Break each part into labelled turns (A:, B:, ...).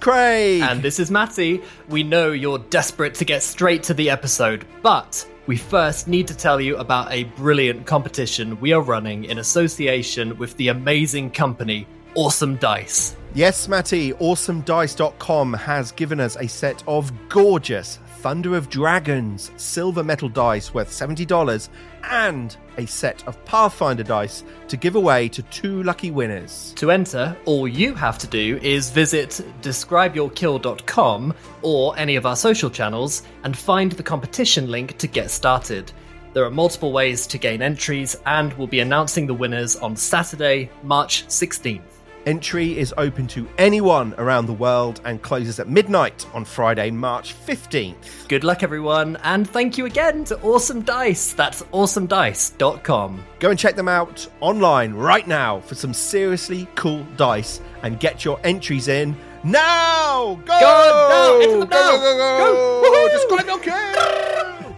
A: Craig.
B: And this is Matty. We know you're desperate to get straight to the episode, but we first need to tell you about a brilliant competition we are running in association with the amazing company Awesome Dice.
A: Yes, Matty, awesomedice.com has given us a set of gorgeous Thunder of Dragons silver metal dice worth $70 and a set of Pathfinder dice to give away to two lucky winners.
B: To enter, all you have to do is visit describeyourkill.com or any of our social channels and find the competition link to get started. There are multiple ways to gain entries, and we'll be announcing the winners on Saturday, March 16th.
A: Entry is open to anyone around the world and closes at midnight on Friday, March 15th.
B: Good luck, everyone, and thank you again to Awesome Dice. That's awesomedice.com.
A: Go and check them out online right now for some seriously cool dice and get your entries in now! Go!
B: Go! Now! Enter them now!
A: Go, go, go, go!
B: Go! Woohoo!
A: Describe your kill!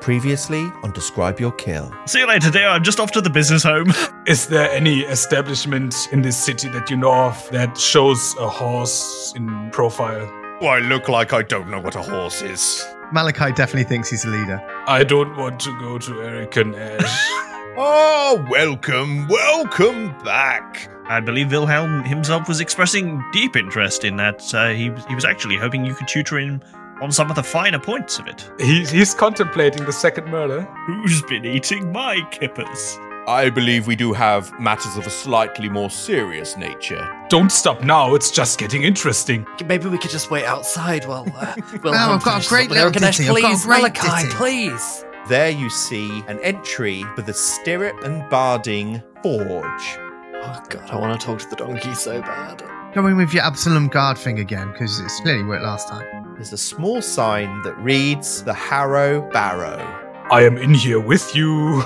A: Previously on Describe Your Kill.
C: See you later, dear. I'm just off to the business home.
D: Is there any establishment in this city that you know of that shows a horse in profile?
E: I look like I don't know what a horse is.
F: Malachi definitely thinks he's a leader.
D: I don't want to go to Eric and Ash.
E: Oh, welcome, welcome back.
C: I believe Wilhelm himself was expressing deep interest in that. Uh, he, he was actually hoping you could tutor him on some of the finer points of it.
D: he, he's contemplating the second murder.
C: Who's been eating my kippers?
E: I believe we do have matters of a slightly more serious nature.
D: Don't stop now, it's just getting interesting.
B: Maybe we could just wait outside while. Uh, Wilhelm
F: Wow, I've got a
B: finishes
F: great
B: up with Eric
F: little
B: and Ash.
F: ditty. I've got a
B: Please,
F: great
B: Malachi,
F: ditty.
B: please.
A: There you see an entry for the Stirrup and Barding Forge.
B: Oh, God, I want to talk to the donkey so bad.
F: Go in with your Absalom guard thing again, because it's clearly worked last time.
A: There's a small sign that reads The Harrow Barrow.
D: I am in here with you.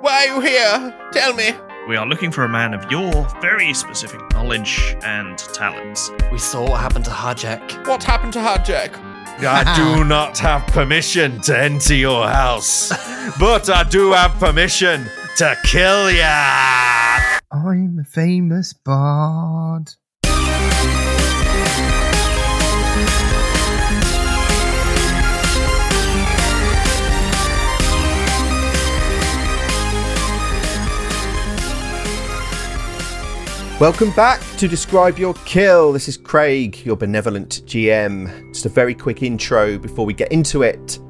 E: Why are you here? Tell me.
C: We are looking for a man of your very specific knowledge and talents.
B: We saw what happened to Harjack.
E: What happened to Hardjack? I do not have permission to enter your house, but I do have permission to kill ya.
F: I'm a famous bard.
A: Welcome back to Describe Your Kill. This is Craig, your benevolent GM. Just a very quick intro before we get into it.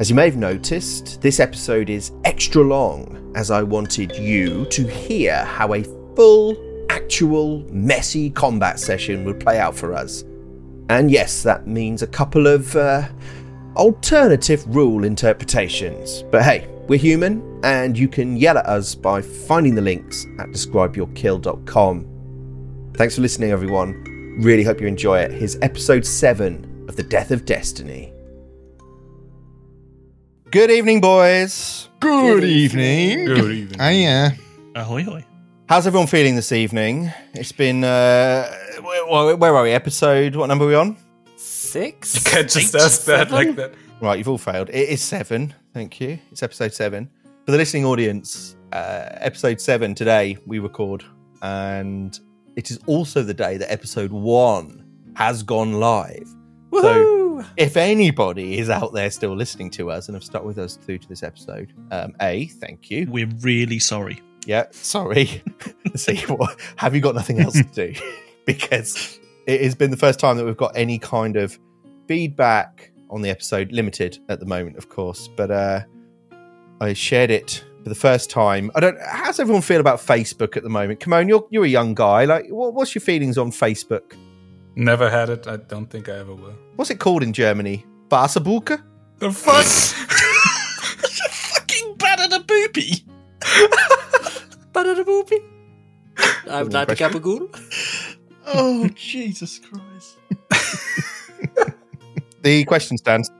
A: As you may have noticed, this episode is extra long, as I wanted you to hear how a full, actual, messy combat session would play out for us. And yes, that means a couple of uh, alternative rule interpretations. But hey, we're human, and you can yell at us by finding the links at describeyourkill.com. Thanks for listening, everyone. Really hope you enjoy it. Here's episode 7 of The Death of Destiny. Good evening, boys.
E: Good evening.
D: Good evening.
F: Oh, yeah.
C: Ahoy, hoy.
A: How's everyone feeling this evening? It's been, uh, where, where are we? Episode, what number are we on?
B: Six?
D: Can't just ask that like that.
A: Right, you've all failed. It is seven. Thank you. It's episode seven. For the listening audience, uh, episode seven today we record, and it is also the day that episode one has gone live. So, if anybody is out there still listening to us and have stuck with us through to this episode, um, a thank you.
C: We're really sorry.
A: Yeah, sorry. See what have you got nothing else to do? because it has been the first time that we've got any kind of feedback on the episode, limited at the moment, of course. But uh I shared it for the first time. I don't how's everyone feel about Facebook at the moment? Come on, you're you're a young guy. Like what, what's your feelings on Facebook?
D: Never had it. I don't think I ever will.
A: What's it called in Germany? Wasserbuche?
D: The fuck?
C: Fucking bad at a boopy.
B: I'm not
A: Impression.
B: Gabagool.
C: Oh, Jesus Christ.
A: The question stands.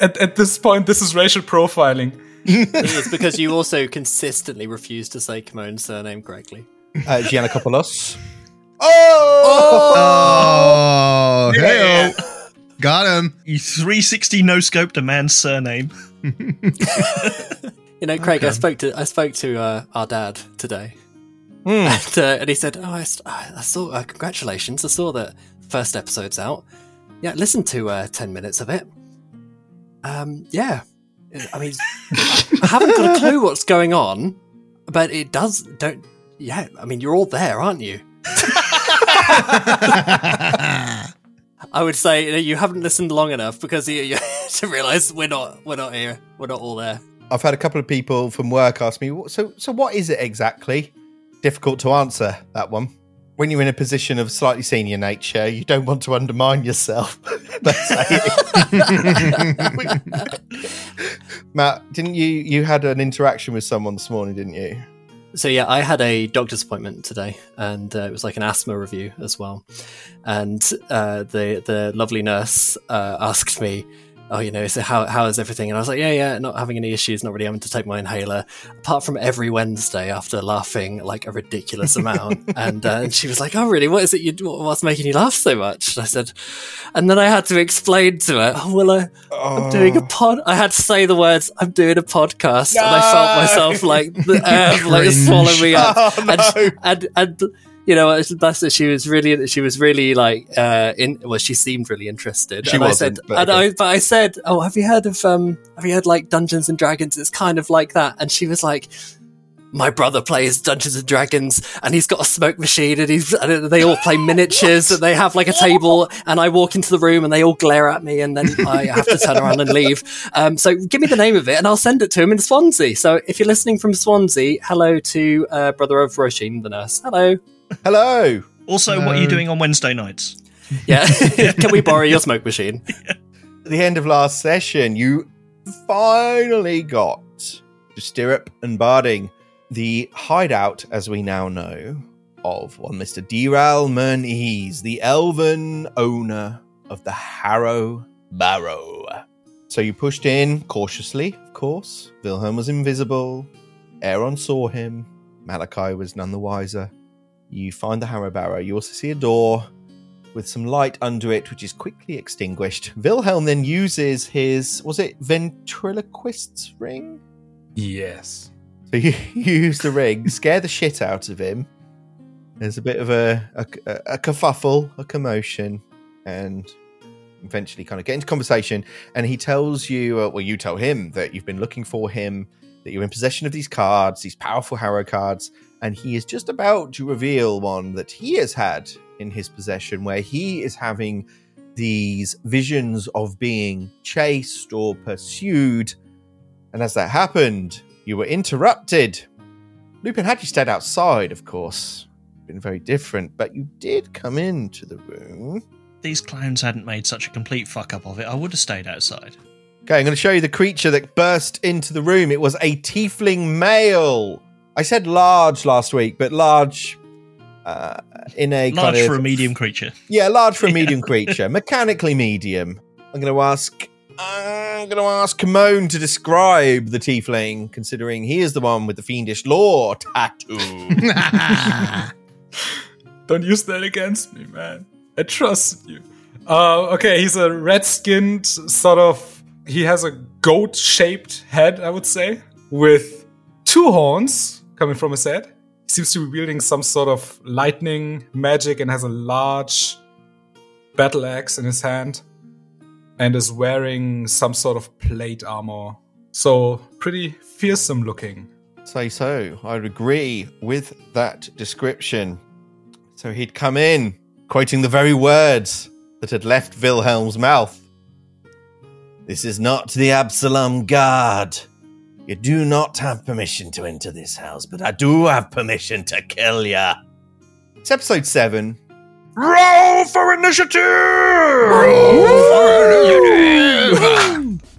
D: at, at this point, this is racial profiling.
B: It's because you also consistently refuse to say Kimon's surname correctly.
A: Uh, Giannakopoulos.
F: Oh, hey Got him.
C: You 360 E no scoped a man's surname.
B: You know, Craig, I spoke to I spoke to uh, our dad today, And, uh, and he said, "Oh, I, s- I saw. Uh, congratulations! I saw that first episode's out. Yeah, listen to uh, ten minutes of it. Um, yeah, I mean, I haven't got a clue what's going on, but it does. Don't. Yeah, I mean, you're all there, aren't you? I would say you, know, you haven't listened long enough because you, you to realise we're not we're not here. We're not all there.
A: I've had a couple of people from work ask me, "What- so so what is it exactly? Difficult to answer that one. When you're in a position of slightly senior nature, you don't want to undermine yourself. Let's say. Matt, didn't you you had an interaction with someone this morning, didn't you?
B: So yeah, I had a doctor's appointment today, and uh, it was like an asthma review as well. And uh, the the lovely nurse uh, asked me, "Oh, you know, so how how is everything?" And I was like, "Yeah, yeah, not having any issues, not really having to take my inhaler, apart from every Wednesday after laughing like a ridiculous amount." and, uh, and she was like, "Oh, really? What is it? You what- what's making you laugh so much?" And I said, and then I had to explain to her, "Oh, well, I, I'm doing a pod. I had to say the words, I'm doing a podcast, and I felt myself like the earth, like
F: Cringe.
B: swallow me up.
A: Oh,
B: and, and and you know, that's it. She was really, she was really like, uh, in well, she seemed really interested.
A: She
B: and
A: wasn't,
B: I said,
A: but
B: and I, but I said, oh, have you heard of um, have you heard like Dungeons and Dragons? It's kind of like that. And she was like. My brother plays Dungeons and Dragons, and he's got a smoke machine, and he's and they all play miniatures, and they have like a table. And I walk into the room, and they all glare at me, and then I have to turn around and leave. Um, so give me the name of it, and I'll send it to him in Swansea. So if you're listening from Swansea, hello to uh, brother of Roisin, the nurse. Hello.
A: Hello.
C: Also, what are you
F: No.
C: doing on Wednesday nights?
B: Yeah, can we borrow your smoke machine?
A: At the end of last session, you finally got to Stirrup and Barding, the hideout, as we now know, of one Mr. Deral Mernese, the elven owner of the Harrow Barrow. So you pushed in cautiously, of course. Wilhelm was invisible. Aaron saw him. Malachi was none the wiser. You find the Harrow Barrow. You also see a door with some light under it, which is quickly extinguished. Wilhelm then uses his was it ventriloquist's ring?
D: Yes.
A: So you you use the ring, scare the shit out of him. There's a bit of a a, a kerfuffle, a commotion, and eventually kind of get into conversation. And he tells you, uh, well, you tell him that you've been looking for him, that you're in possession of these cards, these powerful Harrow cards, and he is just about to reveal one that he has had in his possession, where he is having these visions of being chased or pursued and as that happened, you were interrupted. Lupin, had you stayed outside, of course, been very different, but you did come into the room.
C: These clowns hadn't made such a complete fuck up of it. I would have stayed outside.
A: Okay, I'm going to show you the creature that burst into the room. It was a tiefling male. I said large last week, but large uh, in a
C: Large
A: kind
C: for
A: of
C: a medium creature.
A: yeah, large for a medium creature, mechanically medium. I'm going to ask. I'm going to ask Kimon to describe the tiefling, considering he is the one with the fiendish law tattoo.
D: Don't use that against me, man. I trust you. Uh, okay, he's a red skinned sort of. He has a goat shaped head, I would say, with two horns coming from his head. He seems to be wielding some sort of lightning magic and has a large battle axe in his hand and is wearing some sort of plate armor. So, pretty fearsome looking.
A: say so. I'd agree with that description. So he'd come in, quoting the very words that had left Wilhelm's mouth. This is not the Absalom Guard. You do not have permission to enter this house, but I do have permission to kill ya. It's episode seven.
G: Roll for initiative!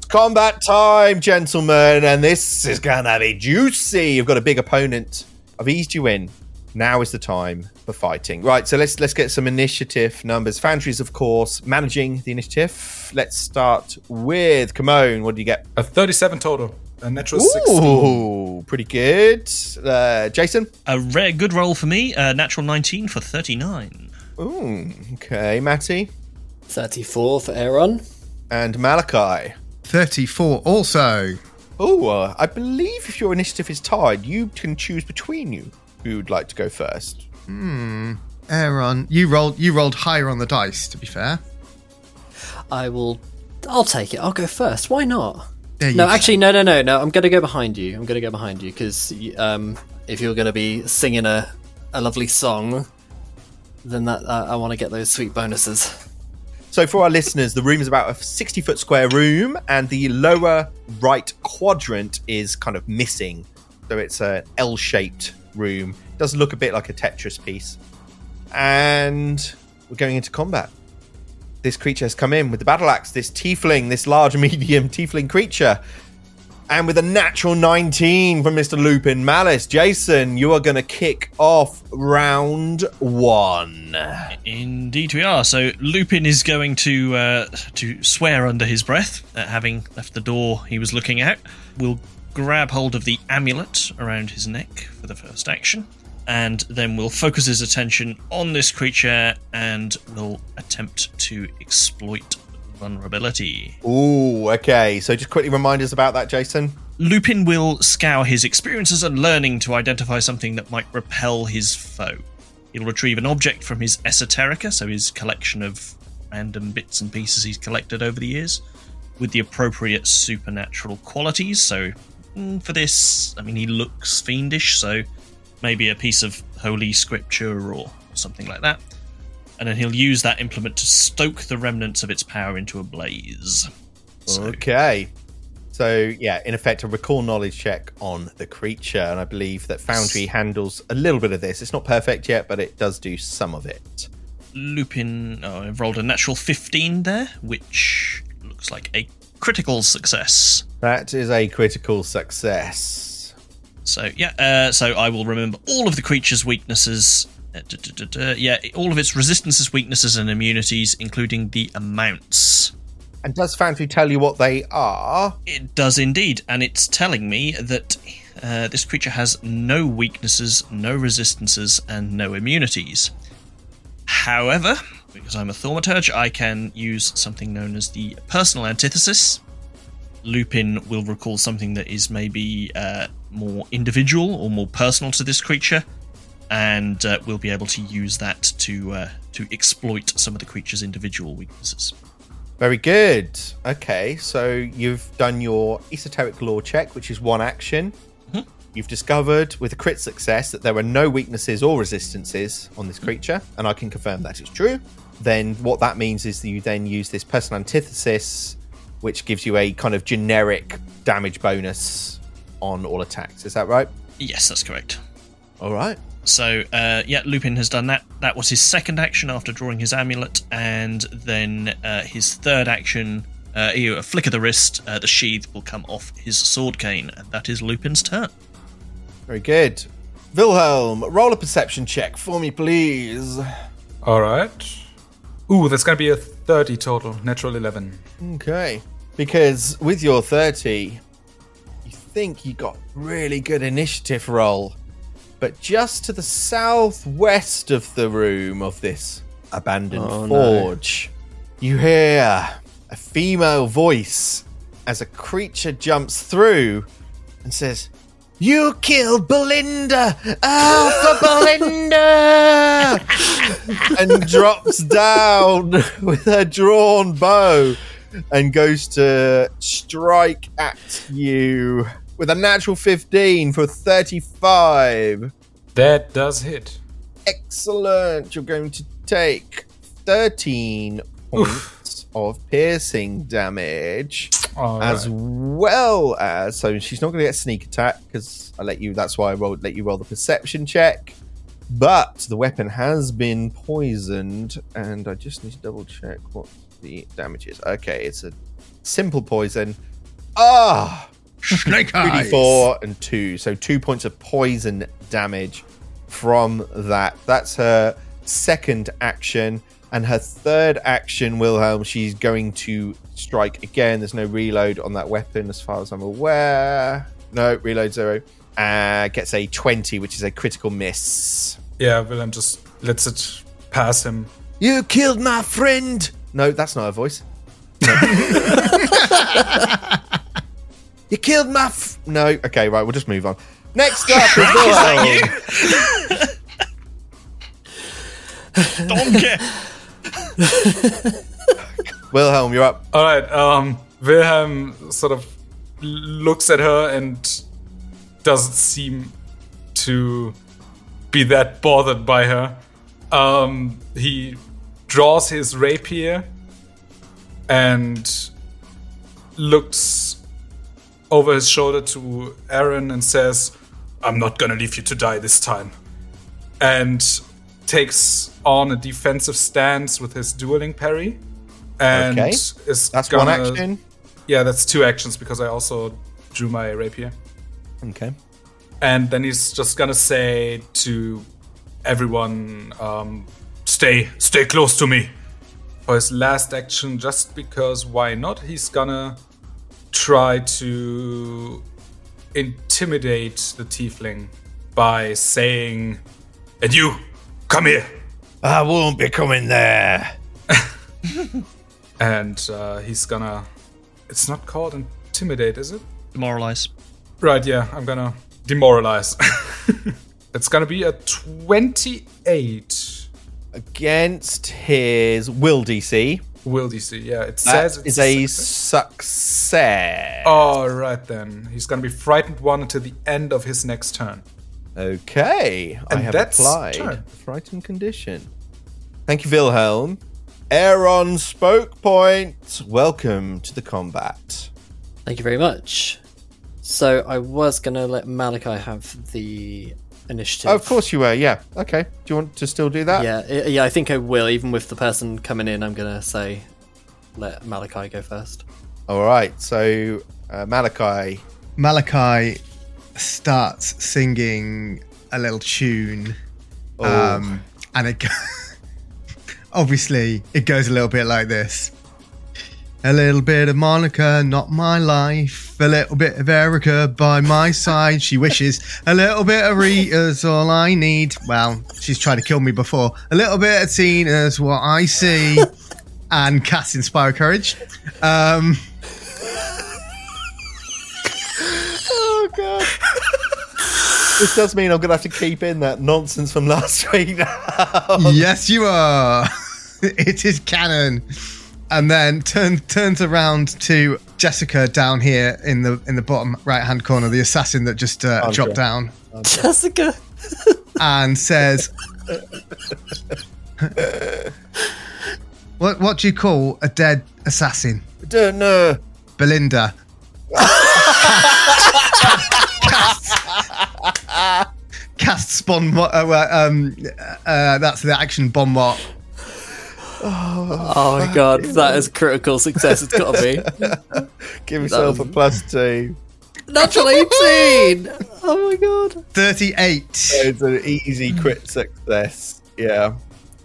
A: Combat time, gentlemen, and this is gonna be juicy. You've got a big opponent. I've eased you in. Now is the time for fighting. Right, so let's let's get some initiative numbers. Foundries, of course, managing the initiative. Let's start with Kimon. What do you get?
D: A 37 total, a natural 16.
A: Ooh, pretty good. Uh, Jason.
C: A rare good roll for me. A natural 19 for 39.
A: Ooh, okay. Matty
B: Thirty-four for Aaron.
A: and Malachi.
F: 34 also.
A: Oh, uh, I believe if your initiative is tied, you can choose between you. who would like to go first?
F: Aaron, you rolled you rolled higher on the dice. To be fair,
B: I will. I'll take it. I'll go first. Why not?
F: There you
B: no,
F: go.
B: actually, no, no, no, no. I'm going to go behind you. I'm going to go behind you because um, if you're going to be singing a, a lovely song, then that uh, I want to get those sweet bonuses.
A: So, for our listeners, the room is about a 60 foot square room, and the lower right quadrant is kind of missing. So, it's an L shaped room. does look a bit like a Tetris piece. And we're going into combat. This creature has come in with the battle axe, this tiefling, this large medium tiefling creature. And with a natural 19 from Mr. Lupin Malice, Jason, you are going to kick off round one.
C: Indeed, we are. So Lupin is going to uh, to swear under his breath at having left the door he was looking at. We'll grab hold of the amulet around his neck for the first action, and then we'll focus his attention on this creature and we'll attempt to exploit vulnerability.
A: Ooh, okay. So just quickly remind us about that, Jason.
C: Lupin will scour his experiences and learning to identify something that might repel his foe. He'll retrieve an object from his esoterica, so his collection of random bits and pieces he's collected over the years, with the appropriate supernatural qualities. So, mm, for this, I mean, he looks fiendish, so maybe a piece of holy scripture or something like that. And then he'll use that implement to stoke the remnants of its power into a blaze. So-
A: Okay. So yeah, in effect, a recall knowledge check on the creature, and I believe that Foundry handles a little bit of this. It's not perfect yet, but it does do some of it.
C: Lupin oh, I've rolled a natural 15 there, which looks like a critical success.
A: That is a critical success.
C: So, yeah, uh, so I will remember all of the creature's weaknesses. Uh, duh, duh, duh, duh. yeah, all of its resistances, weaknesses, and immunities, including the amounts.
A: And does Foundry tell you what they are?
C: It does indeed, and it's telling me that uh, this creature has no weaknesses, no resistances, and no immunities. However, because I'm a thaumaturge, I can use something known as the personal antithesis. Lupin will recall something that is maybe uh, more individual or more personal to this creature, and uh, we'll be able to use that to uh, to exploit some of the creature's individual weaknesses.
A: Very good. Okay, so you've done your esoteric law check, which is one action. You've discovered with a crit success that there are no weaknesses or resistances on this creature, and I can confirm that is true. Then what that means is that you then use this personal antithesis, which gives you a kind of generic damage bonus on all attacks. Is that right?
C: Yes, that's correct.
A: All right.
C: So uh, yeah, Lupin has done that. That was his second action after drawing his amulet, and then uh, his third action. Uh, he- a flick of the wrist, uh, the sheath will come off his sword cane, and that is Lupin's turn.
A: Very good. Wilhelm, roll a perception check for me, please.
D: All right. Ooh, that's gonna be a 30 total. Natural 11.
A: Okay. Because with your 30, you think you got really good initiative roll. But just to the southwest of the room of this abandoned forge, you hear a female voice as a creature jumps through and says, You killed Belinda! Alpha Belinda! and drops down with her drawn bow and goes to strike at you with a natural 15 for 35.
D: That does hit.
A: Excellent. You're going to take 13 points of piercing damage
D: All
A: as
D: right.
A: well as so she's not going to get sneak attack because I let you. That's why I rolled, let you roll the perception check. But the weapon has been poisoned, and I just need to double check what the damage is. Okay, it's a simple poison. Ah,
F: Snake
A: three
F: eyes.
A: d four and two, so two points of poison damage from that. That's her second action, and her third action, Wilhelm. She's going to strike again. There's no reload on that weapon, as far as I'm aware. No reload zero. Uh, gets a twenty, which is a critical miss.
D: Yeah, Willem just lets it pass him.
A: You killed my friend. No, that's not her voice. you killed my. F- no. Okay, right. We'll just move on. Next up is Wilhelm.
C: Donkey!
A: Wilhelm, you're up.
D: All right. Um, Wilhelm sort of l- looks at her and doesn't seem to be that bothered by her. Um, he draws his rapier and looks over his shoulder to Aaron and says, "I'm not gonna leave you to die this time." And takes on a defensive stance with his dueling parry. And
A: Okay.
D: is
A: That's
D: gonna,
A: one action.
D: Yeah, that's two actions because I also drew my rapier.
A: Okay.
D: And then he's just gonna say to everyone, um, "Stay, stay close to me." For his last action, just because why not? He's gonna try to intimidate the tiefling by saying, "And you, come here."
G: I won't be coming there.
D: And uh, he's gonna. It's not called intimidate, is it?
C: Demoralize.
D: Right, yeah, I'm gonna demoralize. it's gonna be a 28
A: Against his will DC.
D: will DC. Yeah, it
A: That
D: says it's
A: is a
D: success. Oh.
A: success.
D: All right then. He's gonna be frightened one until the end of his next turn.
A: Okay, I
D: And
A: have
D: that's
A: applied
D: turn.
A: frightened condition. Thank you, Wilhelm. Aaron spoke point. Welcome to the combat.
B: Thank you very much. So I was gonna let Malachi have the initiative.
A: Oh, of course you were. Yeah. Okay. Do you want to still do that?
B: Yeah, I- yeah. I think I will. Even with the person coming in, I'm gonna say, let Malachi go first.
A: All right. So uh, Malachi.
F: Malachi starts singing a little tune,
A: Oh,
F: um, and it go- obviously it goes a little bit like this: a little bit of Monica, not my life. A little bit of Erica by my side, she wishes. A little bit of Rita's all I need. Well, she's tried to kill me before. A little bit of Tina's what I see, and Cass inspire courage. Um,
A: oh god. this does mean I'm gonna have to keep in that nonsense from last week. Now.
F: yes, you are. it is canon. And then turn, turns around to Jessica down here in the in the bottom right hand corner, the assassin that just uh, dropped down,
B: Jessica.
F: and says, "What what do you call a dead assassin,
A: Don't know.
F: Belinda?" Casts bon mot. Uh, well, um, uh, that's the action bon mot.
B: Oh my god, that is critical success. It's gotta be
A: Give yourself a plus two.
B: natural eighteen. Oh my god.
F: 38.
A: It's an easy crit success. Yeah.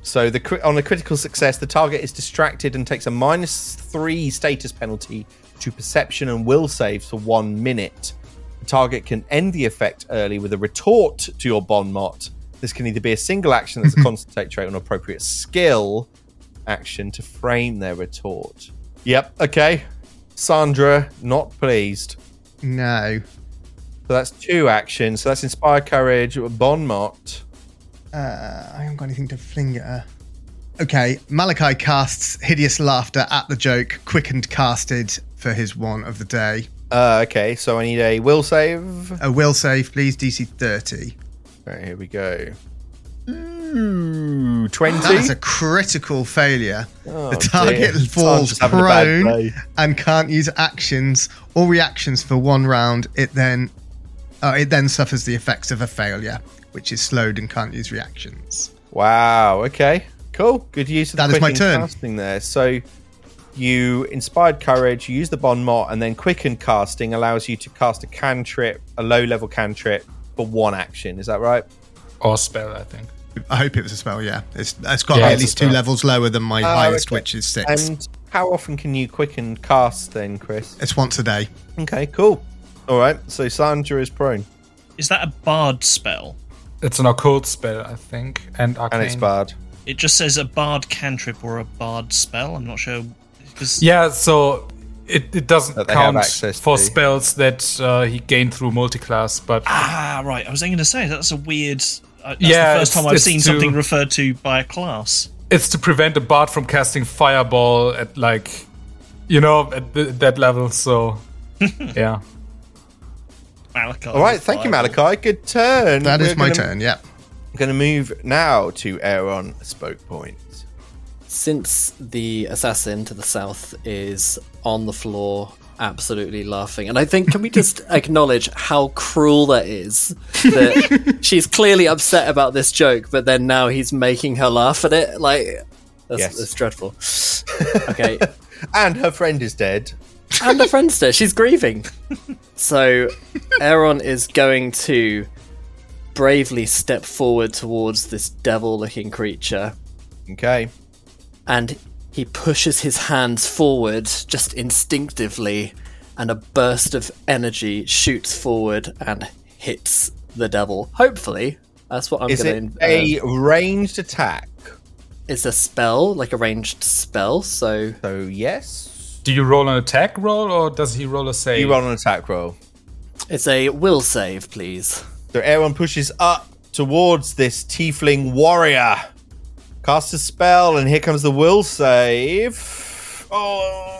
A: So the cri- on a critical success, the target is distracted and takes a minus three status penalty to perception and will saves for one minute. The target can end the effect early with a retort to your bon mot. This can either be a single action that's a concentrate trait or an appropriate skill action to frame their retort. Yep. Okay. Sandra, not pleased.
F: No.
A: So that's two actions. So that's inspire courage, bon mot.
F: Uh, I haven't got anything to fling at her. Okay, Malachi casts hideous laughter at the joke, quickened casted for his one of the day.
A: Uh, okay, so I need a will save.
F: A will save, please, DC 30.
A: Right, here we go. Ooh, 20.
F: That's a critical failure.
A: Oh,
F: the target
A: dear.
F: falls
A: Sandra's having a bad
F: prone
A: day.
F: and can't use actions or reactions for one round. It then uh, it then suffers the effects of a failure, which is slowed and can't use reactions.
A: Wow, okay. Cool. Good use of
F: That
A: the
F: is my
A: quick
F: turn.
A: casting there. So you inspired courage, you use the bon mot, and then quicken casting allows you to cast a cantrip, a low level cantrip, for one action. Is that right?
D: Or spell, I think.
F: I hope it was a spell, yeah. It's, it's got to
D: Yeah,
F: be at
D: it's a
F: least two
D: spell.
F: levels lower than my highest,
A: Oh, okay.
F: which is six.
A: And how often can you quicken cast then, Chris?
F: it's once a day.
A: Okay, cool. All right, so Sandra is prone
C: Is that a bard spell?
D: It's an occult spell, I think, and arcane.
A: and it's barred.
C: It just says a bard cantrip or a bard spell. I'm not sure. 'cause
D: Yeah, so It, it doesn't
A: That they have
D: count
A: access
D: for
A: to.
D: spells that uh, he gained through multiclass, but
C: Ah, right. I was going to say that's a weird. Uh, that's
D: Yeah,
C: the first
D: it's-
C: time I've
D: it's
C: seen
D: too-
C: something referred to by a class.
D: it's to prevent a bard from casting fireball at like, you know, at th- that level. So, yeah.
C: Malachi.
A: All right, thank you,
C: Fireball.
A: Malachi. Good turn.
F: That is
A: We're
F: my
A: gonna-
F: turn. Yeah.
A: We're going to move now to Aaron Spoke Point.
B: Since the assassin to the south is on the floor, absolutely laughing, and I think can we just acknowledge how cruel that is? That she's clearly upset about this joke, but then now he's making her laugh at it. Like that's,
A: Yes.
B: that's dreadful. Okay,
A: And her friend is dead.
B: and her friend's there. She's grieving. So Aaron is going to bravely step forward towards this devil-looking creature
A: Okay.
B: and he pushes his hands forward just instinctively, and a burst of energy shoots forward and hits the devil. Hopefully, that's what I'm
A: Is it
B: going to.
A: a ranged attack?
B: it's a spell, like a ranged spell. So
A: So, yes.
D: Do you roll an attack roll or does he roll a save?
A: You roll an attack roll.
B: it's a will save, please.
A: So Aaron pushes up towards this tiefling warrior, casts a spell, and here comes the will save. Oh,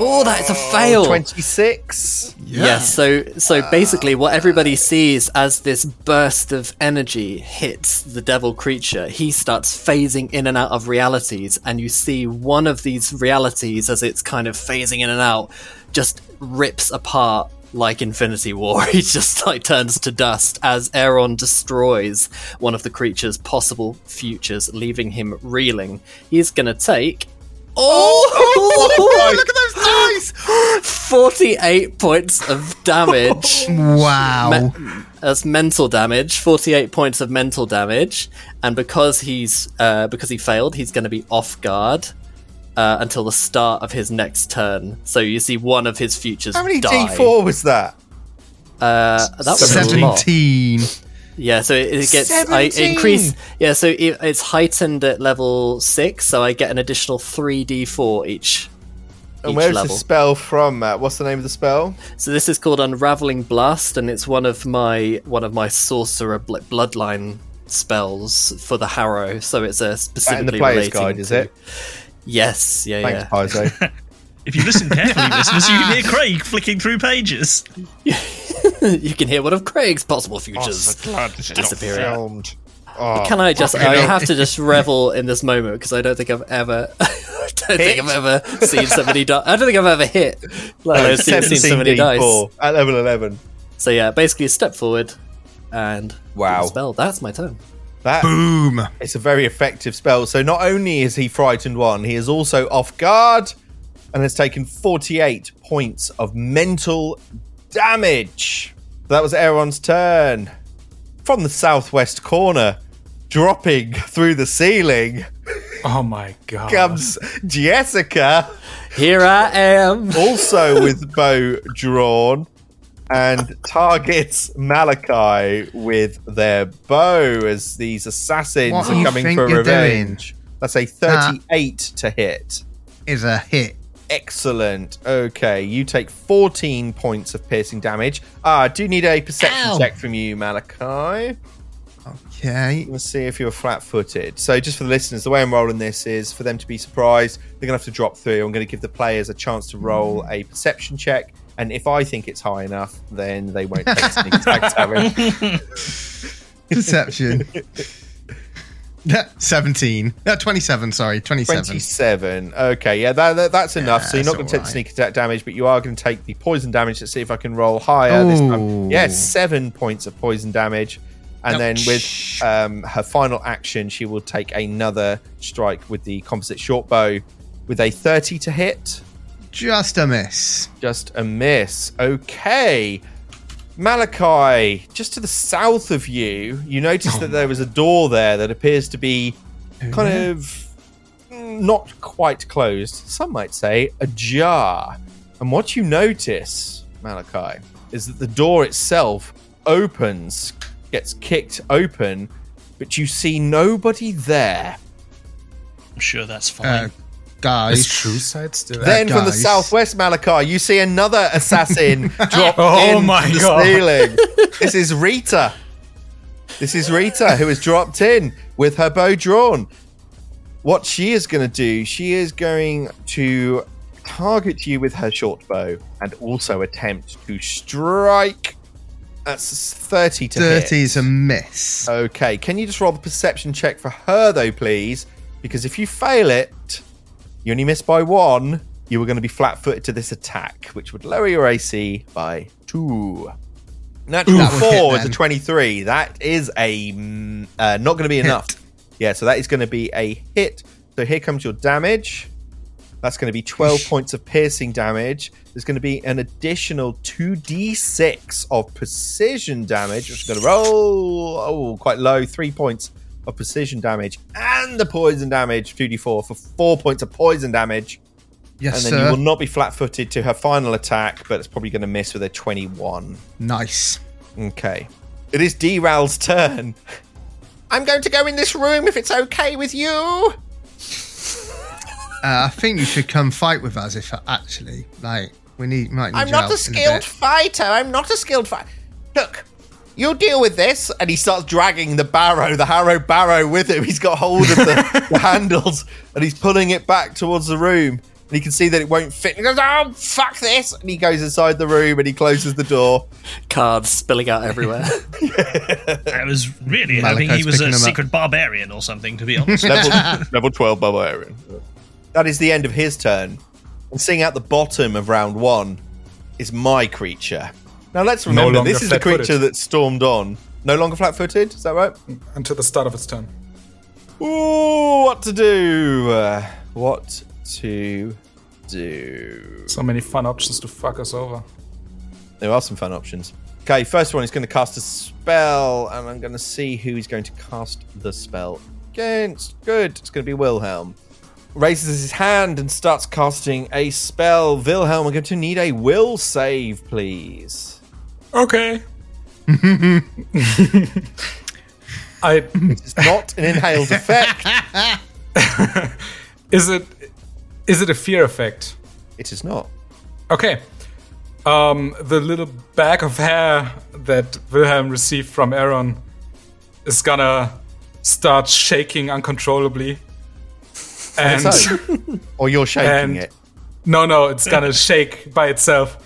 B: Oh, that is a fail.
A: Twenty-six.
B: Yeah. so so basically, what everybody sees as this burst of energy hits the devil creature, he starts phasing in and out of realities, and you see one of these realities as it's kind of phasing in and out, just rips apart like Infinity War. he just like turns to dust as Aaron destroys one of the creature's possible futures, leaving him reeling. He's gonna take. oh
F: Look at those dice!
B: 48 points of damage.
F: Wow.
B: Me- that's mental damage. 48 points of mental damage. And because he's uh, because he failed, he's going to be off guard uh, until the start of his next turn. So you see one of his futures
A: How many
B: die.
A: D4 was that?
B: Uh, that was a lot.
F: 17.
B: Yeah, so it, it gets I increase. Yeah, so it, it's heightened at level 6, so I get an additional 3d4 each.
A: And
B: each
A: where's
B: level.
A: the spell from, Matt? What's the name of the spell?
B: So this is called Unraveling Blast, and it's one of my one of my sorcerer bl- bloodline spells for the Harrow. So it's a
A: That
B: specifically
A: in the player's
B: relating
A: guide, is
B: to-
A: it?
B: Yes, yeah,
A: Thanks,
B: yeah.
A: Paizo.
C: If you listen carefully, listeners, you can hear Craig flicking through pages.
B: you can hear one of Craig's
A: Oh,
B: possible futures. disappearing.
A: Filmed. Oh.
B: Can I just? I have to just revel in this moment because I don't think I've ever. I don't think I've ever seen somebody die. I don't think I've ever hit. Like, I've seen,
A: 17
B: seen so many dice.
A: D4 at level 11.
B: So yeah, basically a step forward, and
A: Wow.
B: spell. That's my turn.
A: That
F: Boom.
A: It's a very effective spell. So not only is he frightened one, he is also off guard and has taken 48 points of mental damage. That was Aaron's turn. From the southwest corner, dropping through the ceiling,
D: Oh my god.
A: comes Jessica,
B: Here I am.
A: also with bow drawn, and targets Malachi with their bow as these assassins
F: What do
A: are
F: you
A: coming
F: think
A: for
F: you're doing?
A: revenge. That's a 38 to hit.
F: Is a hit.
A: Excellent. Okay, you take 14 points of piercing damage. Ah, I do need a perception check from you, Malachi.
F: Okay.
A: Let's see if you're flat footed. So, just for the listeners, the way I'm rolling this is for them to be surprised. They're going to have to drop through. I'm going to give the players a chance to roll a perception check. And if I think it's high enough, then they won't take sneak attack damage.
F: Perception. 17. No, 27, sorry. 27.
A: 27. Okay, yeah, that, that- that's enough. so, you're
F: that's
A: not going to
F: all
A: take the
F: right.
A: sneak attack damage, but you are going to take the poison damage. Let's see if I can roll higher this time.
F: Ooh.
A: Yeah, seven points of poison damage. And then with um, her final action, she will take another strike with the composite short bow with a 30 to hit.
F: Just a miss.
A: Just a miss. Okay. Malachi, just to the south of you, you notice that there was a door there that appears to be kind of mm, not quite closed. Some might say ajar. And what you notice, Malachi, is that the door itself opens, gets kicked open, but you see nobody there.
C: I'm sure that's fine.
F: Uh, guys.
D: True side still.
E: Then from the
F: guys.
E: southwest, Malachi, you see another assassin drop
D: Oh
E: in
D: my
E: from the
D: God.
E: ceiling. This is Rita. This is Rita who has dropped in with her bow drawn. What she is going to do, she is going to target you with her short bow and also attempt to strike. That's 30 to hit.
F: 30 is a miss.
E: Okay, can you just roll the perception check for her though, please? Because if you fail it, you only miss by one. You were going to be flat-footed to this attack, which would lower your AC by two. Natural
F: That would hit
E: four is a
F: then.
E: twenty-three. That is a mm, uh, not going to be enough. Yeah, so that is going to be a hit. So here comes your damage. That's going to be twelve points of piercing damage. There's going to be an additional two d six of precision damage. Which is going to roll oh quite low, three points of precision damage, and the poison damage two d four for four points of poison damage. And
F: Yes,
E: then you
F: sir.
E: will not be flat-footed to her final attack, but it's probably going to miss with a twenty-one.
F: nice.
E: Okay. It is D Ral's turn. I'm going to go in this room if it's okay with you.
F: Uh, I think you should come fight with us if actually, like, we need. Might need
E: I'm
F: your help in
E: not a
F: bit.
E: skilled fighter. I'm not a skilled fighter. Look, you deal with this. And he starts dragging the barrow, the harrow barrow with him. He's got hold of the, the handles and he's pulling it back towards the room. And he can see that it won't fit. And he goes, oh, fuck this. And he goes inside the room and he closes the door.
B: Cards spilling out everywhere.
C: I was really
F: Malachi's
C: hoping he was
F: picking
C: a
F: him up.
C: secret barbarian or something, to be honest.
E: level, level 12 barbarian. That is the end of his turn. And seeing at the bottom of round one is my creature. Now let's
D: No
E: remember
D: longer
E: this is the
D: flat-footed.
E: creature that stormed on. No longer flat footed, is that right?
D: Until the start of its turn.
E: Ooh, what to do? Uh, What to do?
D: So many fun options to fuck us over.
E: There are some fun options. Okay, first one is going to cast a spell, and I'm going to see who he's going to cast the spell against. Good, it's going to be Wilhelm. Raises his hand and starts casting a spell. Wilhelm, I'm going to need a will save, please.
D: Okay. I
E: It's not an inhaled effect.
D: is it is it a fear effect?
E: It is not.
D: Okay. Um, the little bag of hair that Wilhelm received from Aaron is gonna start shaking uncontrollably. And
E: So, or you're shaking
D: And-
E: it.
D: no, no, it's gonna shake by itself,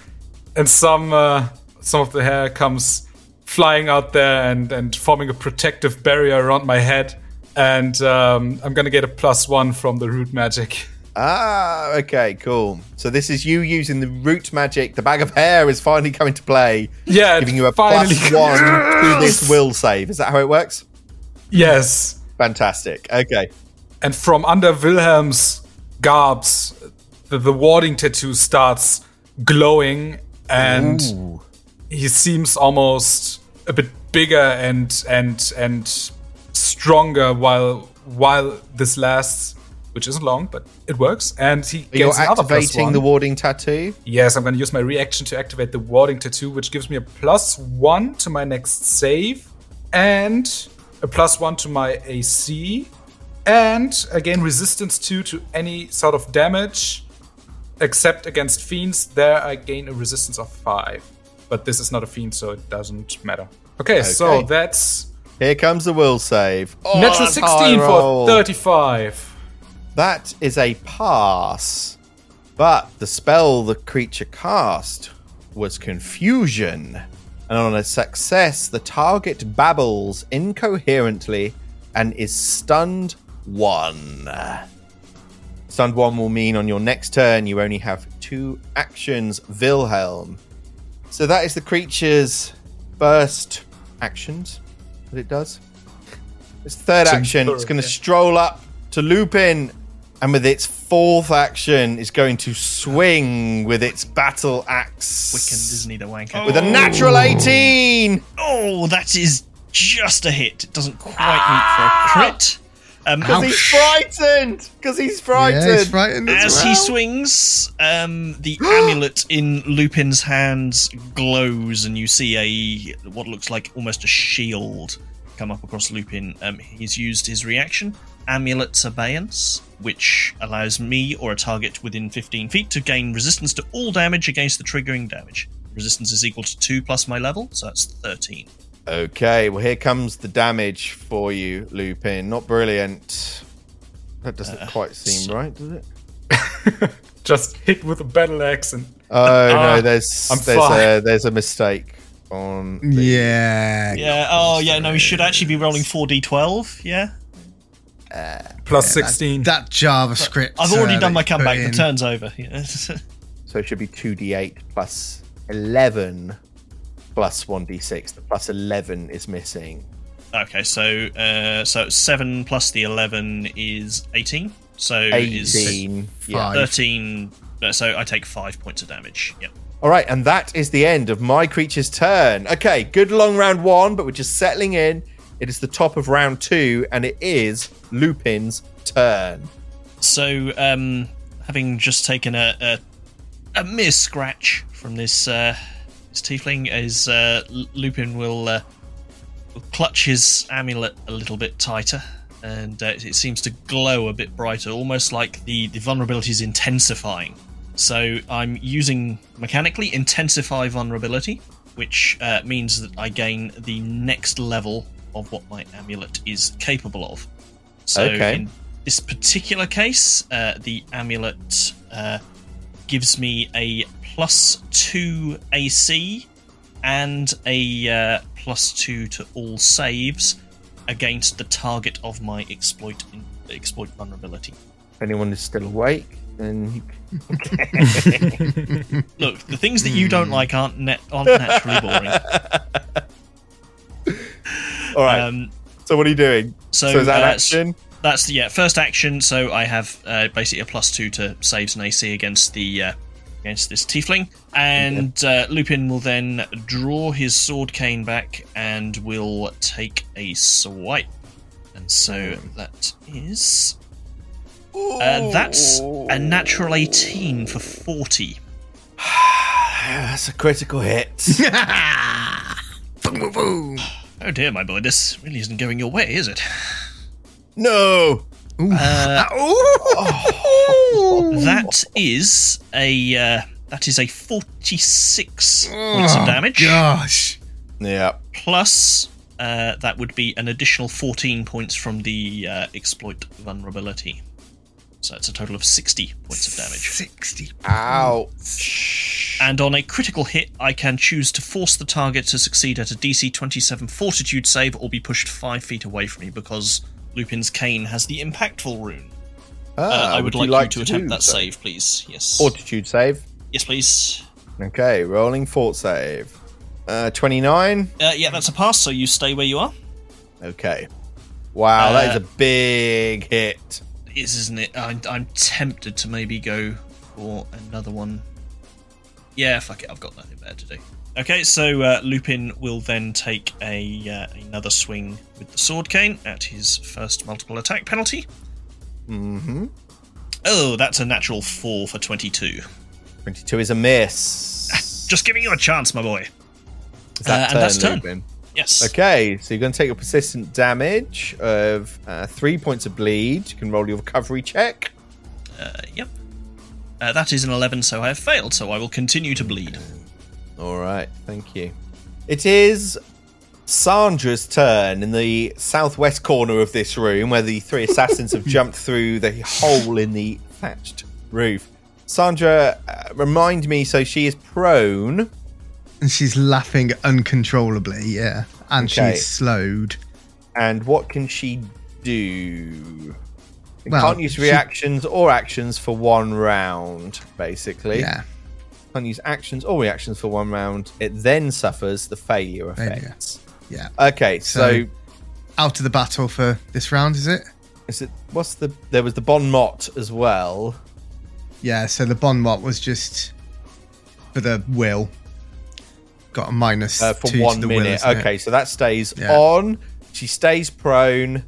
D: and some uh, some of the hair comes flying out there and and forming a protective barrier around my head, and um, I'm gonna get a plus one from the root magic.
E: Ah, okay, cool. So this is you using the root magic. The bag of hair is finally coming to play,
D: Yeah, it
E: giving you a
D: finally
E: plus one to this will save. Is that how it works?
D: Yes,
E: Fantastic. Okay.
D: and from under Wilhelm's garbs, the, the warding tattoo starts glowing, and he seems almost a bit bigger and and and stronger while while this lasts, which isn't long, but it works. And he
E: You're
D: gets another plus
E: activating
D: one.
E: the warding tattoo.
D: yes, I'm going to use my reaction to activate the warding tattoo, which gives me a plus one to my next save and a plus one to my AC, and again resistance two to any sort of damage, except against fiends. There, I gain a resistance of five, but this is not a fiend, so it doesn't matter. Okay, so
E: Okay.
D: that's
E: Here comes the will save. Oh,
D: natural
E: that's high
D: 16
E: roll.
D: for 35.
E: That is a pass. But the spell the creature cast was confusion. And on a success, the target babbles incoherently and is stunned one. Stunned one will mean on your next turn you only have two actions, Wilhelm. So that is the creature's first actions that it does. Its third action, it's going to stroll up to Lupin, and with its fourth action, it's going to swing with its battle axe.
C: Wiccan, Disney, the wanker.
E: With a natural 18!
C: Oh, that is just a hit. It doesn't quite meet for a crit. Um,
E: Because he's frightened! Because he's frightened!
F: Yeah, it's frightened as,
C: As
F: well.
C: he swings, um, the amulet in Lupin's hands glows, and you see a what looks like almost a shield come up across Lupin, um, he's used his reaction, Amulet Surveillance, which allows me or a target within 15 feet to gain resistance to all damage against the triggering damage. Resistance is equal to 2 plus my level, so that's 13.
E: Okay, well here comes the damage for you, Lupin. Not brilliant. That doesn't
D: Uh,
E: quite seem right, does it?
D: Just hit with a battle axe and
E: Oh
D: Ah,
E: no, there's
D: I'm
E: there's
D: fine.
E: a, there's a mistake on. the-
F: Yeah.
C: Yeah, oh, yeah, no, he should actually be rolling 4d12, yeah?
D: plus 16.
F: That JavaScript.
C: I've already
F: uh,
C: done my
F: that you put
C: comeback, the
F: in.
C: turn's over. Yeah.
E: So it should be two d8 plus eleven plus one d6. The plus eleven is missing.
C: okay, so uh, so 7 plus the 11 is 18, so is
E: Eighteen. Yeah.
F: Fine.
C: 13, uh, so I take 5 points of damage, yeah.
E: All right, and that is the end of my creature's turn. Okay, good long round one, but we're just settling in. It is the top of round two, and it is Lupin's turn.
C: So, um, having just taken a, a a mere scratch from this uh, this tiefling, is uh, L- Lupin will, uh, will clutch his amulet a little bit tighter, and uh, it seems to glow a bit brighter, almost like the the vulnerability is intensifying. So I'm using mechanically intensify vulnerability, which uh, means that I gain the next level of what my amulet is capable of. So
E: Okay.
C: in this particular case, uh, the amulet uh, gives me a plus two AC and a uh, plus two to all saves against the target of my exploit in, exploit vulnerability.
E: If anyone is still awake, then you
C: Look, the things that you don't like aren't net aren't naturally boring.
E: All right.
C: Um,
E: so what are you doing?
C: so,
E: is that
C: uh,
E: an
C: s-
E: action?
C: That's the yeah first action. So I have uh, basically a plus two to saves and AC against the uh, against this tiefling, and uh, Lupin will then draw his sword cane back and will take a swipe. And so
E: Hmm.
C: that is uh, that's a natural eighteen for forty.
E: That's a critical hit.
C: Oh dear, my boy, this really isn't going your way, is it?
E: no.
C: Oh.
E: Hmm.
C: That is a uh, that is a forty-six points
E: Oh,
C: of damage.
F: Gosh.
E: Yeah.
C: plus uh, that would be an additional 14 points from the uh, exploit vulnerability so that's a total of 60 points of damage
F: 60.
E: Ow.
C: and on a critical hit i can choose to force the target to succeed at a dc 27 fortitude save or be pushed 5 feet away from me because lupin's cane has the impactful rune uh,
E: Ah,
C: i would, like, you to, attempt that save please yes
E: Fortitude save.
C: yes please
E: Okay, rolling fort save. Uh, 29.
C: uh, yeah that's a pass so you stay where you are
E: Okay. Wow, that is
C: Uh,
E: a big hit.
C: It is, isn't it? I'm, I'm tempted to maybe go for another one. Yeah, fuck it. I've got nothing better to do. Okay, so uh, Lupin will then take a uh, another swing with the sword cane at his first multiple attack penalty. Mm-hmm. Oh, that's a natural four for twenty-two.
E: 22 is a miss.
C: Just giving you a chance, my boy.
E: It's that
C: uh, and that's turn.
E: Lupin.
C: Yes.
E: Okay, so you're going to take a persistent damage of uh, three points of bleed. You can roll your recovery check.
C: Uh, yep. Uh, that is an eleven, so I have failed. So I will continue to bleed.
E: All right, thank you. It is Sandra's turn in the southwest corner of this room where the three assassins have jumped through the hole in the thatched roof. Sandra, uh, remind me, so she is prone.
F: And she's laughing uncontrollably, yeah. And
E: Okay.
F: she's slowed.
E: and what can she do? It
F: Well,
E: can't use
F: she-
E: reactions or actions for one round, basically.
F: Yeah.
E: Can't use actions or reactions for one round. It then suffers the failure effects.
F: Yeah.
E: Okay, so,
F: So- Out of the battle for this round, is it?
E: is it what's the there was the Bon Mot as well.
F: Yeah, so the bond what was just for the will. Got a minus
E: uh, for
F: two
E: one
F: to the will.
E: minute.
F: isn't it?
E: okay, so that stays
F: Yeah.
E: on. She stays prone,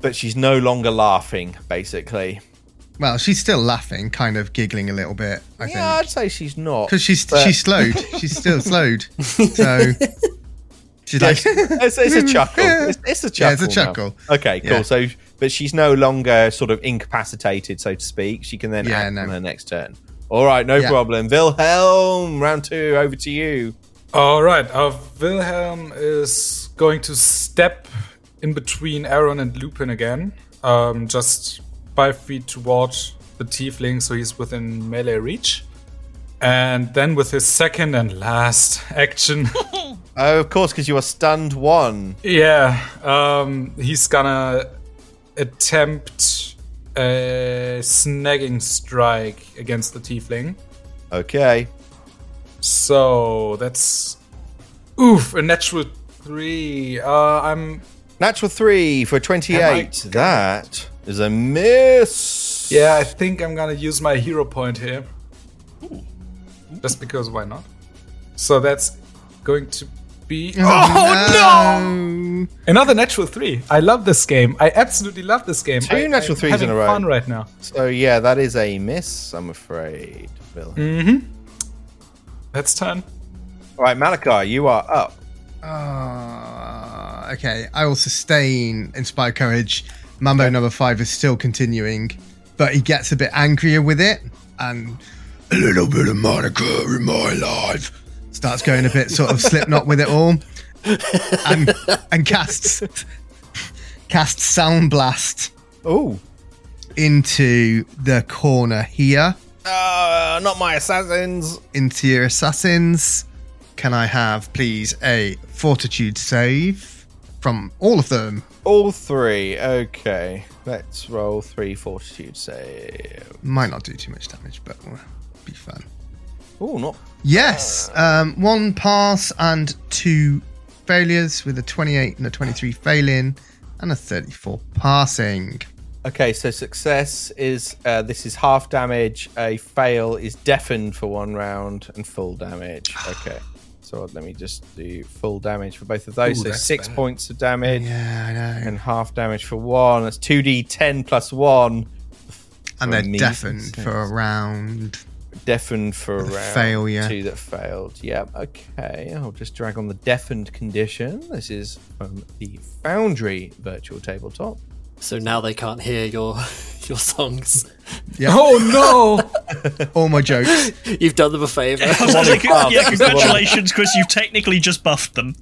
E: but she's no longer laughing, basically.
F: Well, she's still laughing, kind of giggling a little bit, I
E: Yeah,
F: think.
E: I'd say she's not.
F: Because she's
E: but-
F: she's slowed. She's still slowed. So She's
E: Yeah,
F: like,
E: it's, it's a chuckle. It's, it's a
F: Yeah,
E: chuckle.
F: it's a
E: now.
F: chuckle.
E: Okay, cool.
F: Yeah.
E: So, but she's no longer sort of incapacitated, so to speak. She can then
F: Yeah,
E: act
F: no.
E: on her next turn. All right, no
F: Yeah.
E: problem. Wilhelm, round two, over to you.
D: All right. Uh, Wilhelm is going to step in between Aaron and Lupin again. Um, just five feet toward the tiefling, so he's within melee reach. And then with his second and last action,
E: Oh, of course, because you are stunned one.
D: yeah, um, he's gonna attempt a snagging strike against the tiefling.
E: Okay.
D: So that's oof, a natural three. Uh, I'm
E: Natural three for
D: Am
E: 28.
D: I-
E: That is a miss.
D: Yeah, I think I'm gonna use my hero point here.
E: Hmm.
D: Just because why not? So that's going to be
F: oh no!
D: another natural three. I love this game. I absolutely love this game.
E: Two
D: I-
E: natural
D: I'm
E: threes in
D: having
E: a row.
D: Fun right now.
E: So, yeah, that is a miss, I'm afraid, Wilhelm.
D: Mm. That's turn.
E: All right, Malachi, you are up.
F: Ah, okay, I will sustain Inspire Courage. Mambo number five is still continuing, but he gets a bit angrier with it and a little bit of Monica in my life. Starts going a bit sort of slipknot with it all. And and casts casts sound blast
E: Oh.
F: into the corner here.
E: Uh, not my assassins.
F: Into your assassins. Can I have please a fortitude save from all of them?
E: All three. Okay. Let's roll three fortitude save.
F: might not do too much damage, but will be fun.
E: Oh, not.
F: Yes, um, one pass and two failures with a 28 and a 23 failing and a 34 passing.
E: Okay, so success is uh, this is half damage. A fail is deafened for one round and full damage. Okay. So let me just do full damage for both of those.
D: Ooh,
E: so
D: that's
E: six
D: bad.
E: points of damage
F: Yeah, I know.
E: and half damage for one. That's 2d10 plus one.
F: And they're
E: for me,
F: deafened
E: it's-
F: for a round.
E: Deafened for a round.
F: failure.
E: Two that failed. Yep. Okay. I'll just drag on the deafened condition. This is from the Foundry virtual tabletop.
B: So now they can't hear your your songs.
D: Oh no!
F: All my jokes.
B: You've done them a favor.
C: I was gonna say, con-
B: Wow.
C: yeah, congratulations, Chris. You've technically just buffed them.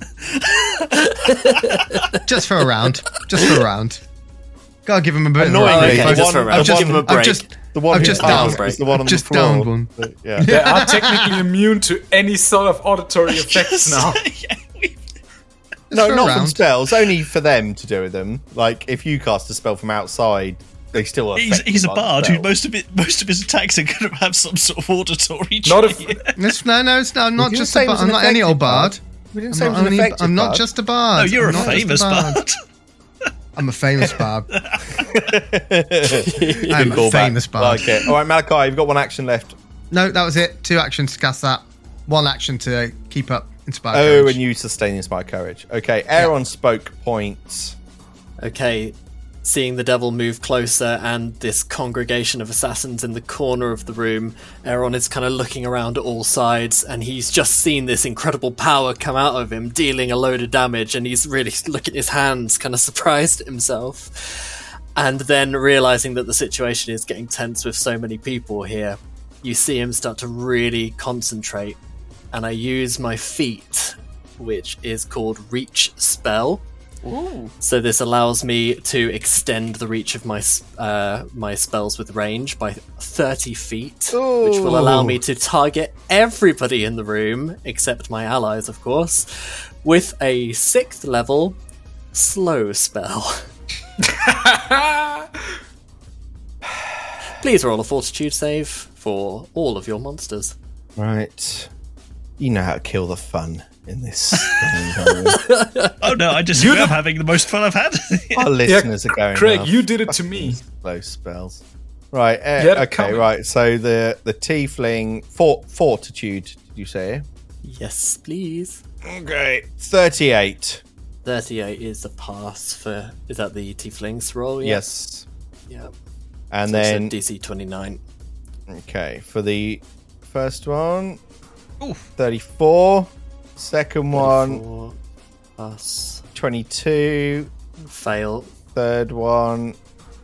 F: just for a round. Just for a round. Gotta give him a bit of
E: Annoyingly,
B: okay,
F: a break.
B: just for a round.
F: I've just,
B: Give him a
F: I've
B: break.
F: just,
E: The one
F: I've
E: who
F: just
E: failed
B: downed-
E: is the one on
F: just
E: the floor.
F: downed one.
E: But, yeah.
D: they are technically immune to any sort of auditory effects now.
C: yeah, we-
F: just
E: No,
F: for a
E: not from
F: round.
E: spells. Only for them to do with them. Like if you cast a spell from outside, they still are.
C: he's,
E: affected
C: he's a
E: by the
C: bard who
E: spell.
C: most of it, most of his attacks are going to have some sort of auditory.
D: Not
C: trait.
D: if
F: It's- no, no, it's not. I'm not
E: didn't
F: just
E: say
F: a
E: it was
F: bard. I'm
E: an
F: not any
E: effective
F: old
E: bard.
F: bard.
E: We didn't
F: I'm
E: say it
F: not,
E: was an
F: only,
E: effective
F: I'm not
E: bard.
F: just a bard.
C: Oh, you're
F: I'm
C: a
F: not just
C: famous
F: bard.
C: bard.
F: I'm a famous bard. I'm a
E: Callback.
F: famous bard.
E: Like it. All right, Malachi, you've got one action left.
F: No, that was it. Two actions to cast that. One action to keep up inspired.
E: Oh,
F: courage.
E: and you sustain inspire courage. Okay, Aaron spoke points.
B: Okay, seeing the devil move closer and this congregation of assassins in the corner of the room, Aaron is kind of looking around at all sides and he's just seen this incredible power come out of him, dealing a load of damage, and he's really looking at his hands, kind of surprised at himself. And then realizing that the situation is getting tense with so many people here, you see him start to really concentrate. And I use my feet, which is called Reach Spell. So this allows me to extend the reach of my s- uh, my spells with range by 30 feet, which will allow me to target everybody in the room except my allies, of course, with a sixth level slow spell. Please roll a fortitude save for all of your monsters.
E: Right. You know how to kill the fun in this.
C: Oh no, I just I'm having the most fun I've had.
E: Our listeners are going.
D: Craig,
E: "Oh,
D: you did it to me.
E: those spells. Right. eh,
D: You had it
E: okay.
D: coming.
E: Right. So the the tiefling for, fortitude. Did you say?
B: Yes, please.
E: Okay. Thirty eight.
B: 38 is a pass for is that the tiefling's roll? Yeah.
E: Yes.
B: Yeah.
E: And
B: So
E: then
B: DC 29.
E: okay for the first one.
C: Ooh.
E: Thirty four. Second one.
B: Four. Plus
E: 22.
B: fail.
E: Third one,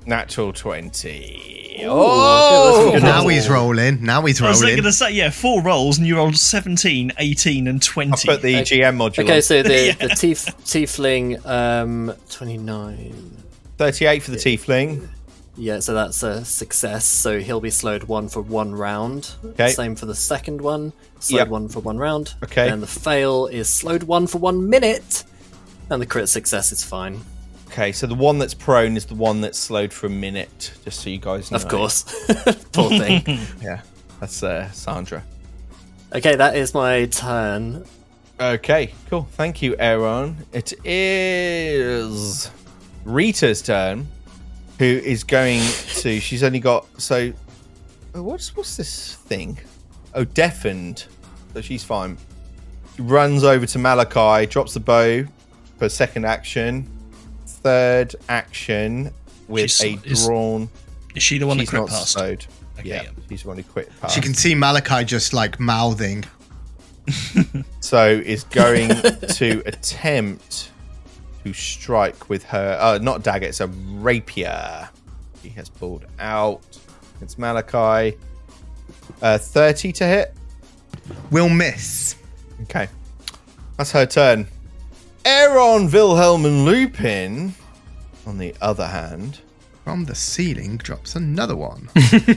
E: natural 20.
B: okay, that's
E: oh!
B: good.
F: Now he's rolling. Now he's
C: I was
F: rolling.
C: going to say, yeah, four rolls, and you rolled 17, 18, and 20.
E: Put the GM module
B: Okay,
E: on.
B: so the the tief, tiefling um twenty nine.
E: 38 for the tiefling.
B: Yeah, so that's a success. So he'll be slowed one for one round.
E: Okay.
B: Same for the second one. Slowed
E: Yep.
B: one for one round.
E: Okay.
B: And the fail is slowed one for one minute. And the crit success is fine.
E: Okay, so the one that's prone is the one that's slowed for a minute, just so you guys know.
B: Of course. Poor thing.
E: Yeah, that's uh, Sandra.
B: Okay, that is my turn.
E: Okay, cool. Thank you, Aaron. It is Rita's turn, who is going to. She's only got so. oh, What's what's this thing? Oh, deafened. So she's fine. She runs over to Malachi, drops the bow for second action, third action with
C: She's-
E: a
C: is-
E: drawn.
C: Is she the one that
E: She's
C: crit
E: not
C: passed?
E: slowed.
C: Okay,
E: yeah,
C: yeah.
E: she's the one who quit. Past.
F: She can see Malachi just like mouthing.
E: so is going to attempt to strike with her uh, not dagger it's a rapier she has pulled out it's malachi uh, 30 to hit
F: Will miss.
E: okay that's her turn aaron wilhelm and lupin on the other hand
F: From the ceiling drops another one.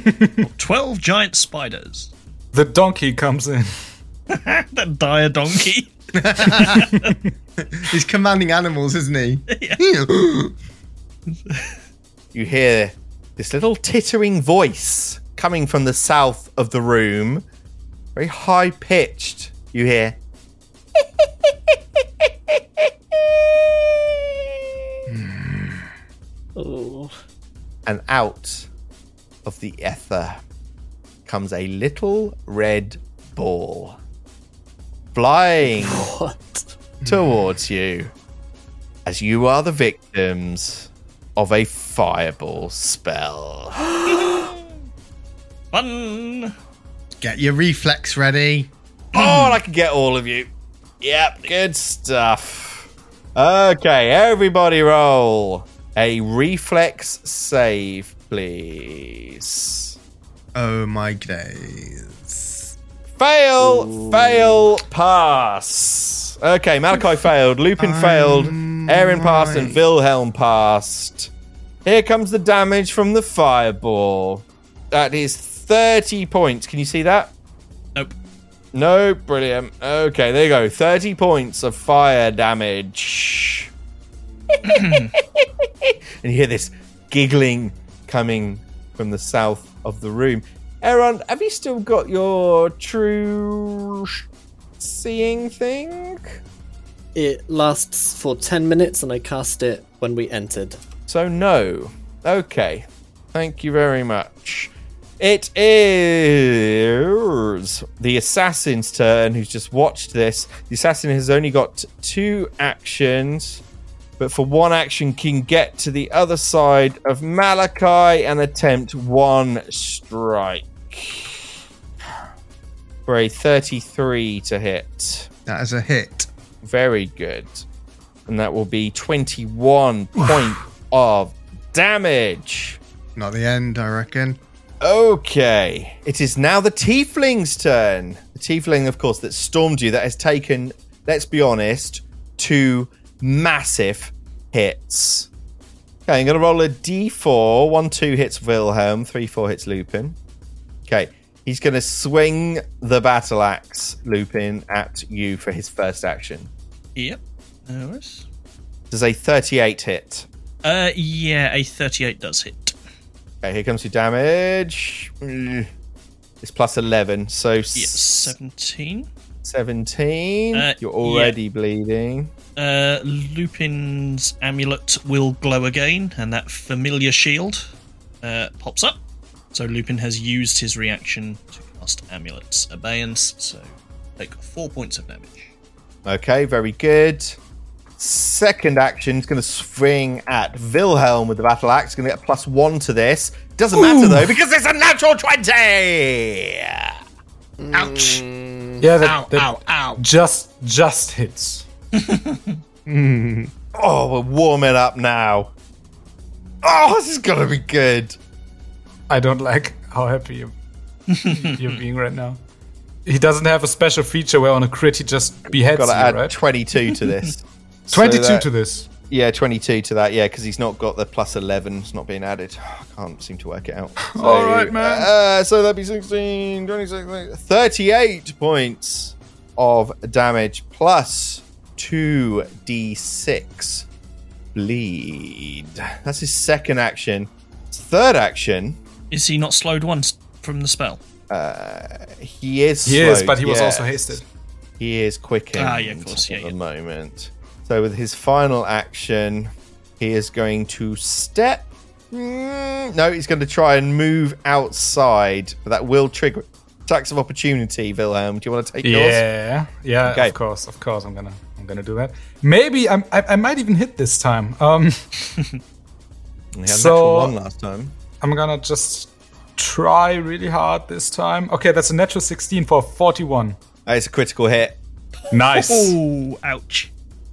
C: 12 giant spiders.
D: The donkey comes in.
C: that dire donkey.
F: He's commanding animals, isn't he?
E: you hear this little tittering voice coming from the south of the room. Very high pitched. You hear.
B: Oh.
E: And out of the ether comes a little red ball flying
B: What?
E: towards you as you are the victims of a fireball spell.
C: Fun.
F: Get your reflex ready.
E: Oh, and I can get all of you. Yep, good stuff. Okay, everybody roll a reflex save, please.
F: Oh my days.
E: Fail, fail, pass. Okay, Malachi failed, Lupin failed, Aaron passed, and
F: right.
E: Wilhelm passed. Here comes the damage from the fireball. That is 30 points. Can you see that?
C: Nope.
E: No, brilliant. Okay, there you go. 30 points of fire damage. and you hear this giggling coming from the south of the room. Aaron, have you still got your true sh- seeing thing?
B: It lasts for 10 minutes and I cast it when we entered.
E: So, no. Okay. Thank you very much. It is the assassin's turn who's just watched this. The assassin has only got two actions, but for one action can get to the other side of Malachi and attempt one strike. For a 33 to hit.
F: That is a hit.
E: Very good. And that will be 21 point of damage.
F: Not the end, I reckon.
E: Okay. It is now the tiefling's turn. The tiefling, of course, that stormed you, that has taken, let's be honest, two massive hits. Okay, I'm going to roll a d4. One, two hits Wilhelm, three, four hits Lupin. Okay, he's going to swing the battle axe, Lupin, at you for his first action.
C: Yep. No worries.
E: Does a 38 hit.
C: Uh, yeah, a 38 does hit.
E: Okay, here comes your damage. Mm. It's plus 11, so
C: Yeah, 17.
E: 17.
C: Uh,
E: You're already bleeding.
C: Uh, Lupin's amulet will glow again, and that familiar shield uh, pops up. So Lupin has used his reaction to cast amulet's abeyance, so take four points of damage.
E: Okay, very good. Second action is going to swing at Wilhelm with the battle axe. Going to get plus one to this. Doesn't matter though because it's a natural twenty.
D: Yeah, that, that just just hits.
E: Oh, we're warming up now. Oh, this is gonna be good.
D: I don't like how happy you- you're being right now. He doesn't have a special feature where on a crit he just beheads you,
E: Gotta add
D: right?
E: 22 to this.
D: 22
E: that-
D: to this.
E: yeah, 22 to that. Yeah, because he's not got the plus 11. It's not being added. I can't seem to work it out. So,
D: All right, man.
E: Uh, so that'd be 16, 26, 38 points of damage plus 2d6 bleed. That's his second action. His third action,
C: Is he not slowed once from the spell?
E: he is.
D: He is,
E: slowed,
D: but he was also
E: yes.
D: hasted.
E: He is quickened
C: Ah, yeah, of course, yeah,
E: at
C: yeah.
E: the moment. So with his final action, he is going to step. Mm, no, he's going to try and move outside, but that will trigger attacks of opportunity. Wilhelm, do you want to take yours?
D: Yeah, yeah,
E: Okay.
D: of course, of course, I'm gonna, I'm gonna do that. Maybe I'm, I, I might even hit this time. Um,
E: He had a
D: So-
E: natural one last time.
D: I'm gonna just try really hard this time. Okay, that's a natural 16 for 41.
E: Uh, it's a critical hit.
D: Nice.
C: Oh, ouch.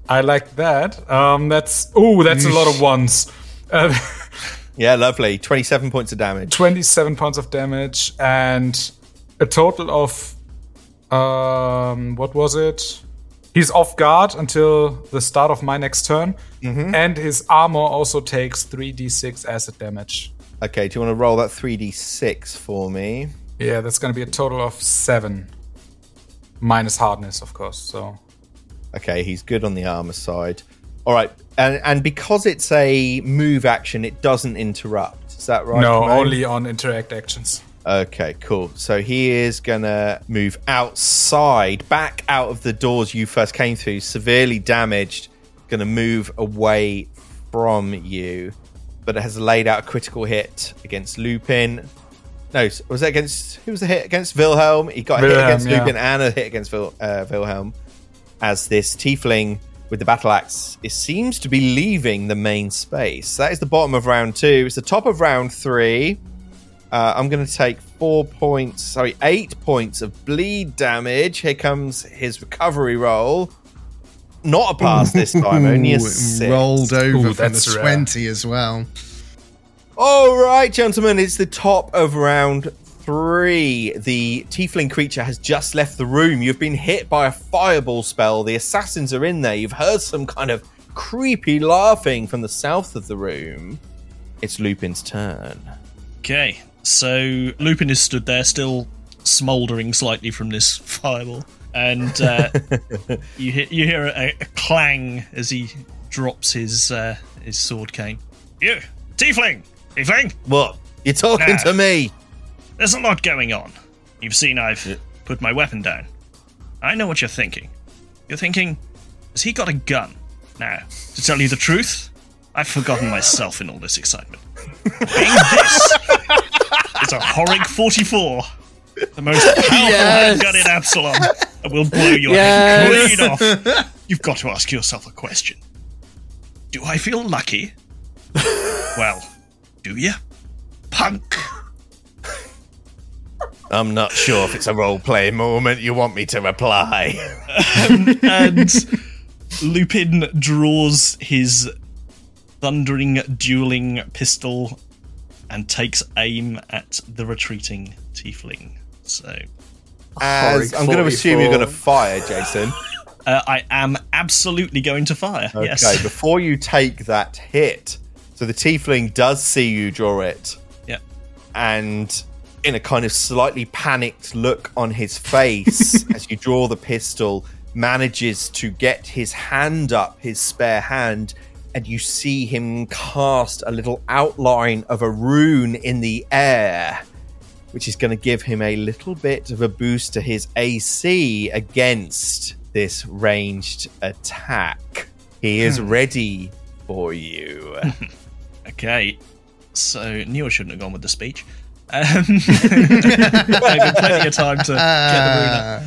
D: I like that. Um, that's oh, that's a lot of ones. Uh,
E: Yeah, lovely. Twenty-seven points of damage.
D: 27 points of damage and a total of um, what was it? He's off guard until the start of my next turn,
E: Mm-hmm.
D: and his armor also takes 3d6 acid damage.
E: Okay, do you want to roll that three d six for me?
D: Yeah, that's gonna be a total of seven. Minus hardness, of course. So
E: Okay, he's good on the armor side. All right, and and because it's a move action, it doesn't interrupt. Is that right?
D: no,
E: Mo?
D: only on interact actions.
E: Okay, cool. So he is gonna move outside, back out of the doors you first came through, severely damaged. Gonna move away from you, but it has laid out a critical hit against Lupin. No, s- was that against who was the hit against Wilhelm? He got a hit
D: Wilhelm,
E: against
D: yeah.
E: Lupin and a hit against Vil, uh, Wilhelm. As this tiefling with the battle axe, it seems to be leaving the main space. That is the bottom of round two. It's the top of round three. Uh, I'm going to take four points, sorry, eight points of bleed damage. Here comes his recovery roll. Not a pass this time, only a
F: Ooh,
E: six.
F: rolled over
D: Ooh,
F: from the
D: that's rare.
F: 20 as well.
E: All right, gentlemen, it's the top of round three. The tiefling creature has just left the room. You've been hit by a fireball spell. The assassins are in there. You've heard some kind of creepy laughing from the south of the room. It's Lupin's turn.
C: Okay, so Lupin is stood there, still smouldering slightly from this fireball, and uh, you hear you hear a, a clang as he drops his uh, his sword cane. You tiefling, tiefling,
E: What? You're talking
C: Ah.
E: to me?
C: there's a lot going on. You've seen I've put my weapon down. I know what you're thinking. You're thinking, has he got a gun? Now, to tell you the truth, I've forgotten myself in all this excitement. Being this is a Horrig 44, the most powerful handgun in Absalom, and will blow your
B: Yes.
C: head clean off. You've got to ask yourself a question. Do I feel lucky? well, do you? Punk!
E: I'm not sure if it's a role play moment. You want me to reply?
C: and Lupin draws his thundering, dueling pistol and takes aim at the retreating tiefling. So
E: As I'm going to assume you're going to fire, Jason.
C: uh, I am absolutely going to fire.
E: Okay,
C: Yes.
E: before you take that hit, so the tiefling does see you draw it,
C: Yeah.
E: and in a kind of slightly panicked look on his face as you draw the pistol, manages to get his hand up, his spare hand, and you see him cast a little outline of a rune in the air, which is going to give him a little bit of a boost to his AC against this ranged attack. He is ready for you.
C: Okay. So knew I shouldn't have gone with the speech. Um, taken plenty of time to get the rune up.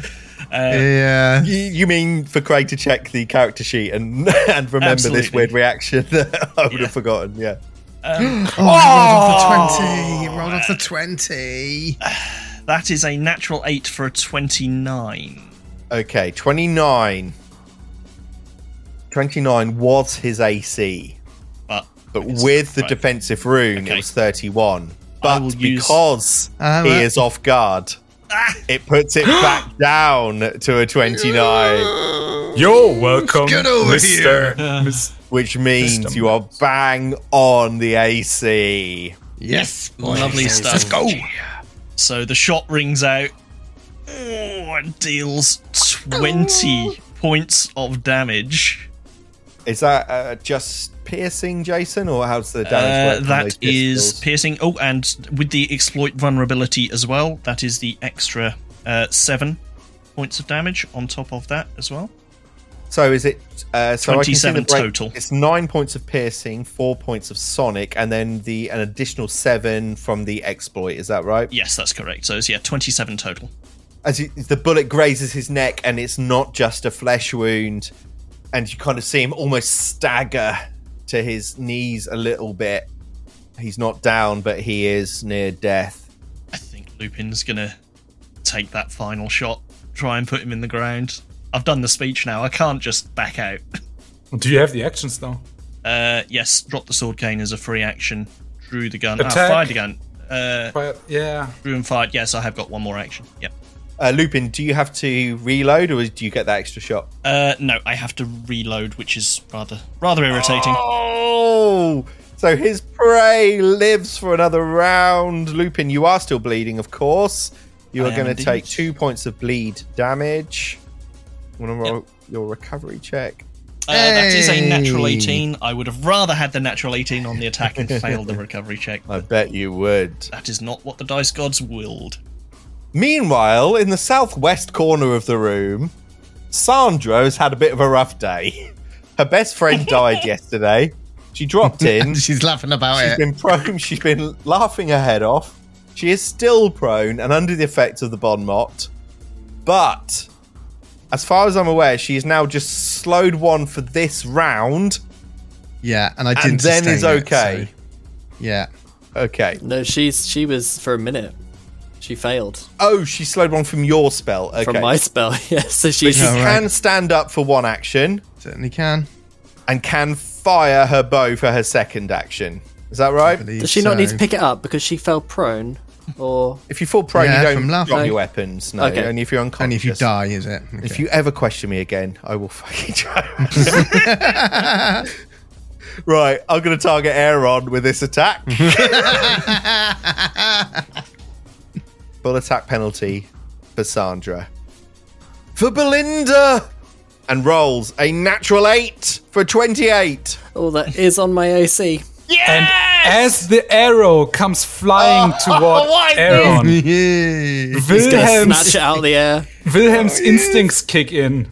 F: Uh, yeah.
E: You- You mean for Craig to check the character sheet and and remember
C: Absolutely.
E: this weird reaction that I would
C: Yeah.
E: have forgotten? Yeah.
F: Oh, he rolled off the 20. he Rolled off the 20.
E: Uh,
C: That is a natural eight for a twenty-nine.
E: Okay, twenty nine. 29 was his AC,
C: But
E: but with the
C: right.
E: defensive rune, it
C: Okay.
E: was 31.
C: I
E: But
C: will use-
E: because
F: Ah,
E: he
F: right.
E: is off guard,
C: Ah!
E: it puts it back down to a 29,
D: Yo, welcome,
F: Get over
D: Mister. Mis-
E: which
D: System.
E: means you are bang on the AC.
F: Yes, boys.
C: Lovely stuff.
F: Let's go.
C: So the shot rings out oh, and deals 20 points of damage.
E: Is that uh, just piercing, Jason, or how's the damage
C: Uh,
E: work?
C: that is piercing. Oh, and with the exploit vulnerability as well, that is the extra uh, seven points of damage on top of that as well.
E: So is it uh, so I can see the
C: 27
E: break-
C: total.
E: It's nine points of piercing, four points of sonic, and then the an additional seven from the exploit. Is that right?
C: Yes, that's correct. So it's yeah, 27 total.
E: As he, the bullet grazes his neck, and it's not just a flesh wound, and you kind of see him almost stagger to his knees a little bit. He's not down, but he is near death.
C: I think Lupin's gonna take that final shot, try and put him in the ground. I've done the speech now. I can't just back out.
D: Do you have the actions now?
C: Uh, yes, drop the sword cane as a free action. Drew the gun. Ah,
D: Attack.
C: fired the gun. Uh,
D: But yeah,
C: drew and fired. Yes, I have got one more action. Yep.
E: Uh, Lupin, do you have to reload, or do you get that extra shot?
C: Uh, no, I have to reload, which is rather rather irritating. Uh,
E: Oh, so his prey lives for another round. Lupin, you are still bleeding, of course. You
C: I
E: are
C: am
E: going to
C: indeed.
E: take two points of bleed damage. Want to roll your recovery check?
C: Uh, That is a natural
F: Hey.
C: 18. I would have rather had the natural 18 on the attack and failed the recovery check.
E: I bet you would.
C: That is not what the dice gods willed.
E: Meanwhile, in the southwest corner of the room, Sandra has had a bit of a rough day. Her best friend died yesterday. She dropped in.
F: She's laughing about
E: She's
F: it.
E: been prone. She's been laughing her head off. She is still prone and under the effects of the bon mot. But as far as I'm aware, she is now just slowed one for this round,
F: yeah, and I didn't.
E: and then
F: sustain
E: is
F: it,
E: okay.
F: so- yeah.
E: Okay.
B: No, she's she was for a minute. She failed
E: Oh, she slowed one from your spell. Okay.
B: from my spell. Yeah, so she's
E: she
F: All right.
E: can stand up for one action
F: Certainly can.
E: and can fire her bow for her second action. Is that right?
B: does she not need to pick it up because she fell prone? Or
E: If you fall prone,
F: Yeah,
E: you don't
F: from laughing.
E: drop your weapons. No,
B: Okay.
E: only if you're unconscious.
F: And if you die, is it?
E: If
F: Okay.
E: you ever question me again, I will fucking try. right, I'm going to target Aaron with this attack. Full attack penalty for Sandra. For Belinda! And rolls a natural 8 for 28.
B: all that is on my AC.
D: and as the arrow comes flying toward Aaron,
F: Yeah.
B: He's gonna snatch
D: Wilhelm's
B: it out of the air.
D: Wilhelm's instincts kick in,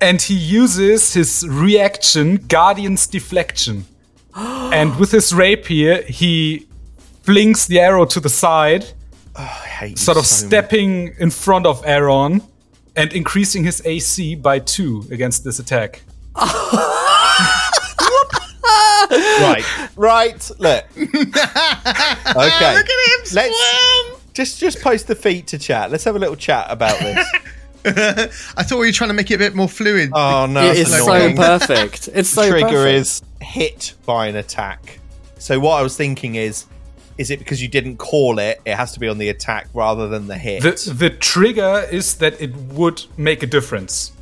D: and he uses his reaction, Guardian's Deflection. and with his rapier, he flings the arrow to the side,
E: I hate you
D: sort of
E: so
D: stepping in front of Aaron and increasing his AC by two against this attack.
E: much. Right, right, look. okay. Look at him Let's just, just post the feet to chat. Let's have a little chat about this.
F: I thought we were trying to make it a bit more fluid.
E: oh, no.
B: it
E: that's
B: is so
E: annoying.
B: perfect. It's so
E: trigger
B: perfect.
E: is hit by an attack. So what I was thinking is, is it because you didn't call it? It has to be on the attack rather than the hit.
D: The, the trigger is that it would make a difference.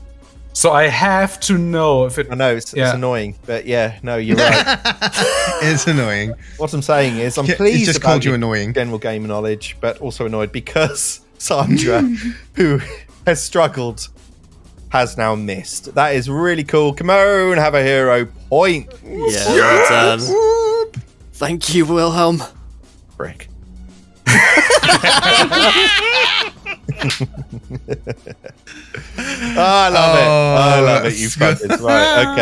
D: So I have to know if it.
E: I know it's,
D: Yeah.
E: it's annoying, but yeah, no, you're right.
F: It's annoying.
E: what I'm saying is, I'm
F: Yeah, it's
E: pleased.
F: just
E: about
F: called you
E: your
F: annoying.
E: General game knowledge, but also annoyed because Sandra, who has struggled, has now missed. That is really cool. Come on, have a hero point,
B: Yeah, well
E: um,
B: done. Thank you, Wilhelm.
E: brick. I love
F: Oh,
E: it. I love it. You
F: that's good.
E: fuckers. Right.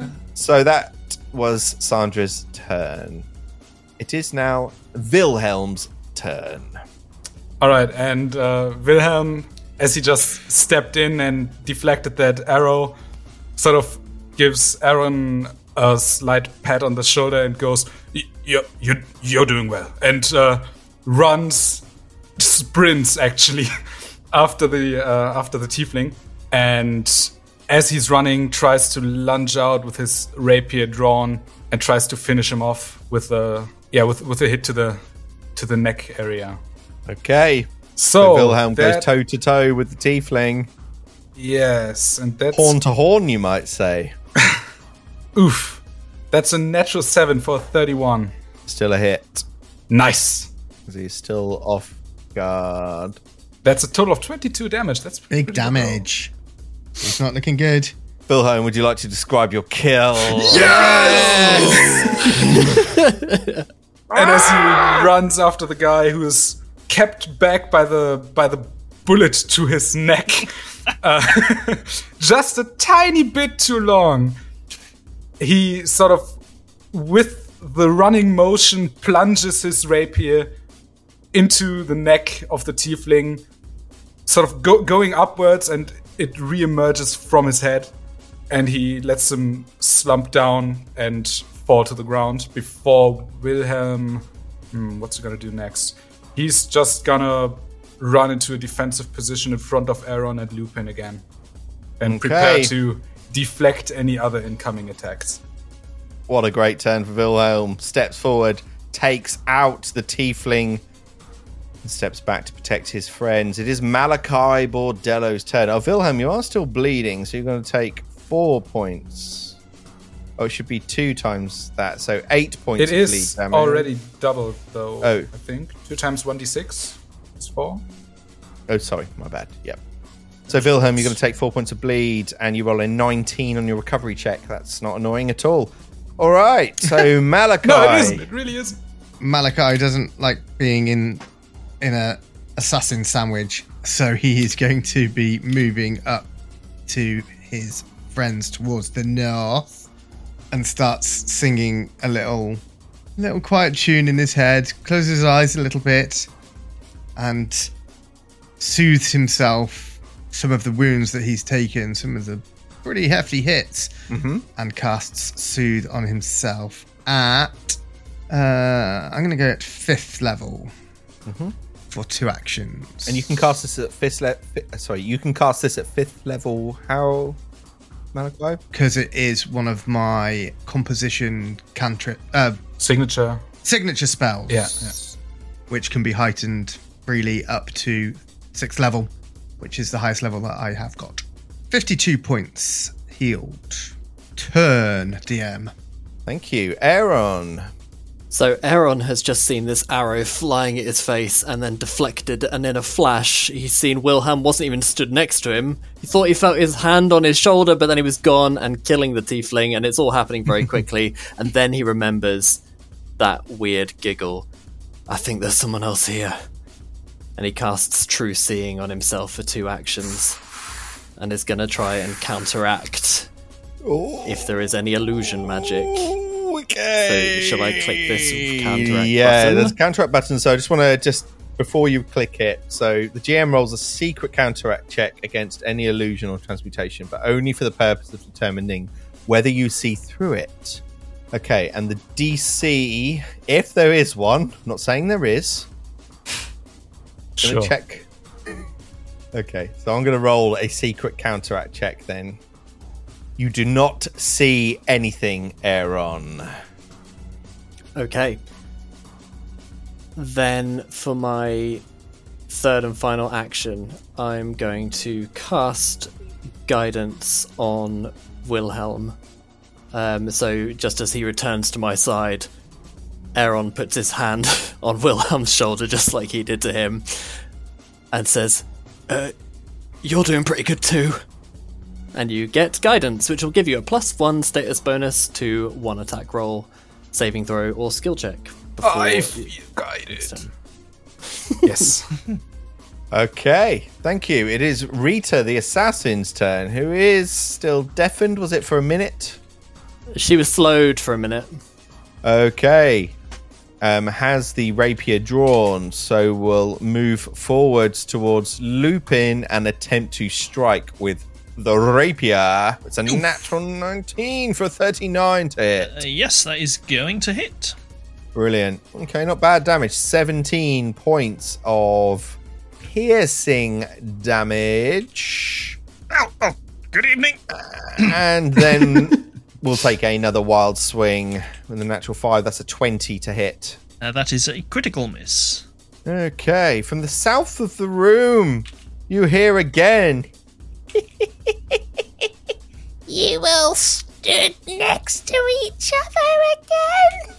E: Okay. So that was Sandra's turn. It is now Wilhelm's turn.
D: All right, and uh, Wilhelm, as he just stepped in and deflected that arrow, sort of gives Aaron a slight pat on the shoulder and goes, "Y- "You're you're, you're doing well," and uh, runs, sprints actually after the uh, after the tiefling, and as he's running, tries to lunge out with his rapier drawn and tries to finish him off with a yeah with with a hit to the to the neck area.
E: Okay.
F: Oh,
D: So,
E: Wilhelm
D: that-
E: goes toe to toe with the tiefling.
D: Yes, and that's
E: Horn to horn, you might say.
D: oof. That's a natural seven for thirty-one.
E: Still a hit.
D: Nice.
E: 'cause he's still off guard.
D: That's a total of twenty-two damage. That's pretty
F: Big
D: good.
F: damage. It's not looking good.
E: Wilhelm, would you like to describe your kill?
D: And as he runs after the guy who is kept back by the by the bullet to his neck, uh, just a tiny bit too long, he sort of, with the running motion, plunges his rapier into the neck of the tiefling, sort of go- going upwards, and it reemerges from his head, and he lets him slump down and fall to the ground before Wilhelm. Hmm, what's he gonna do next? He's just gonna run into a defensive position in front of Aaron and Lupin again, and prepare
E: Okay.
D: to deflect any other incoming attacks.
E: What a great turn for Wilhelm. Steps forward, takes out the tiefling, and steps back to protect his friends. It is Malachi Bordello's turn. Oh, Wilhelm, you are still bleeding, so you're going to take four points. Oh, it should be two times that, so eight points
D: It
E: of
D: is
E: bleed damage.
D: already doubled, though.
E: Oh.
D: I think two times one d six. It's four.
E: Oh, sorry, my bad. Yep. So, Wilhelm, you're going to take four points of bleed, and you roll a 19 on your recovery check. That's not annoying at all. All right, so Malachi.
D: No, it isn't. It really isn't.
F: Malachi doesn't like being in in a assassin sandwich, so he is going to be moving up to his friends towards the north and starts singing a little little quiet tune in his head, closes his eyes a little bit, and soothes himself some of the wounds that he's taken, some of the pretty hefty hits,
E: Mm-hmm.
F: and casts soothe on himself at uh, I'm going to go at fifth level for two actions.
E: Mm-hmm. And you can cast this at fifth level. Sorry, you can cast this at fifth level. How, Malachi?
F: because it is one of my composition cantrip uh,
D: Signature.
F: signature spells.
D: Yeah,
F: which can be heightened freely up to sixth level, which is the highest level that I have got. Fifty-two points healed. Turn DM.
E: Thank you, Aaron.
B: So Aaron has just seen this arrow flying at his face and then deflected, and in a flash, he's seen Wilhelm wasn't even stood next to him. He thought he felt his hand on his shoulder, but then he was gone and killing the tiefling, and it's all happening very quickly. and then he remembers that weird giggle. I think there's someone else here. And he casts True Seeing on himself for two actions, and is gonna try and counteract if there is any illusion magic.
E: Okay.
B: So, shall I click this counteract
E: Yeah,
B: button?
E: there's a counteract button. So I just want to just before you click it. So the GM rolls a secret counteract check against any illusion or transmutation, but only for the purpose of determining whether you see through it. Okay, and the DC, if there is one, I'm not saying there is, Gonna
D: Sure.
E: check. Okay, so I'm gonna roll a secret counteract check then. You do not see anything, Aaron.
B: Okay. Then for my third and final action, I'm going to cast guidance on Wilhelm. Um, so just as he returns to my side, Aaron puts his hand on Wilhelm's shoulder, just like he did to him, and says, uh, "You're doing pretty good too." And you get guidance, which will give you a plus one status bonus to one attack roll, saving throw, or skill check. before
D: I
B: you-
D: feel guided.
B: so-
D: Yes.
E: Okay, thank you. It is Rita the assassin's turn, who is still deafened. Was it for a minute?
B: She was slowed for a minute.
E: Okay. Um, has the rapier drawn, so will move forwards towards Lupin and attempt to strike with the rapier. It's a natural 19 for 39 to hit.
C: Uh, yes, that is going to hit.
E: Brilliant. Okay, not bad damage. 17 points of piercing damage. Ow, ow,
C: oh, Good evening.
E: and then we'll take another wild swing with a natural five. That's a 20 to hit.
C: Uh, that is a critical miss.
E: Okay, from the south of the room, you hear again.
H: You all stood next to each other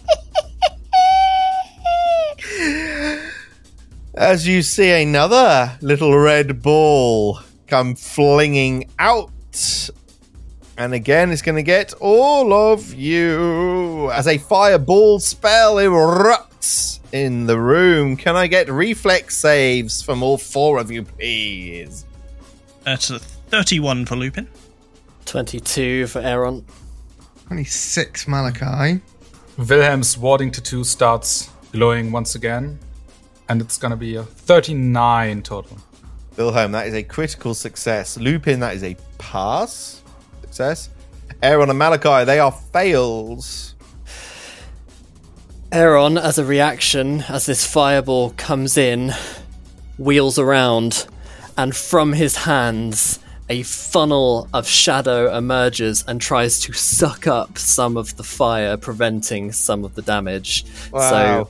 H: again.
E: as you see another little red ball come flinging out. And again, it's going to get all of you as a fireball spell erupts in the room. Can I get reflex saves from all four of you, please?
C: That's a 31 for Lupin.
B: 22 for Aaron.
F: 26 Malachi.
D: Wilhelm's warding tattoo starts glowing once again, and it's gonna be a 39 total.
E: Wilhelm, that is a critical success. Lupin, that is a pass success. Aaron and Malachi, they are fails.
B: Aaron, as a reaction, as this fireball comes in, wheels around, and from his hands, a funnel of shadow emerges and tries to suck up some of the fire, preventing some of the damage.
E: Wow.
B: So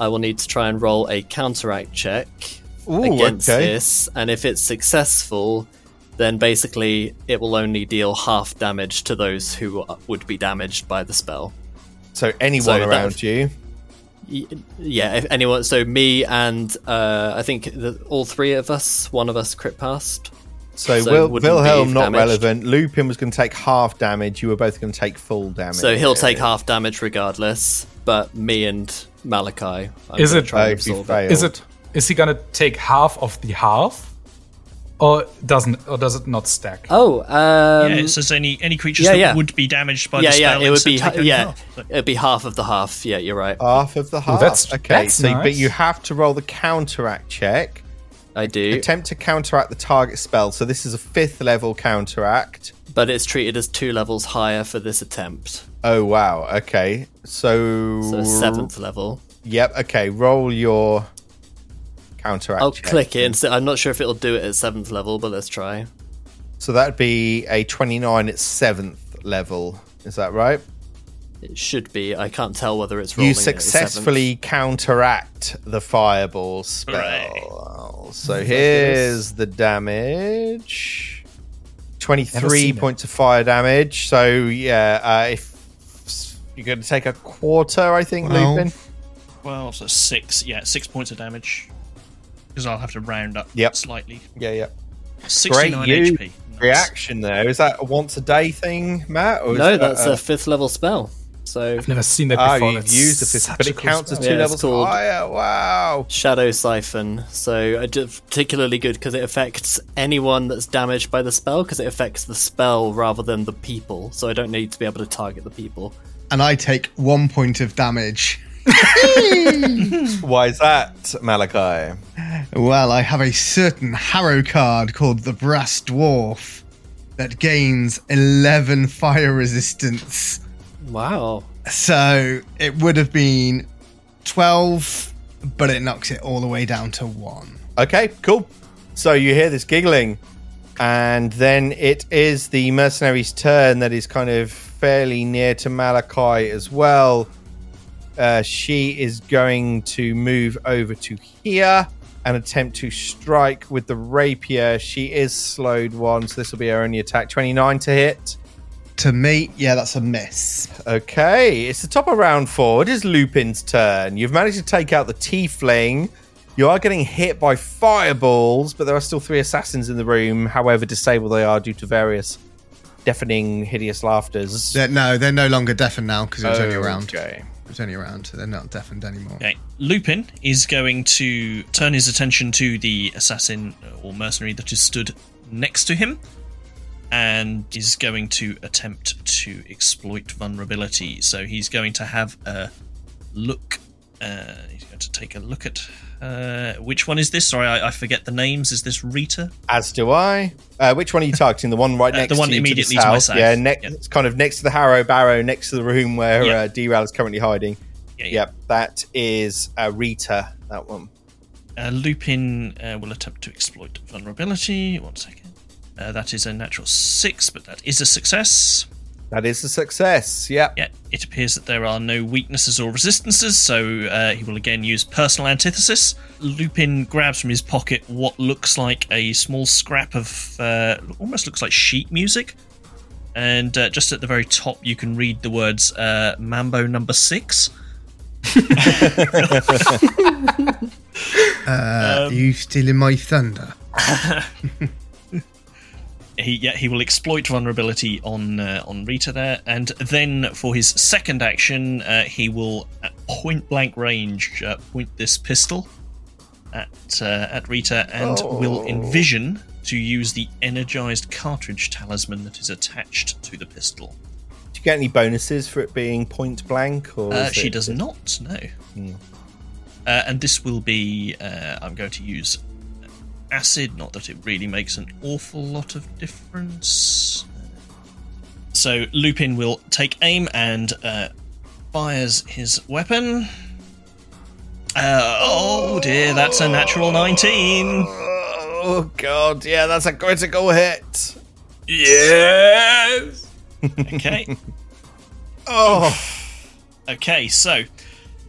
B: I will need to try and roll a counteract check
E: Ooh,
B: against
E: okay.
B: this, and if it's successful, then basically it will only deal half damage to those who are- would be damaged by the spell.
E: So anyone
B: So that
E: around
B: was-
E: you.
B: Y- yeah if anyone so me and uh i think the, all three of us one of us crit passed
E: So,
B: so
E: Wil-
B: wouldn't
E: Wilhelm
B: be
E: not
B: damaged.
E: relevant. Lupin was going to take half damage. You were both going to take full damage.
B: so he'll take half damage regardless but me and malachi I'm
D: Is
B: gonna
D: it-
B: try and
E: Oh, you
B: absorb it.
E: failed.
D: Is it? Is he gonna take half of the half, or doesn't? Or does it not stack?
B: oh um
C: yeah, it says any any creatures
B: yeah,
C: that
B: yeah.
C: would be damaged by
B: yeah
C: the
B: yeah
C: spell.
B: it would
C: instead
B: be
C: take
B: ha-
C: only
B: yeah
C: half. But
B: it'd be half of the half yeah you're right
E: Half of the half.
D: that's-
E: okay.
D: that's
E: so, but
D: nice.
E: you have to roll the counteract check.
B: i do
E: Attempt to counteract the target spell. So this is a fifth level counteract.
B: but it's treated as two levels higher for this attempt
E: Oh wow. Okay. So,
B: so seventh level
E: Yep. Okay. Roll your counteract.
B: i'll
E: check.
B: click it instead i'm not sure if it'll do it at seventh level but let's try
E: So that'd be a twenty-nine at seventh level. Is that right?
B: it should be i can't tell whether it's rolling
E: you
B: at the seventh.
E: successfully counteract the fireball spell. So here's the damage 23 points of fire damage. So, yeah, uh, if you're going to take a quarter, I think,
F: Wow.
E: Lupin.
C: well, so six. Yeah, six points of damage. Because I'll have to round up
E: Yep.
C: slightly.
E: Yeah, yeah. Great
C: 69
E: you.
C: HP. Nice.
E: Reaction there. Is that a once a day thing, Matt? Or is
B: No,
E: that
B: that's
E: a-
B: a fifth level spell. So
D: I've never seen that
E: Oh,
D: before.
E: you've
D: That's
E: used the fifth,
D: such
E: but
D: a
E: it
D: cool
E: counts as
D: spell.
E: two
B: Yeah, it's
E: levels
B: called-
E: higher. Wow.
B: shadow siphon. So uh, ju- particularly good because it affects anyone that's damaged by the spell because it affects the spell rather than the people. So I don't need to be able to target the people.
F: And I take one point of damage.
E: Why is that, Malachi?
F: Well, I have a certain harrow card called the Brass Dwarf that gains 11 fire resistance.
B: Wow.
F: So it would have been 12, but it knocks it all the way down to 1.
E: Okay, cool. So you hear this giggling, and then it is the mercenary's turn that is kind of fairly near to Malachi as well. Uh, she is going to move over to here and attempt to strike with the rapier. She is slowed one, so this will be her only attack. 29 to hit.
F: To me, yeah, that's a miss.
E: Okay, it's the top of round four. It is Lupin's turn. You've managed to take out the Tiefling. You are getting hit by fireballs, but there are still three assassins in the room, however disabled they are due to various deafening, hideous laughters.
F: They're- no, they're no longer deafened now because it was only around. It
E: Okay.
F: was only around. They're not deafened anymore.
C: Okay. Lupin is going to turn his attention to the assassin or mercenary that is stood next to him and is going to attempt to exploit vulnerability. So he's going to have a look. Uh, he's going to take a look at. Uh, which one is this? Sorry, I, I forget the names. Is this Rita?
E: As do I. Uh, which one are you targeting? The one right
C: Uh,
E: next
C: the one
E: to you,
C: immediately
E: to
C: to
E: the
C: my
E: south.
C: south.
E: Yeah, next,
C: Yep.
E: it's kind of next to the Harrow Barrow, next to the room where
C: Yep.
E: uh, D-Ral is currently hiding. Yep, that is uh, Rita, that one.
C: Uh, Lupin uh, will attempt to exploit vulnerability. One second. Uh, that is a natural six, but that is a success.
E: That is a success. Yeah.
C: Yeah, it appears that there are no weaknesses or resistances, so uh, he will again use personal antithesis. Lupin grabs from his pocket what looks like a small scrap of uh, almost looks like sheet music, and uh, just at the very top you can read the words uh, "Mambo Number Six.
F: Uh,
D: Um,
F: are you stealing my thunder?
C: he yeah, he will exploit vulnerability on uh, on Rita there, and then for his second action, uh, he will at point blank range uh, point this pistol at uh, at Rita and will envision to use the energized cartridge talisman that is attached to the pistol.
E: Do you get any bonuses for it being point blank? Or
C: Uh,
E: is
C: she
E: it- Hmm.
C: does not, no. Uh, and this will be. Uh, I'm going to use acid, not that it really makes an awful lot of difference. So Lupin will take aim and uh, fires his weapon. Uh, oh dear, that's a natural 19.
E: Oh god, yeah, that's a critical hit.
D: Yes.
C: Okay.
E: Oh,
C: Okay, so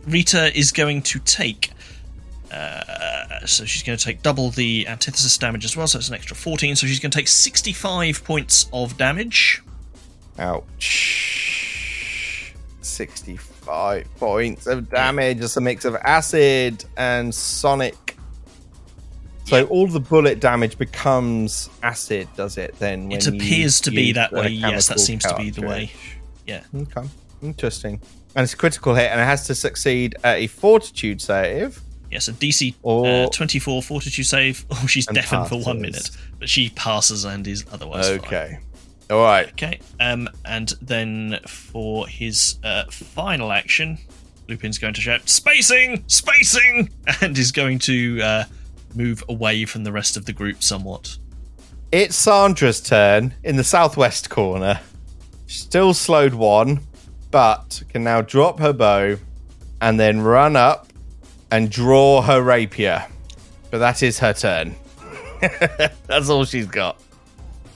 C: Rita is going to take. Uh, so she's going to take double the antithesis damage as well, so it's an extra 14. So she's going to take 65 points of damage.
E: ouch. 65 points of damage. It's a mix of acid and sonic. So all the bullet damage becomes acid, does it then? when
C: It
E: you
C: appears to be
E: use
C: that
E: the
C: way. Yes, that
E: chemical
C: seems to be the way.
E: cartridge?
C: Yeah.
E: Okay. Interesting. And it's a critical hit, and it has to succeed at a fortitude save.
C: Yes, a DC uh,
E: Or-
C: 24 fortitude save. Oh, she's
E: And
C: deafened for one
E: passes.
C: minute, but she passes and is otherwise fine.
E: Okay. All right.
C: Okay. Um, and then for his uh, final action, Lupin's going to shout "spacing, spacing," and is going to uh, move away from the rest of the group somewhat.
E: It's Sandra's turn in the southwest corner. Still slowed one, but can now drop her bow and then run up and draw her rapier. But that is her turn. That's all she's got.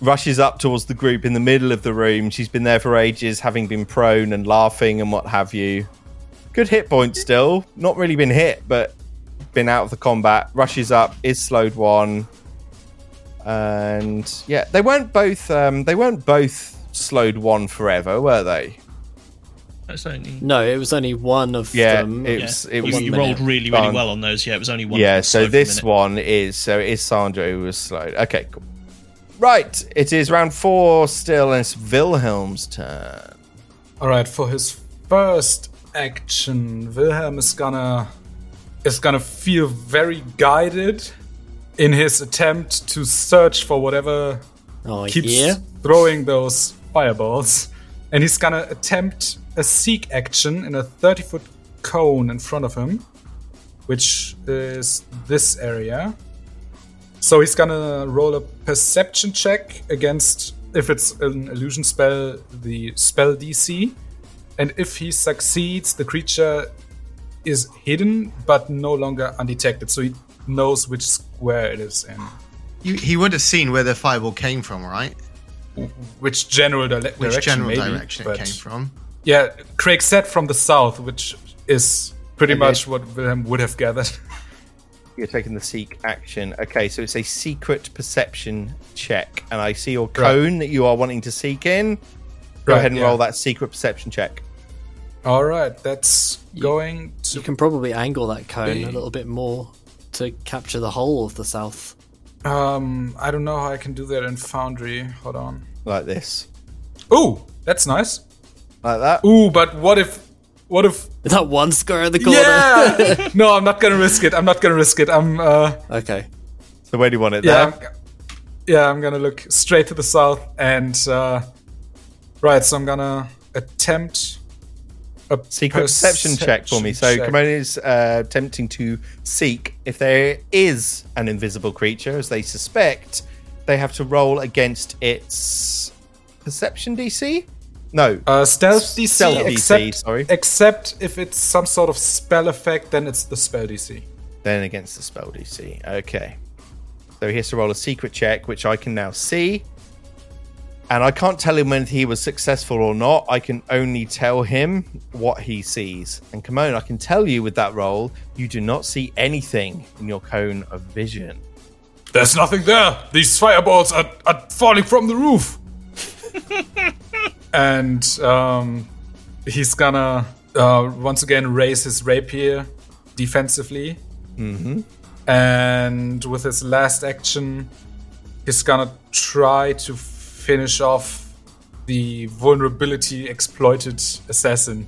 E: Rushes up towards the group in the middle of the room. She's been there for ages, having been prone and laughing and what have you. Good hit point still. Not really been hit, but been out of the combat. Rushes up, is slowed one, and yeah, they weren't both um, they weren't both slowed one forever, were they?
C: That's only.
B: No, it was only one of
E: Yeah,
B: them.
E: it
C: Yeah.
E: was it
C: You,
E: was
C: you
B: minute.
C: rolled really, really
E: Fine.
C: well on those. Yeah, it was only one.
E: yeah.
C: that
E: So
C: slowed for a
E: this
C: minute.
E: one is so it is Sandra who was slowed. Okay, cool. Right, it is round four still, and it's Wilhelm's turn.
D: All right, for his first action, Wilhelm is gonna is gonna feel very guided in his attempt to search for whatever
B: Oh,
D: keeps
B: yeah.
D: throwing those fireballs, and he's gonna attempt a seek action in a thirty foot cone in front of him, which is this area. So he's gonna roll a perception check against if it's an illusion spell, the spell DC. And if he succeeds, the creature is hidden but no longer undetected. So he knows which square it is in,
F: You, he would have seen where the fireball came from, right?
D: which general dire-
F: Which
D: direction,
F: general
D: maybe,
F: direction it
D: but-
F: came from.
D: Yeah, Craig said from the south, which is pretty much what Wilhelm would have gathered.
E: You're taking the seek action. Okay, so it's a secret perception check, and I see your
D: Right.
E: cone that you are wanting to seek in. Go
D: Right,
E: ahead and
D: yeah.
E: roll that secret perception check.
D: All right, that's going
B: You
D: to
B: can probably angle that cone a little bit more to capture the whole of the south.
D: Um, I don't know how I can do that in Foundry. Hold on.
E: Like this,
D: Ooh, that's nice.
E: like that.
D: Ooh, but what if? What if?
B: That one square in the corner.
D: Yeah. no, I'm not gonna risk it. I'm not gonna risk it. I'm. Uh,
B: Okay.
E: So where do you want it?
D: yeah.
E: There.
D: I'm, yeah, I'm gonna look straight to the south and. Uh, right, so I'm gonna attempt. A
E: secret perception check for me. So
D: check.
E: Kimona is uh, attempting to seek if there is an invisible creature, as they suspect. They have to roll against its perception DC. No,
D: Uh, stealth DC,
E: Stealth DC,
D: except,
E: sorry.
D: except if it's some sort of spell effect, then it's the spell DC.
E: then against the spell DC. Okay. So he has to roll a secret check, which I can now see. And I can't tell him whether he was successful or not. I can only tell him what he sees. And Kimon, I can tell you with that roll, you do not see anything in your cone of vision.
D: There's nothing there. These fireballs are, are falling from the roof. and um, he's gonna uh, once again raise his rapier defensively. Mm-hmm. And with his last action, he's gonna try to finish off the vulnerability exploited assassin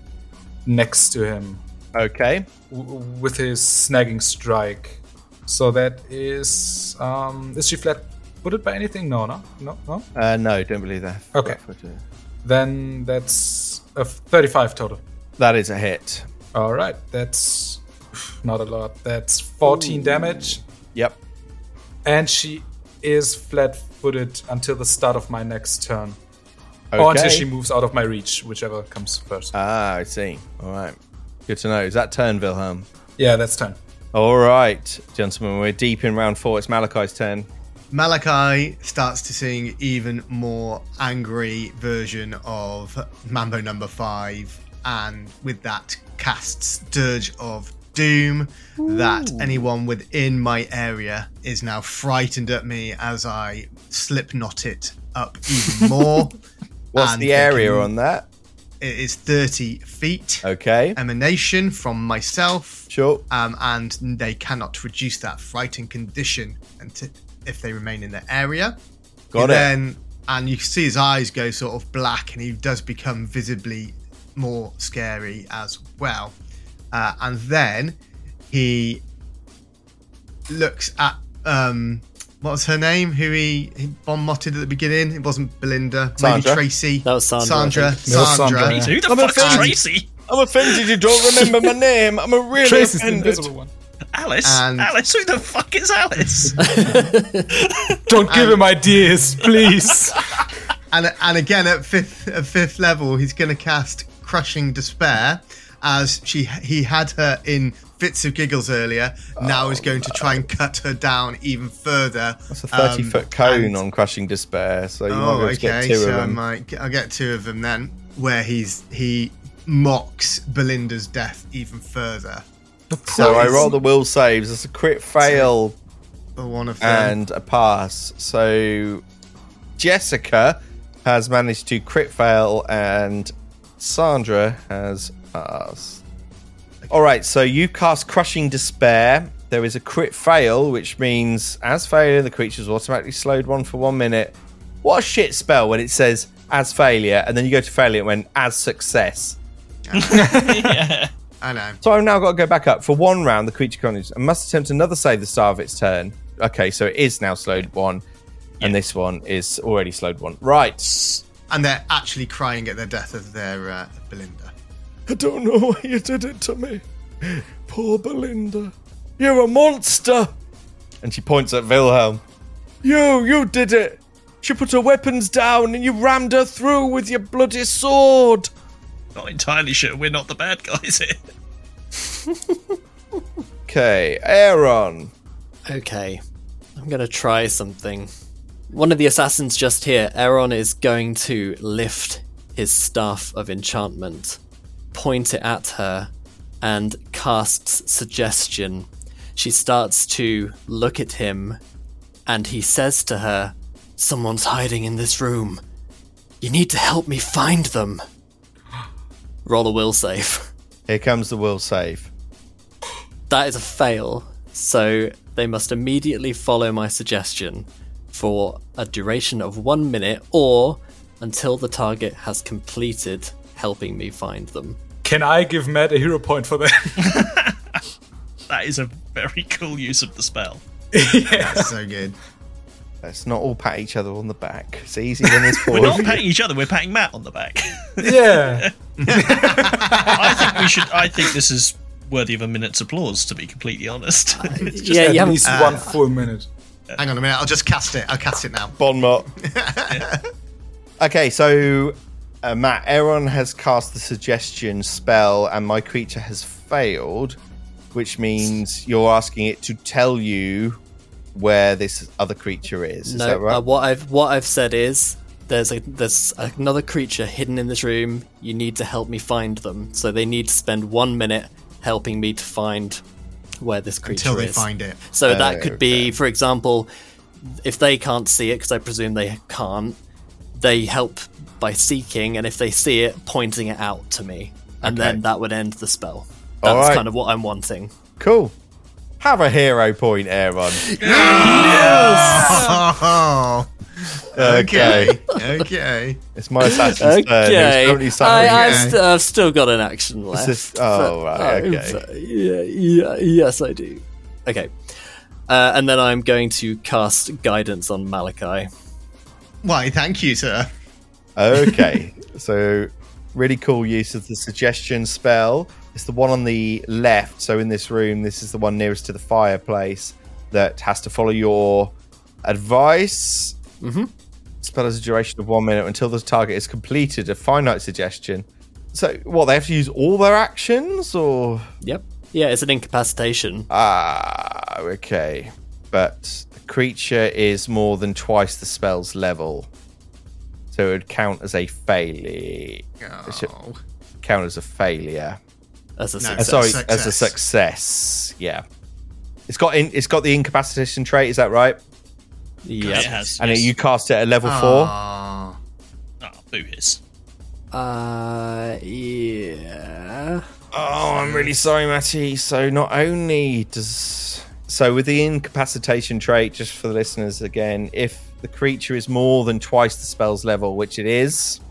D: next to him
E: Okay.
D: w- with his snagging strike. So that is um is she flat footed by anything? No, no, no, no.
E: Uh, no, don't believe that.
D: Okay. Then that's a f- 35 total.
E: That is a hit.
D: All right, that's not a lot. That's 14 damage,
E: Yep.
D: and she is flat footed until the start of my next turn,
E: Okay.
D: or until Oh, she moves out of my reach, whichever comes first.
E: ah, I see. All right. Good to know. Is that turn, Wilhelm?
D: yeah, that's turn.
E: All right, gentlemen, we're deep in round four. It's Malachi's turn.
F: Malachi starts to sing even more angry version of Mambo number five, and with that casts Dirge of Doom that anyone within my area is now frightened at me as I slip knot it up even more.
E: What's
F: And
E: the area
F: thinking
E: on Oh. that?
F: It is 30 feet
E: Okay.
F: emanation from myself,
E: Sure.
F: um, and they cannot reduce that frightened condition until, if they remain in the area.
E: Got it.
F: Then, and you can see his eyes go sort of black, and he does become visibly more scary as well. Uh, and then he looks at um, what was her name? Who he, he bon motted at the beginning? It wasn't Belinda.
E: Sandra.
F: Maybe Tracy.
B: That was Sandra, I
F: Sandra.
B: think.
D: That was
F: Sandra.
D: Sandra, yeah.
C: Who the
E: I'm
C: fuck's
E: offended.
C: Tracy?
E: I'm offended you don't remember my name. I'm a really
D: Trace is the
E: offended.
D: invisible one.
C: Alice?
F: And-
C: Alice? Who the fuck is Alice?
D: Don't give him ideas, please.
F: And and again at fifth at fifth level, he's going to cast Crushing Despair, as she he had her in fits of giggles earlier. now is going to try and cut her down even further.
E: It's Oh, a 30
F: Um,
E: foot cone
F: and-
E: on Crushing Despair, so you might be
F: Oh,
E: able to get
F: okay.
E: two
F: So
E: of
F: I
E: them.
F: might I'll get two of them then, where he's he mocks Belinda's death even further.
E: So I roll the will saves. It's a crit fail
F: For one of them.
E: and a pass. So Jessica has managed to crit fail, and Sandra has passed. All right, so you cast Crushing Despair. There is a crit fail, which means as failure, the creature is automatically slowed one for one minute. What a shit spell when it says as failure, and then you go to failure when as success.
F: I know.
E: So I've now got to go back up. For one round, the creature continues and must attempt another save the start of its turn. Okay, so it is now slowed one, and this one is already slowed one. Right.
F: And they're actually crying at the death of their uh, Belinda.
E: I don't know why you did it to me. Poor Belinda. You're a monster. And she points at Wilhelm. You, you did it. She put her weapons down and you rammed her through with your bloody sword.
C: not entirely sure we're not the bad guys here.
E: Okay, Aaron.
B: Okay, I'm gonna try something. One of the assassins just here, Aaron, is going to lift his staff of enchantment, point it at her, and casts suggestion. She starts to look at him, and he says to her, Someone's hiding in this room. You need to help me find them. Roll a will save.
E: Here comes the will save.
B: That is a fail. So they must immediately follow my suggestion for a duration of one minute or until the target has completed helping me find them.
D: Can I give Matt a hero point for that?
C: That is a very cool use of the spell.
F: That's so good.
E: Let's not all pat each other on the back. It's easy when there's 4
C: We're
E: of
C: not
E: you.
C: patting each other. We're patting Matt on the back.
D: yeah.
C: I think we should. I think this is worthy of a minute's applause. To be completely honest, It's just-
B: yeah,
D: At
B: you haven't. Ah.
D: least one full minute.
F: Hang on a minute. I'll just cast it. I'll cast it now.
E: Bon mot. okay, so uh, Matt, Aaron has cast the suggestion spell, and my creature has failed, which means you're asking it to tell you where this other creature is. Is
B: no,
E: that right?
B: uh, what I've what I've said is there's a there's another creature hidden in this room. You need to help me find them. So they need to spend one minute helping me to find where this creature
F: until they
B: is.
F: find it.
E: Oh,
B: So that could be, for example, if they can't see it, because I presume they can't, they help by seeking, and if they see it, pointing it out to me. And then that would end the spell. That's
E: Alright.
B: kind of what I'm wanting.
E: cool. Have a hero point, Aaron.
F: Oh,
E: Okay.
F: okay. okay.
E: it's my assassin's turn.
B: Okay.
E: Who's currently summering.
B: I, I've,
F: Okay.
B: st- I've still got an action left.
E: It's just- oh, right,
B: but-
E: okay.
B: but yeah, yeah, yes, I do. Okay. Uh, and then I'm going to cast Guidance on Malachi.
F: Why, thank you, sir.
E: Okay. so, really cool use of the suggestion spell. It's the one on the left. So, in this room, this is the one nearest to the fireplace that has to follow your advice. Mm-hmm. Spell has a duration of one minute until the target is completed. A finite suggestion. So, what? They have to use all their actions or.
B: Yep. Yeah, it's an incapacitation.
E: Ah, okay. But the creature is more than twice the spell's level. So it would count as a failure. It should
F: Oh.
E: count as a failure.
B: As a
F: No.
E: Uh,
B: success.
E: sorry, as a
F: Success.
E: success. Yeah. It's got in, it's got the incapacitation trait, is that right?
B: Yep.
C: It has.
E: And
C: yes.
E: you cast it at level
F: Aw.
C: Ah, boo hiss.
B: Uh, yeah.
E: four. Oh, I'm really sorry, Matty. So not only does so with the incapacitation trait, just for the listeners again, if the creature is more than twice the spell's level, which it is,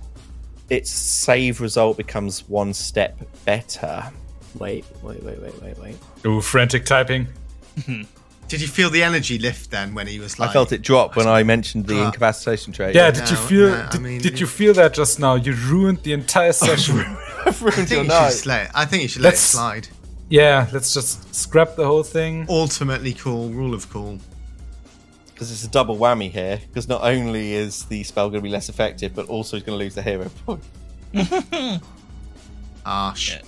E: its save result becomes one step better.
B: Wait, wait, wait, wait, wait, wait.
D: Ooh, frantic typing.
F: Did you feel the energy lift then when he was like?
E: I felt it drop when I mentioned the incapacitation trait.
D: Yeah, did you
F: No,
D: feel?
F: no, I
D: did,
F: mean-
D: did you feel that just now? You ruined the entire session.
F: I think you should just let. it- I think you should let it
D: Let's-
F: slide.
D: yeah, let's just scrap the whole thing.
F: Ultimately, cool rule of cool.
E: because it's a double whammy here. Because not only is the spell going to be less effective, but also he's going to lose the hero point.
F: Ash.
C: Yeah.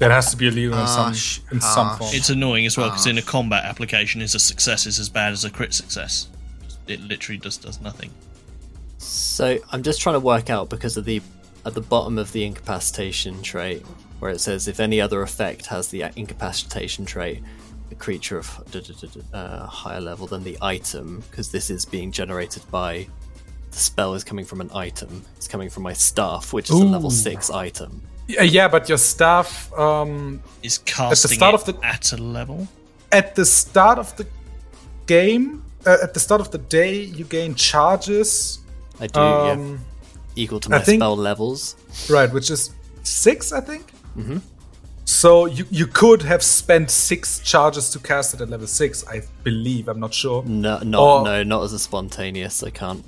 D: That has to be illegal in some
F: Harsh,
D: in some
F: harsh.
D: form.
C: It's annoying as well because
D: Ah.
C: in a combat application, is a success is as bad as a crit success. It literally just does nothing.
B: So I'm just trying to work out because of the at the bottom of the incapacitation trait, where it says if any other effect has the incapacitation trait, a creature of da, da, da, da, uh, higher level than the item, because this is being generated by the spell is coming from an item. It's coming from my staff, which is a level six item.
D: Yeah, Uh, yeah, but your staff um,
C: Is casting
D: start
C: it
D: of the-
C: at a level.
D: at the start of the game, uh, at the start of the day, you gain charges.
B: I do, yeah,
D: Um,
B: equal to my
D: I think-
B: spell levels.
D: Right, which is six, I think. Mm-hmm. So you you could have spent six charges to cast it at level six, I believe. I'm not sure.
B: No, not
D: Or-
B: no, not as a spontaneous. I can't.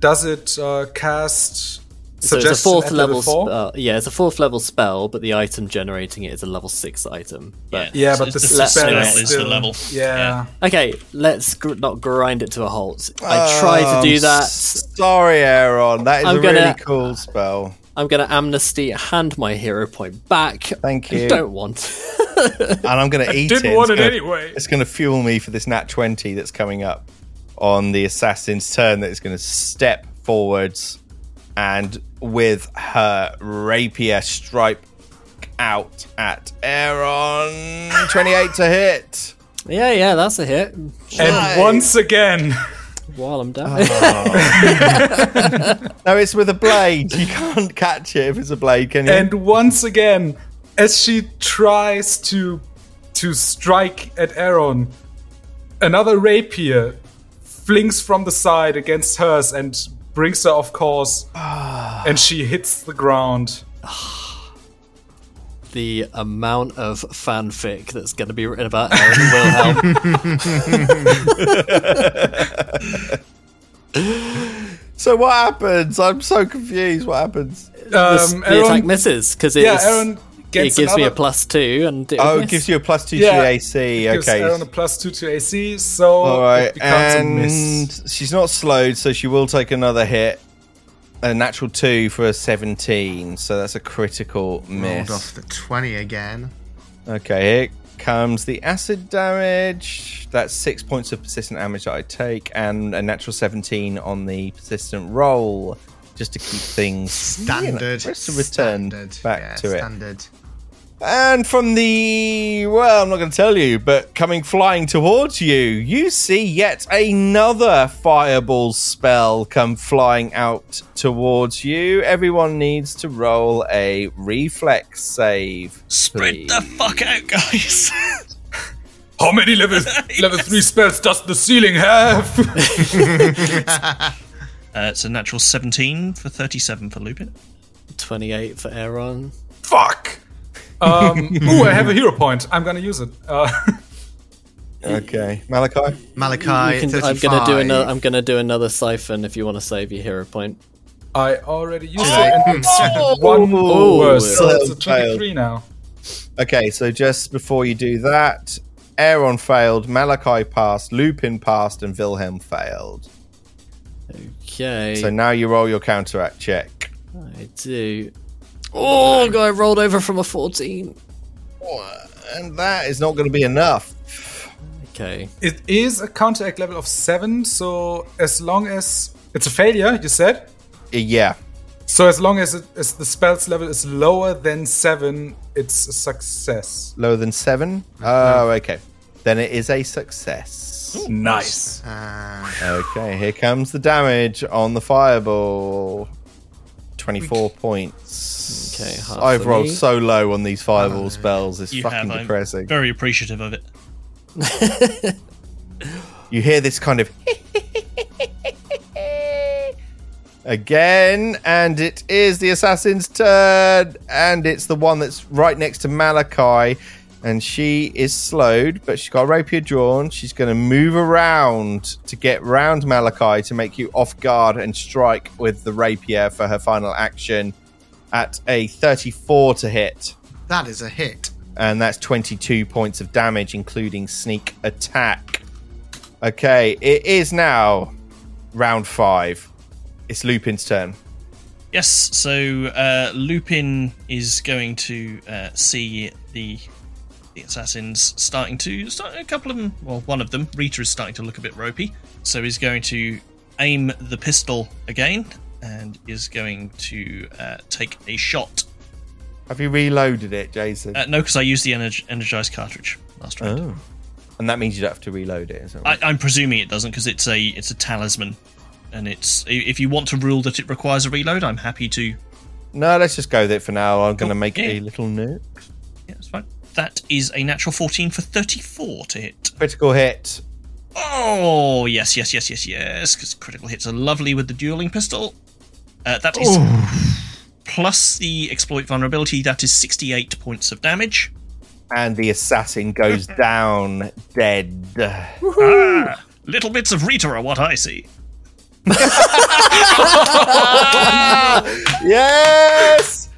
D: Does it uh, cast?
B: So it's a
D: suggestion
B: fourth
D: at
B: level uh,
D: level four?
B: spell. Yeah, it's a fourth level spell, but the item generating it is a level six item. But
D: Yeah,
C: So
D: but the
C: it's
D: spell,
C: spell is
D: still,
C: the level.
D: Yeah.
B: okay, let's gr- not grind it to a halt. I
D: Um,
B: tried to do that.
E: Um, Sorry, Aaron. That is
B: I'm
E: a
B: gonna-
E: really cool spell.
B: I'm gonna amnesty hand my hero point back.
E: Thank
B: I
E: you.
B: don't want.
E: And I'm going to eat
D: didn't
E: it.
D: want
E: It's
D: it
E: gonna-
D: anyway.
E: It's going to fuel me for this nat 20 that's coming up on the assassin's turn that is going to step forwards and with her rapier stripe out at Aaron. 28 to hit.
B: yeah, yeah, that's a hit.
D: And once again,
B: While I'm down.
D: Uh-huh.
E: No, it's with a blade. You can't catch it if it's a blade, can you?
D: and once again, as she tries to to strike at Aaron, another rapier flings from the side against hers and brings her off course,
B: Ah.
D: and she hits the ground.
B: the amount of fanfic that's gonna be written about Aaron Wilhelm.
D: Um,
E: so what happens? I'm so confused. What happens?
B: the,
D: Um,
B: s- the attack
D: Aaron,
B: misses because
D: yeah, Aaron
B: it
D: gets
B: gives me a
D: another-
B: plus two and it
E: Oh,
B: would
E: it
B: miss.
E: gives you a plus two
D: Yeah,
E: to your AC.
D: gives
E: okay.
D: Aaron a plus two to AC, so
E: All right,
D: it becomes a
E: and
D: miss.
E: she's not slowed, so she will take another hit. A natural two for a 17, so that's a critical
F: Rolled
E: miss.
F: off the twenty again.
E: Okay, here comes the acid damage. That's six points of persistent damage that I take, and a natural 17 on the persistent roll, just to keep things
F: Standard.
E: You know, just to return
F: Standard.
E: back
F: Yeah,
E: to it.
F: Standard.
E: And from the well, I'm not going to tell you, but coming flying towards you, you see yet another fireball spell come flying out towards you. Everyone needs to roll a reflex save.
C: Spread the fuck out, guys.
D: How many level level three spells does the ceiling have?
C: Uh, it's a natural 17 for 37 for Lupin.
B: 28 for Aaron.
D: Fuck. Um, ooh, I have a hero point. I'm gonna use it. Uh,
E: Okay, Malachi.
F: Malachi,
B: You can-
F: 35.
B: I'm gonna do another. I'm gonna do another siphon if you want to save your hero point.
D: I already used it. And it's one worse. So it's a twenty-three now.
E: Okay, so just before you do that, Aaron failed, Malachi passed, Lupin passed, and Wilhelm failed.
B: Okay,
E: So now you roll your counteract check.
B: I do. Oh god, I rolled over from a 14.
E: And that is not going to be enough.
B: Okay,
D: It is a counteract level of seven. So as long as it's a failure, you said.
E: Yeah.
D: So as long as, it, as the spell's level is lower than seven, it's a success.
E: lower than seven. Oh, okay. Then it is a success.
D: Nice.
F: Uh,
E: Okay, here comes the damage on the fireball. 24 points.
B: Okay, half
E: I've
B: for
E: rolled
B: me. Uh,
E: so low on these fireball spells. It's
C: You
E: fucking
C: have. I'm
E: depressing.
C: very appreciative of it.
E: You hear this kind of again, and it is the assassin's turn, and it's the one that's right next to Malachi, and she is slowed, but she's got a rapier drawn. She's going to move around to get round Malachi to make you off guard and strike with the rapier for her final action at a 34 to hit
F: That is a hit.
E: and that's 22 points of damage, including sneak attack. Okay, it is now round five. It's Lupin's turn.
C: Yes, so uh, Lupin is going to uh, see the the assassins starting to start a couple of them. Well, one of them, Rita, is starting to look a bit ropey, so he's going to aim the pistol again and is going to uh, take a shot.
E: Have you reloaded it, Jason?
C: Uh, no, because I used the energ- energized cartridge last round.
E: And that means you don't have to reload it. Is that
C: I,
E: right?
C: I'm presuming it doesn't because it's a it's a talisman, and it's i- if you want to rule that it requires a reload, I'm happy to.
E: no, let's just go with it for now. I'm going to make
C: yeah.
E: a little note.
C: Yeah, it's fine. That is a natural 14 for 34 to hit.
E: Critical hit.
C: Oh yes, yes, yes, yes, yes. Because critical hits are lovely with the dueling pistol. Uh, that is plus the exploit vulnerability. That is 68 points of damage.
E: And the assassin goes down dead.
C: Ah, little bits of Rita are what I see.
E: Yes!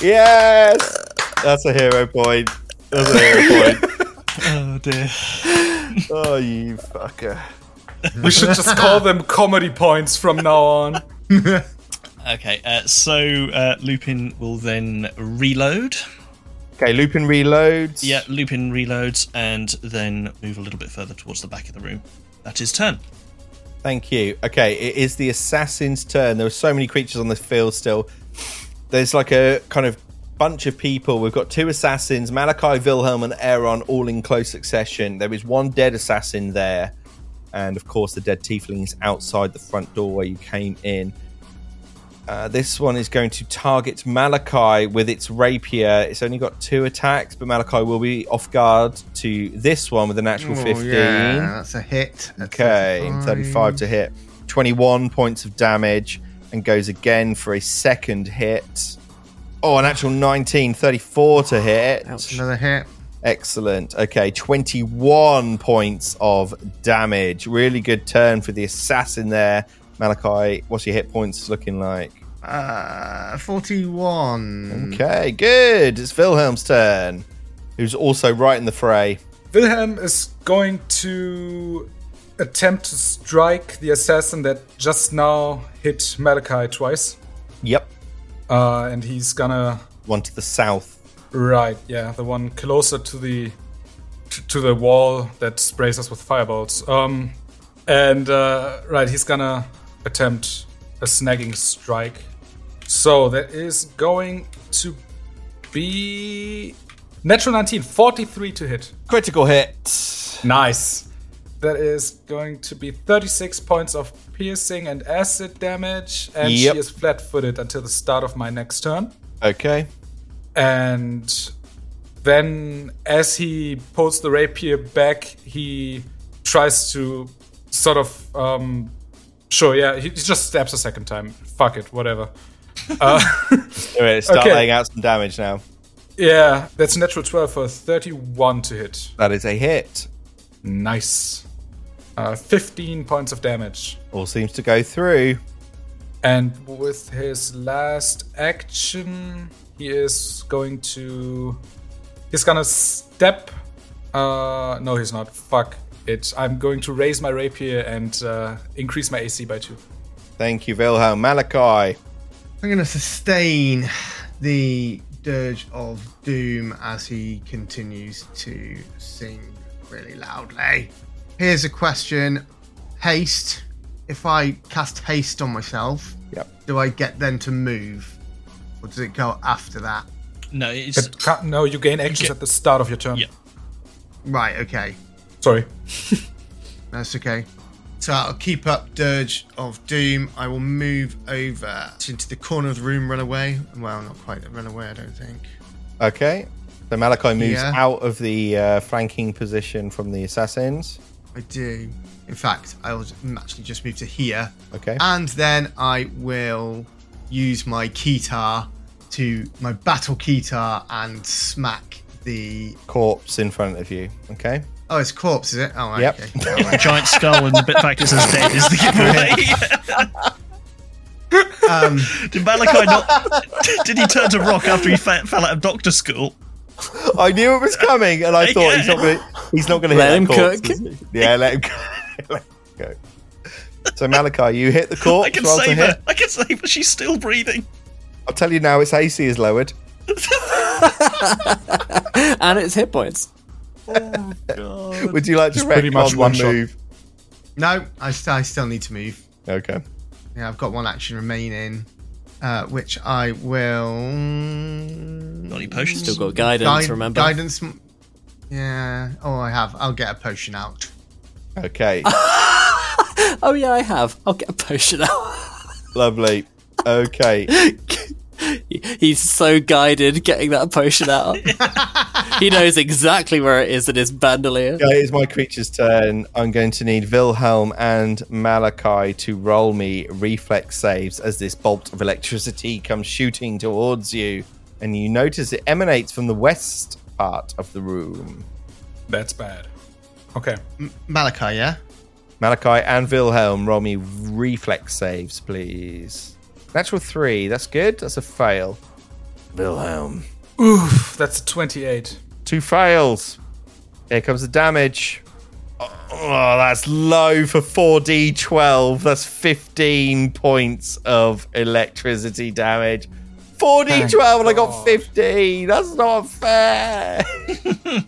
E: Yes! That's a hero point. That's a hero point.
C: Oh dear.
E: oh, you fucker.
D: We should just call them comedy points from now on.
C: Okay, uh, so uh, Lupin will then reload.
E: Okay, Lupin reloads.
C: Yeah, Lupin reloads and then move a little bit further towards the back of the room. That is turn.
E: Thank you. Okay, it is the assassin's turn. There are so many creatures on the field still. There's like a kind of bunch of people. We've got two assassins, Malachi, Wilhelm, and Aaron, all in close succession. There is one dead assassin there. And of course, the dead tiefling is outside the front door where you came in. Uh, this one is going to target Malachi with its rapier. It's only got two attacks, but Malachi will be off guard to this one with a natural 15.
F: Oh, Yeah, that's a hit. That's
E: Okay, 35 to hit. 21 points of damage and goes again for a second hit. Oh, an actual 19, 34 to hit.
F: Another hit.
E: Excellent. Okay, 21 points of damage. Really good turn for the assassin there. Malachi, what's your hit points looking like?
F: Uh, 41.
E: Okay, good. It's Wilhelm's turn, who's also right in the fray.
D: Wilhelm is going to attempt to strike the assassin that just now hit Malachi twice.
E: Yep,
D: Uh, and he's gonna.
E: one to the south.
D: Right, yeah, the one closer to the to the wall that sprays us with firebolts. Um, and uh, right, he's gonna attempt a snagging strike. So that is going to be natural 19, 43 to hit.
E: Critical hit.
D: Nice. That is going to be 36 points of piercing and acid damage, and
E: Yep.
D: she is flat-footed until the start of my next turn.
E: Okay.
D: And then, as he pulls the rapier back, he tries to sort of. Um, sure, yeah, he he just stabs a second time. Fuck it, whatever. Uh,
E: Anyway, start
D: Okay.
E: laying out some damage now.
D: yeah, that's a natural 12 for 31 to hit.
E: That is a hit.
D: Nice. Uh, 15 points of damage.
E: All seems to go through.
D: And with his last action, he is going to. He's gonna step. Uh, no, he's not. Fuck it. I'm going to raise my rapier and uh, increase my AC by two.
E: Thank you, Wilhelm. Malachi.
F: I'm going to sustain the dirge of doom as he continues to sing really loudly. Here's a question: Haste. If I cast haste on myself,
E: Yep.
F: do I get them to move, or does it go after that?
C: No, it's
D: It can't, no, you gain actions at the start of your turn.
C: Yeah.
F: Right. Okay.
D: Sorry.
F: That's okay. So I'll keep up Dirge of Doom. I will move over into the corner of the room, run away. Well, not quite run away, I don't think.
E: Okay. So Malachi moves
F: Yeah.
E: out of the uh, flanking position from the assassins.
F: I do. In fact, I will mm, actually just move to here.
E: Okay.
F: And then I will use my keytar to my battle keytar and smack the.
E: Corpse in front of you. Okay.
F: Oh, it's corpse, is it? Oh, right,
E: Yep.
F: okay.
C: a giant skull, and the bit fact it says dead is the giveaway.
F: Um,
C: did Malachi not? Did he turn to rock after he fa- fell out of doctor school?
E: I knew it was coming, and I thought he's not going. He's not going to
B: Let
E: hit
B: him
E: that corpse,
B: cook.
E: is he? Yeah, let him go. let him go. So Malachi, you hit the
B: Oh,
E: corpse.
C: I can
E: roll to
C: save
E: hit.
C: her. I can save her. She's still breathing.
E: I'll tell you now, its AC is lowered.
B: and it's hit points.
E: Would you like to
D: It's pretty
E: wreck
D: much
E: on
D: one
E: the
D: shot.
E: move?
F: no, I, st- I still need to move.
E: Okay.
F: Yeah, I've got one action remaining, uh, which I will.
C: Got any potions?
B: Still got guidance.
F: Guid-
B: remember,
F: Guidance. m- Yeah. Oh, I have. I'll get a potion out.
E: Okay.
B: Oh yeah, I have. I'll get a potion out.
E: Lovely. Okay.
B: He's so guided getting that potion out. he knows exactly where it is in his bandolier.
E: Yeah, it is my creature's turn. I'm going to need Wilhelm and Malachi to roll me reflex saves as this bolt of electricity comes shooting towards you. And you notice it emanates from the west part of the room.
D: That's bad. Okay.
F: Malachi, yeah?
E: Malachi and Wilhelm, roll me reflex saves, please. Natural three. That's good. That's a fail. Wilhelm.
D: Oof, that's a 28.
E: Two fails. Here comes the damage. Oh, that's low for 4d12. That's 15 points of electricity damage. 4d12 and I got
D: God.
E: 15. That's not fair.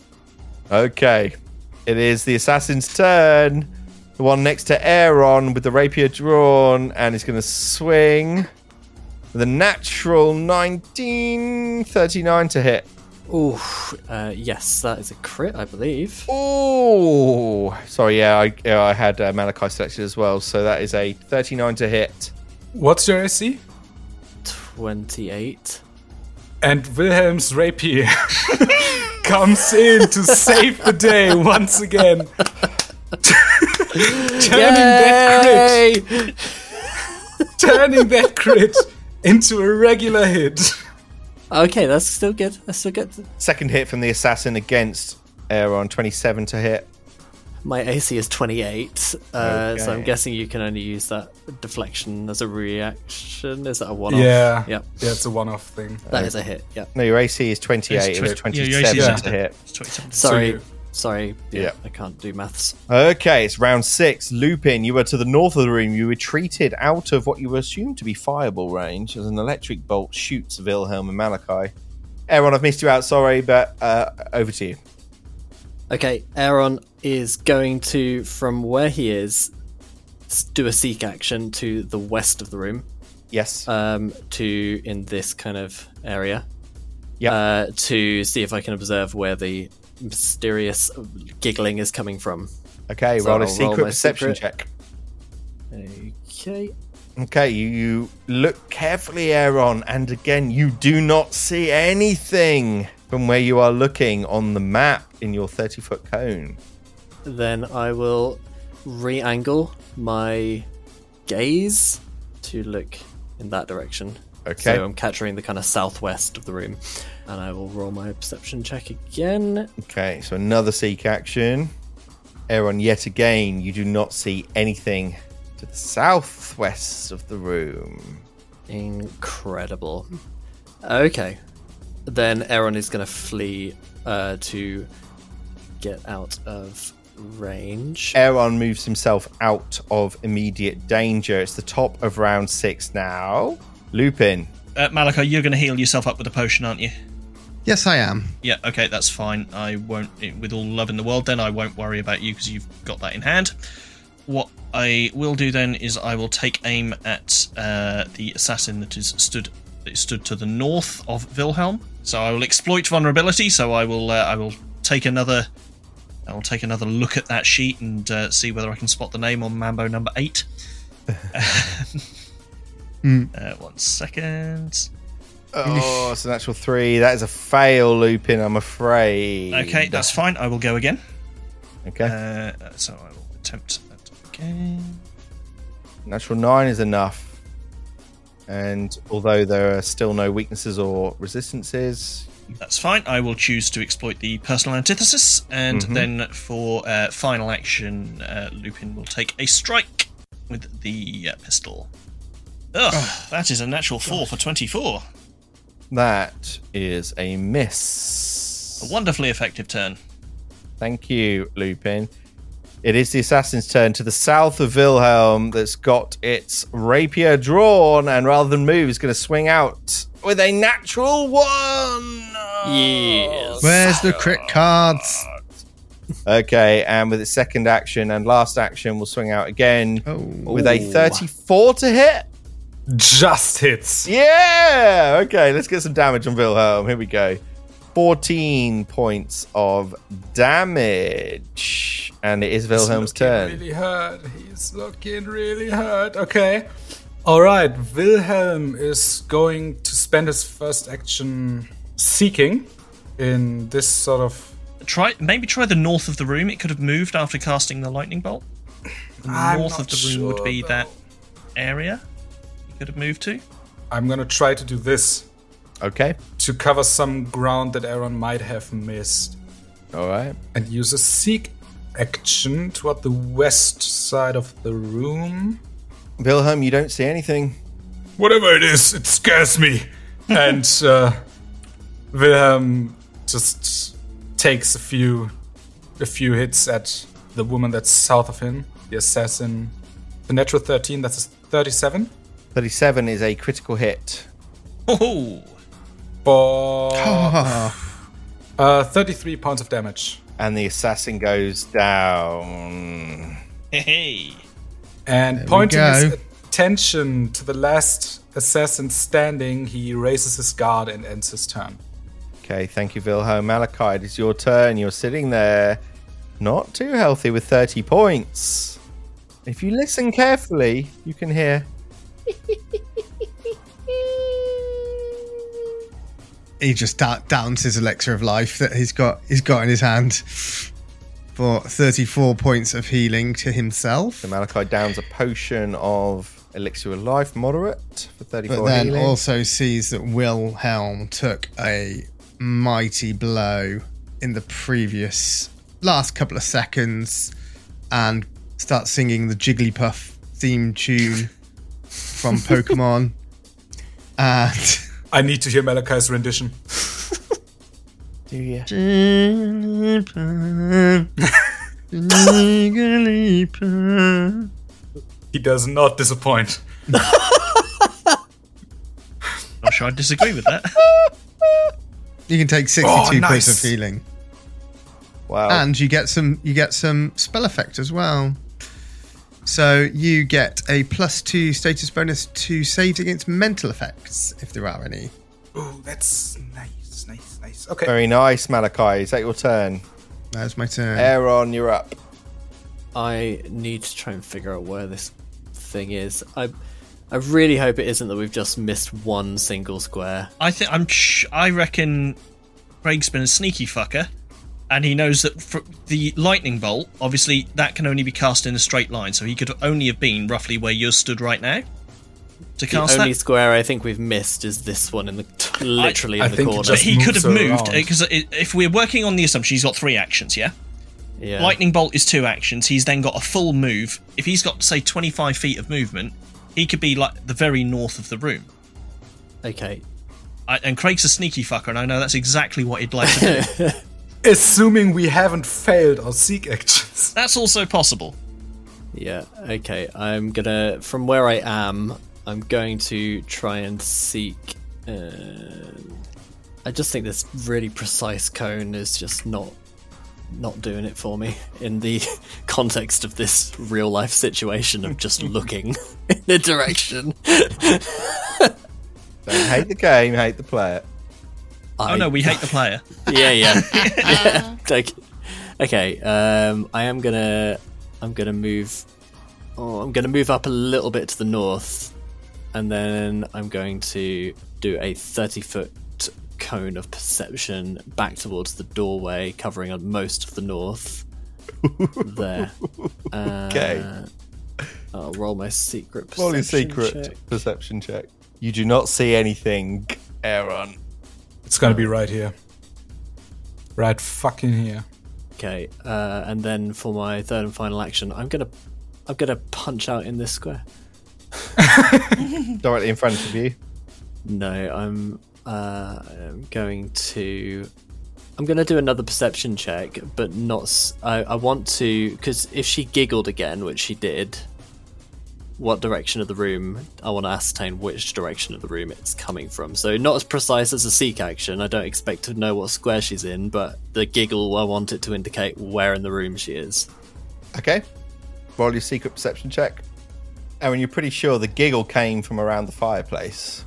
E: okay. It is the assassin's turn. The one next to Aaron with the rapier drawn and he's going to swing. The natural 19, 39 to hit.
B: Ooh, uh, yes, that is a crit, I believe.
E: Oh, sorry. Yeah, I, yeah, I had uh, Malachi selected as well, so that is a 39 to hit.
D: What's your AC?
B: Twenty-eight.
D: And Wilhelm's rapier comes in to save the day once again. Turning that crit
B: Yay!
D: turning that crit into a regular hit.
B: Okay, that's still good. That's still good.
E: Second hit from the assassin against Aaron, 27 to hit.
B: My AC is 28, uh, so I'm
E: Okay.
B: guessing you can only use that deflection as a reaction. Is that a one off?
D: Yeah.
B: Yep.
D: Yeah, it's a one-off thing.
B: That is a hit. Yep.
E: No, your AC is 28.
C: It's
E: it was
C: twen- yeah,
E: 27
C: your AC is
E: to
C: yeah.
E: hit.
C: It's 27.
B: Sorry.
D: you-
B: Sorry. Yeah,
E: Yeah.
B: I can't do maths.
E: Okay, it's round six. Lupin, you were to the north of the room. You retreated out of what you assumed to be fireball range as an electric bolt shoots Wilhelm and Malachi. Aaron, I've missed you out. Sorry, but uh, over to you.
B: Okay, Aaron is going to, from where he is, s- do a seek action to the west of the room,
E: Yes.
B: um, to in this kind of area,
E: Yep.
B: uh, to see if I can observe where the mysterious giggling is coming from.
E: okay,
B: so
E: roll
B: I'll
E: a secret
B: roll my
E: perception
B: secret.
E: check.
B: Okay,
E: Okay, you, you look carefully, Aaron, and again, you do not see anything from where you are looking on the map in your 30 foot cone.
B: then I will re-angle my gaze to look in that direction.
E: Okay.
B: So I'm capturing the kind of southwest of the room, and I will roll my perception check again.
E: Okay, so another seek action. Aaron, yet again, you do not see anything to the southwest of the room.
B: Incredible. Okay. Then Aaron is going to flee uh, to get out of range.
E: Aaron moves himself out of immediate danger. It's the top of round six now. Lupin.
C: Uh, Malachi, you're going to heal yourself up with a potion, aren't you?
F: Yes, I am.
C: Yeah, okay, that's fine. I won't, eh, with all love in the world, then I won't worry about you because you've got that in hand. What I will do then is I will take aim at uh, the assassin that is stood that stood to the north of Wilhelm. So I will exploit vulnerability. So I will uh, I will take another I will take another look at that sheet and uh, see whether I can spot the name on Mambo number eight. uh, one second.
E: Oh, it's an actual three. That is a fail, Lupin, I'm afraid.
C: Okay, uh, that's fine. I will go again.
E: Okay.
C: Uh, so I will attempt that again.
E: Natural nine is enough. And although there are still no weaknesses or resistances,
C: That's fine. I will choose to exploit the personal antithesis, and
D: Mm-hmm.
C: then for uh, final action, uh, Lupin will take a strike with the uh, pistol. Ugh, that is a natural four for twenty-four.
E: that is a miss.
C: A wonderfully effective turn.
E: Thank you, Lupin. It is the assassin's turn to the south of Wilhelm that's got its rapier drawn, and rather than move, is going to swing out with a natural one.
B: Yes.
F: Where's the crit cards?
E: Okay, and with its second action and last action, will swing out again
F: Oh,
E: with a 34 to hit.
D: Just hits.
E: Yeah. Okay, let's get some damage on Wilhelm. Here we go. 14 points of damage. And it is Wilhelm's
D: He's looking
E: turn.
D: Really hurt. He's looking really hurt. Okay. All right. Wilhelm is going to spend his first action seeking in this sort of.
C: Try maybe try the north of the room. It could have moved after casting the lightning bolt. The
D: I'm
C: north
D: not
C: of the room would
D: sure,
C: be
D: though.
C: that area. You could have moved to.
D: I'm gonna try to do this
E: Okay.
D: to cover some ground that Aaron might have missed,
E: All right.
D: and use a seek action toward the west side of the room.
E: Wilhelm, you don't see anything.
D: whatever it is, it scares me. and uh, Wilhelm just takes a few, a few hits at the woman that's south of him, the assassin. The natural thirteen, that's a thirty-seven
E: 37 is a critical hit.
C: Oh,
D: for uh, thirty-three points of damage.
E: And the assassin goes down.
C: hey, hey.
D: And pointing his
F: go.
D: attention to the last assassin standing, he raises his guard and ends his turn.
E: Okay. Thank you, Wilhelm. Malachi, it is your turn. You're sitting there not too healthy with 30 points. If you listen carefully, you can hear
F: he just da- downs his elixir of life that he's got. He's got in his hand for thirty-four points of healing to himself.
E: So Malachi downs a potion of elixir of life, moderate for
F: But
E: 34
F: then
E: healing.
F: also sees that Wilhelm took a mighty blow in the previous last couple of seconds and starts singing the Jigglypuff theme tune from Pokemon. and
D: I need to hear Malachi's rendition.
E: Do you?
D: He does not disappoint.
C: Not sure I disagree with that.
F: you can take 62
D: nice.
F: points of healing.
E: Wow.
F: and you get some you get some spell effect as well. So you get a plus two status bonus to saves against mental effects if there are any.
D: Ooh, that's nice, nice, nice. Okay.
E: Very nice, Malachi. Is that your turn?
F: That's my turn.
E: Aaron, you're up.
B: I need to try and figure out where this thing is. I I really hope it isn't that we've just missed one single square.
C: I think I'm. Ch- I reckon Craig's been a sneaky fucker, and he knows that for the lightning bolt, obviously, that can only be cast in a straight line, so he could only have been roughly where you're stood right now
B: The
C: to cast
B: only
C: that.
B: square I think we've missed is this one in the literally
D: I
B: in the
D: think it
B: corner.
C: But
D: just-
C: he could
D: moves
C: have
D: around.
C: moved uh, because if we're working on the assumption he's got three actions, yeah.
B: yeah.
C: Lightning bolt is two actions. He's then got a full move. If he's got say 25 feet of movement, he could be like the very north of the room.
B: Okay.
C: I, and Craig's a sneaky fucker, and I know that's exactly what he'd like to do.
D: Assuming we haven't failed our seek actions.
C: that's also possible.
B: Yeah. Okay. I'm gonna from where I am. I'm going to try and seek. Um, I just think this really precise cone is just not not doing it for me in the context of this real life situation of just looking in a direction.
E: Don't hate the game, hate the player.
B: I,
C: Oh no, we hate the player.
B: yeah, yeah. yeah. Like, okay, um, I am gonna, I'm gonna move. Oh, I'm gonna move up a little bit to the north, and then I'm going to do a thirty foot cone of perception back towards the doorway, covering on most of the north. there.
E: Okay.
B: Uh, I'll roll my secret.
E: Roll your
B: perception
E: secret
B: check.
E: perception check. You do not see anything, Aaron.
D: It's gonna be right here. Right fucking here.
B: Okay, uh, and then for my third and final action, I'm gonna, I'm gonna punch out in this square.
E: Directly in front of you.
B: No, I'm uh, I'm going to I'm going to do another perception check, but not s- I, I want to because if she giggled again, which she did, what direction of the room? I want to ascertain which direction of the room it's coming from. So not as precise as a seek action. I don't expect to know what square she's in, but the giggle I want it to indicate where in the room she is.
E: Okay. Roll your secret perception check. Aaron, you're pretty sure the giggle came from around the fireplace.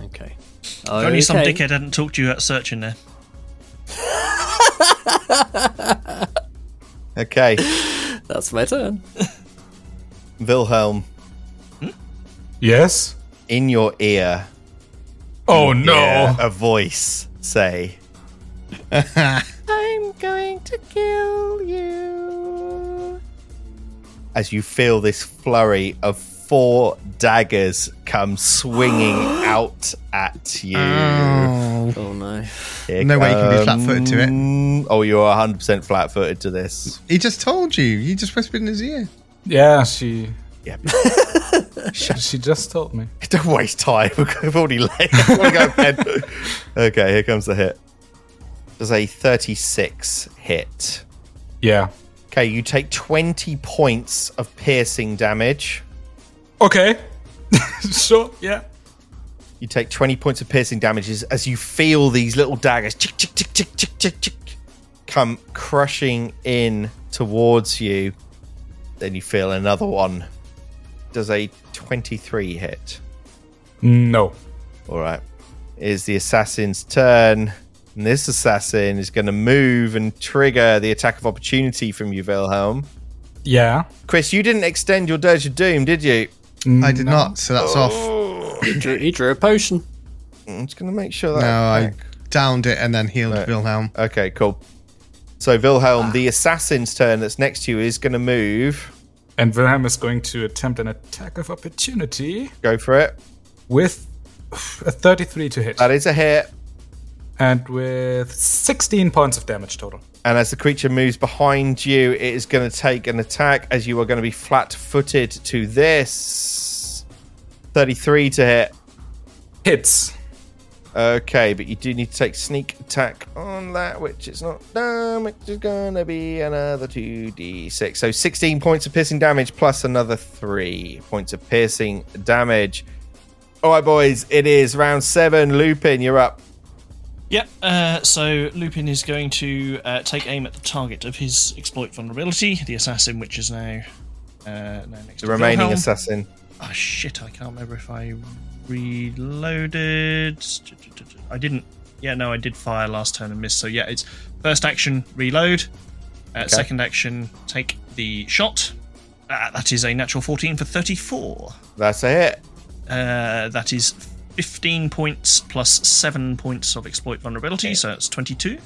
B: Okay.
C: If only some
B: Okay.
C: dickhead hadn't talked to you about searching there.
E: Okay.
B: That's my turn.
E: Wilhelm,
D: Yes?
E: in your ear,
D: Oh no.
E: hear a voice say, I'm going to kill you. As you feel this flurry of four daggers come swinging out at you.
B: Oh no.
E: Here
F: No way you can
E: Um,
F: be flat-footed to it.
E: come- Oh, you're 100% flat footed to this.
F: He just told you. You just whispered in his ear.
D: Yeah, she
E: Yeah.
D: she just told me.
E: Don't waste time. We've already late. I wanna go to bed. okay, here comes the hit. Does a 36 hit.
D: Yeah.
E: Okay, you take 20 points of piercing damage.
D: Okay. sure, yeah.
E: You take 20 points of piercing damages as you feel these little daggers chick, chick, chick, chick, chick, chick, chick, come crushing in towards you. Then you feel another one. Does a 23 hit?
D: No.
E: All right. It is the assassin's turn. And this assassin is going to move and trigger the attack of opportunity from you, Wilhelm.
D: Yeah.
E: Chris, you didn't extend your Dirge of Doom, did you?
F: I did not, so that's off.
B: He drew, he drew a potion.
E: I'm just going to make sure
F: No,
E: that.
F: I downed it and then healed Wilhelm.
E: Okay, cool. So, Wilhelm, the assassin's turn that's next to you is going to move.
D: And Wilhelm is going to attempt an attack of opportunity
E: Go for it.
D: with a 33 to hit.
E: That is a hit.
D: And with 16 points of damage total.
E: And as the creature moves behind you, it is going to take an attack as you are going to be flat footed to this. 33 to hit.
D: Hits.
E: Okay, but you do need to take sneak attack on that, which is not done, which is gonna be another 2d6. So 16 points of piercing damage plus another 3 points of piercing damage. Alright, boys, it is round 7. Lupin, you're up.
C: Yep. Uh, so Lupin is going to uh, take aim at the target of his exploit vulnerability, the assassin, which is now uh, now next
E: The
C: to
E: remaining
C: Wilhelm.
E: assassin.
C: Oh shit! I can't remember if I reloaded. I didn't. Yeah, no, I did fire last turn and miss. So yeah, it's first action reload, uh, second action take the shot. Ah, that is a natural fourteen for thirty-four.
E: That's a hit.
C: Uh, that is fifteen points plus seven points of exploit vulnerability, so that's twenty-two.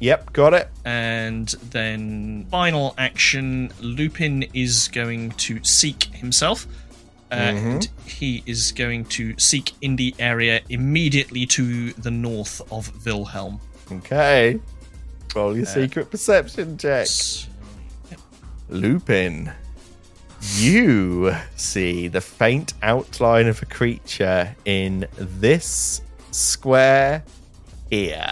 E: Yep, got it.
C: And then final action, Lupin is going to seek himself. And he is going to seek in the area immediately to the north of Wilhelm.
E: Okay. Roll your secret perception check. Lupin, you see the faint outline of a creature in this square here.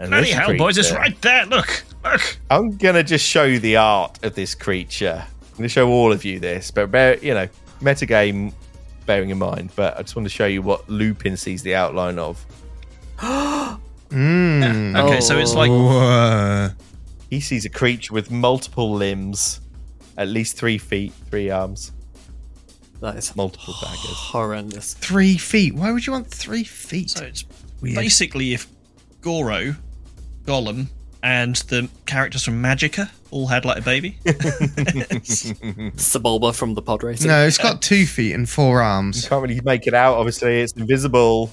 E: And
C: Bloody
E: this
C: hell, boys, it's
E: creature-
C: right there. Look, look.
E: I'm gonna just show the art of this creature. I'm gonna show all of you this, but bear, you know, metagame bearing in mind. But I just want to show you what Lupin sees the outline of.
F: Mm.
C: Okay, so it's like
F: Whoa.
E: He sees a creature with multiple limbs, at least three feet, three arms,
B: That is
E: multiple daggers.
B: horrendous.
F: Three feet. Why would you want three feet?
C: So it's
F: Weird.
C: basically if Goro, Gollum, and the characters from Magica all had like a baby.
B: Sebulba from the pod race.
F: no, it's got two feet and four arms.
E: Can't really make it out. Obviously, it's invisible,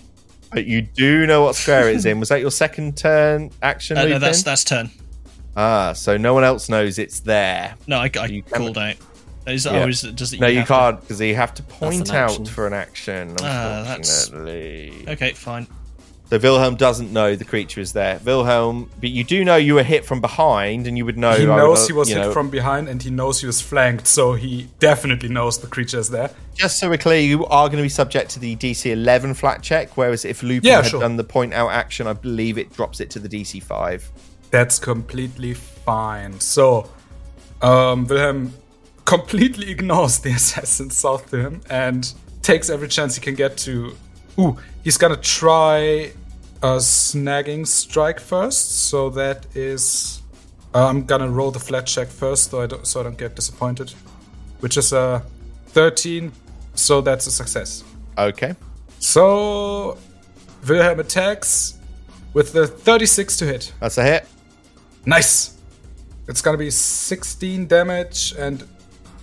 E: but you do know what square it's in. Was that your second turn action?
C: Uh, no,
E: Lupin?
C: that's that's turn.
E: Ah, so no one else knows it's there.
C: No, I, I
E: You
C: called out. Is,
E: Yeah.
C: oh, is, does it,
E: No, you
C: have to-
E: can't because you have to point
B: an action.
E: out for an action.
C: Ah, that's-
E: Unfortunately,
C: Okay, fine.
E: So Wilhelm doesn't know the creature is there. Wilhelm, but you do know you were hit from behind, and you would know.
D: He
E: I would,
D: knows
E: uh,
D: he was
E: you
D: hit
E: know-
D: from behind and he knows he was flanked, so he definitely knows the creature is there.
E: Just so we're clear, you are going to be subject to the DC 11 flat check, whereas if Lupin
D: Yeah,
E: had
D: sure.
E: done the point out action, I believe it drops it to the DC 5.
D: That's completely fine. So, um, Wilhelm completely ignores the assassin south to him and takes every chance he can get to. Ooh, he's gonna try a snagging strike first. So that is, uh, I'm gonna roll the flat check first, so I don't, so I don't get disappointed. Which is a 13. So that's a success.
E: Okay.
D: So Wilhelm attacks with the 36 to hit.
E: That's a hit.
D: Nice. It's gonna be 16 damage, and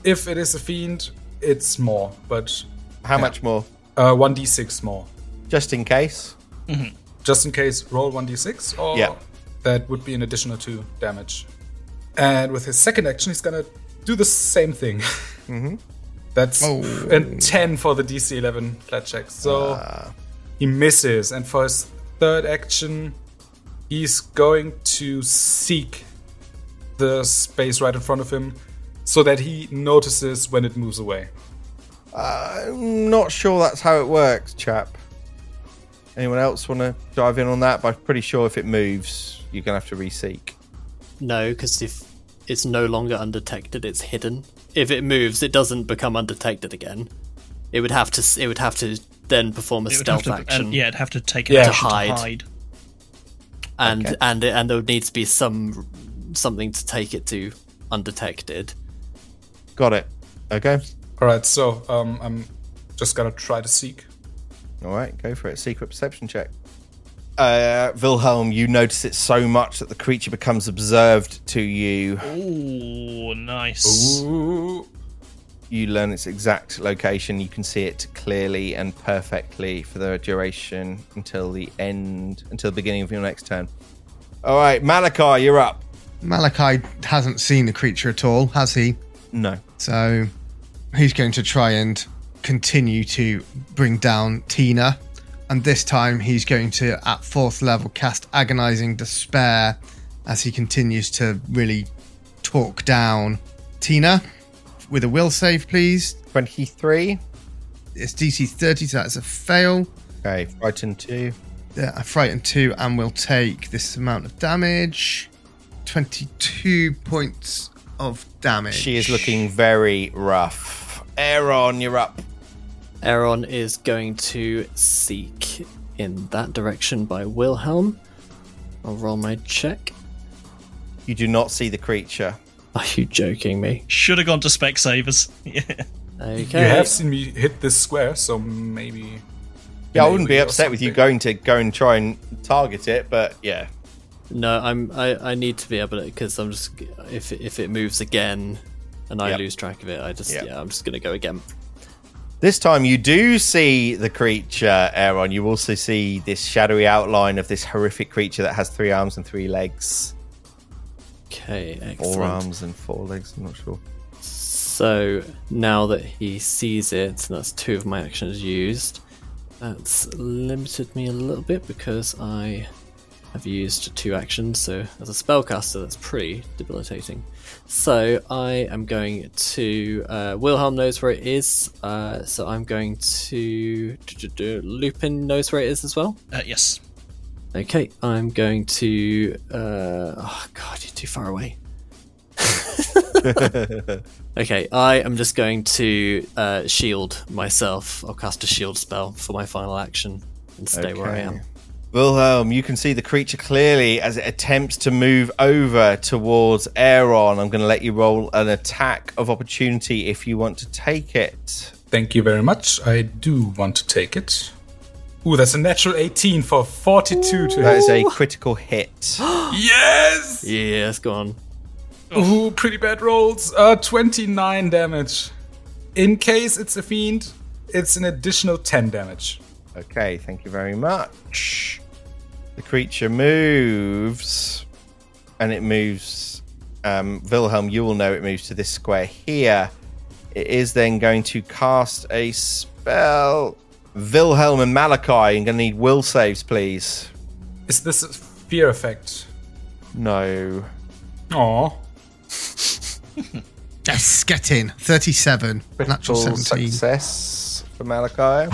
D: if it is a fiend, it's more, but
E: How much more?
D: uh, 1d6 more.
E: Just in case.
D: Just in case, roll 1d6, or
E: Yeah.
D: that would be an additional 2 damage. And with his second action, he's gonna do the same thing. That's
F: Oh.
D: and 10 for the DC 11 flat check. So he misses. And for his third action, he's going to seek the space right in front of him so that he notices when it moves away.
E: I'm Uh, not sure that's how it works, chap. Anyone else want to dive in on that? But I'm pretty sure if it moves, you're going to have to reseek.
B: No, because if it's no longer undetected, it's hidden. If it moves, it doesn't become undetected again. It would have to. s- It would have to then perform a
C: It would have
B: stealth
C: to-
B: action.
C: and- yeah, it'd have to take an
D: Yeah.
C: action
B: To hide.
C: to hide.
B: and and it, and there would need to be some something to take it to undetected.
E: Got it. Okay.
D: All right, so um, I'm just gonna try to seek.
E: All right, go for it. Secret perception check. Uh, Wilhelm, you notice it so much that the creature becomes observed to you.
C: Ooh, nice.
D: Ooh,
E: You learn its exact location. You can see it clearly and perfectly for the duration until the end, until the beginning of your next turn. All right, Malachi, you're up.
F: Malachi hasn't seen the creature at all, has he?
E: No.
F: So he's going to try and continue to bring down Tina. And this time he's going to, at fourth level, cast Agonizing Despair as he continues to really talk down Tina with a will save, please.
E: 23.
F: It's DC 30, so that's a fail.
E: Okay, frightened 2.
F: Yeah, I frightened two and will take this amount of damage 22 points of damage.
E: She is looking very rough. Aaron, you're up.
B: Aaron is going to seek in that direction by Wilhelm. I'll roll my check.
E: You do not see the creature.
B: Are you joking me?
C: Should have gone to Specsavers. Yeah.
B: Okay.
D: You have seen me hit this square, so maybe.
E: Yeah, I
D: maybe
E: wouldn't be
D: or
E: upset with you
D: something.
E: going to go and try and target it, but yeah.
B: No, I'm. I, I need to be able to because I'm just if if it moves again, and I
E: Yep.
B: lose track of it, I just
E: Yep.
B: yeah, I'm just gonna go again.
E: This time you do see the creature, Aaron. You also see this shadowy outline of this horrific creature that has three arms and three legs.
B: Okay,
E: Four
B: excellent.
E: arms and four legs, I'm not sure.
B: So now that he sees it, and that's two of my actions used, that's limited me a little bit because I have used two actions. So as a spellcaster, that's pretty debilitating. So I am going to. Uh, Wilhelm knows where it is, uh, so I'm going to. Lupin knows where it is as well.
C: Uh, yes.
B: Okay, I'm going to. Uh, oh God, you're too far away. okay, I am just going to uh, shield myself. I'll cast a shield spell for my final action and stay where I am.
E: Wilhelm, you can see the creature clearly as it attempts to move over towards Aaron. I'm going to let you roll an attack of opportunity if you want to take it.
D: Thank you very much. I do want to take it. Ooh, that's a natural 18 for 42 to
E: That
D: hit.
E: is a critical hit.
D: Yes!
B: Yes, go on.
D: Ooh, pretty bad rolls. Uh, 29 damage. In case it's a fiend, it's an additional 10 damage.
E: Okay, thank you very much. The creature moves, and it moves. Um, Wilhelm, you will know it moves to this square here. It is then going to cast a spell. Wilhelm and Malachi, I'm going to need will saves, please.
D: Is this a fear effect?
E: No.
D: Aw.
F: Yes, get in. 37. Natural
E: Full
F: 17.
E: success for Malachi.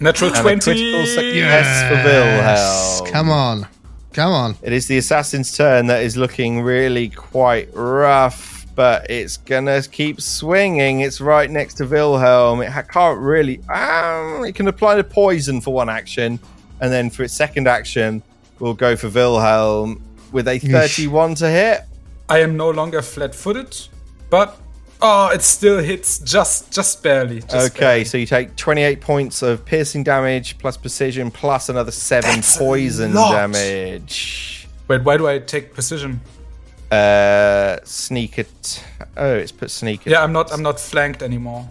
D: Natural
E: And
D: 20.
E: a critical success
F: Yes,
E: for Wilhelm.
F: Come on. Come on.
E: It is the assassin's turn that is looking really quite rough, but it's gonna keep swinging. It's right next to Wilhelm. It ha- can't really. Um, it can apply the poison for one action, and then for its second action, we'll go for Wilhelm with a 31 to hit.
D: I am no longer flat-footed, but oh, it still hits just just barely. Just
E: Okay, so you take 28 points of piercing damage plus precision plus another seven
D: That's a
E: poison
D: lot.
E: damage.
D: barely. Wait, why do I take precision?
E: Uh, sneak it. Oh, it's put sneak it.
D: Yeah, I'm not I'm not flanked anymore.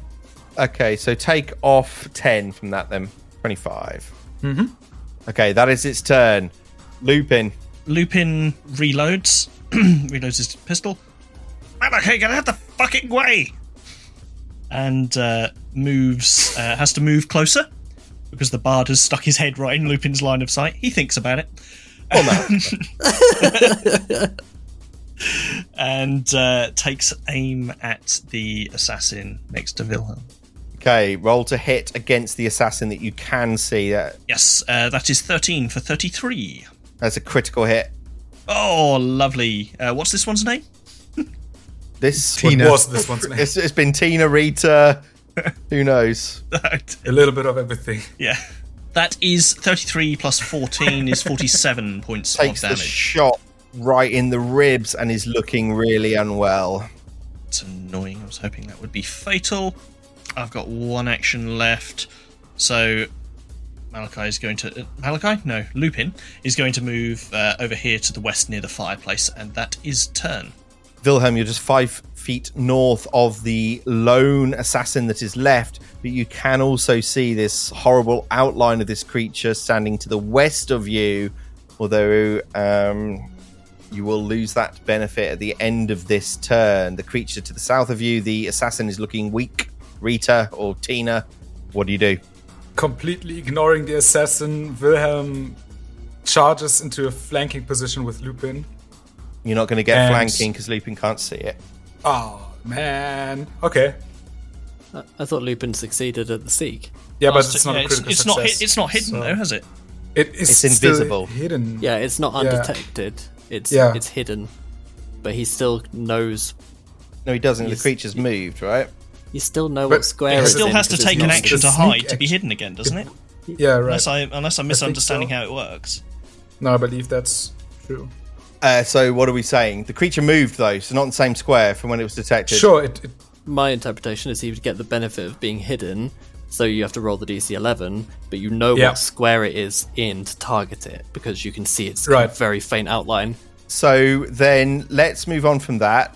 E: Okay, so take off 10 from that then. 25. Mm-hmm. Okay, that is its turn. Lupin.
C: Lupin reloads. reloads his pistol. Malachi, get out the fucking way! And uh, moves. Uh, has to move closer because the bard has stuck his head right in Lupin's line of sight. He thinks about it. and uh, takes aim at the assassin next to Wilhelm.
E: Okay, roll to hit against the assassin that you can see. That,
C: Yes, uh, that is 13 for 33.
E: that's a critical hit.
C: Oh, lovely. Uh, what's this one's name?
E: This
F: Tina.
E: would-
D: Was this one's name?
E: it's, it's been Tina Rita. Who knows?
D: A little bit of everything.
C: yeah. That is 33 plus 14 is 47 points
E: Takes
C: of
E: the
C: damage.
E: shot right in the ribs and is looking really unwell.
C: It's annoying. I was hoping that would be fatal. I've got one action left. So Malachi is going to. uh, Malachi? No, Lupin is going to move uh, over here to the west near the fireplace, and that is turn.
E: Wilhelm, you're just five feet north of the lone assassin that is left, but you can also see this horrible outline of this creature standing to the west of you. Although um, you will lose that benefit at the end of this turn. The creature to the south of you, the assassin is looking weak. Rita or Tina, what do you do?
D: Completely ignoring the assassin, Wilhelm charges into a flanking position with Lupin.
E: You're not going to get
D: And-
E: flanking because Lupin can't see it.
D: Oh man. Okay.
B: I, I thought Lupin succeeded at the seek.
D: Yeah, but it's not
C: Yeah,
D: a critical
C: it's
D: success.
C: not hid- it's not hidden
D: so-
C: though, has it?
D: It is
E: It's
D: still
E: invisible.
D: hidden.
B: Yeah, it's not
D: Yeah.
B: undetected. It's
D: Yeah.
B: it's hidden, but he still knows.
E: No, he doesn't. The
B: Yes.
E: creature's moved, right?
B: You still know
D: But
B: what square
D: it
B: it's
C: Still
B: in
C: has to
B: because
C: take
B: it's
C: an
B: not-
C: action
D: it's
C: to
D: sneak
C: hide to be
D: action.
C: hidden again, doesn't it?
D: Yeah, right.
C: Unless I unless I'm misunderstanding
D: so.
C: how it works.
D: No, I believe that's true.
E: Uh, so what are we saying? The creature moved though, so not in the same square from when it was detected.
D: Sure, it, it
B: My interpretation is he would get the benefit of being hidden, so you have to roll the DC 11, but you know
D: Yeah.
B: what square it is in to target it because you can see its
D: Right.
B: very faint outline.
E: So then let's move on from that,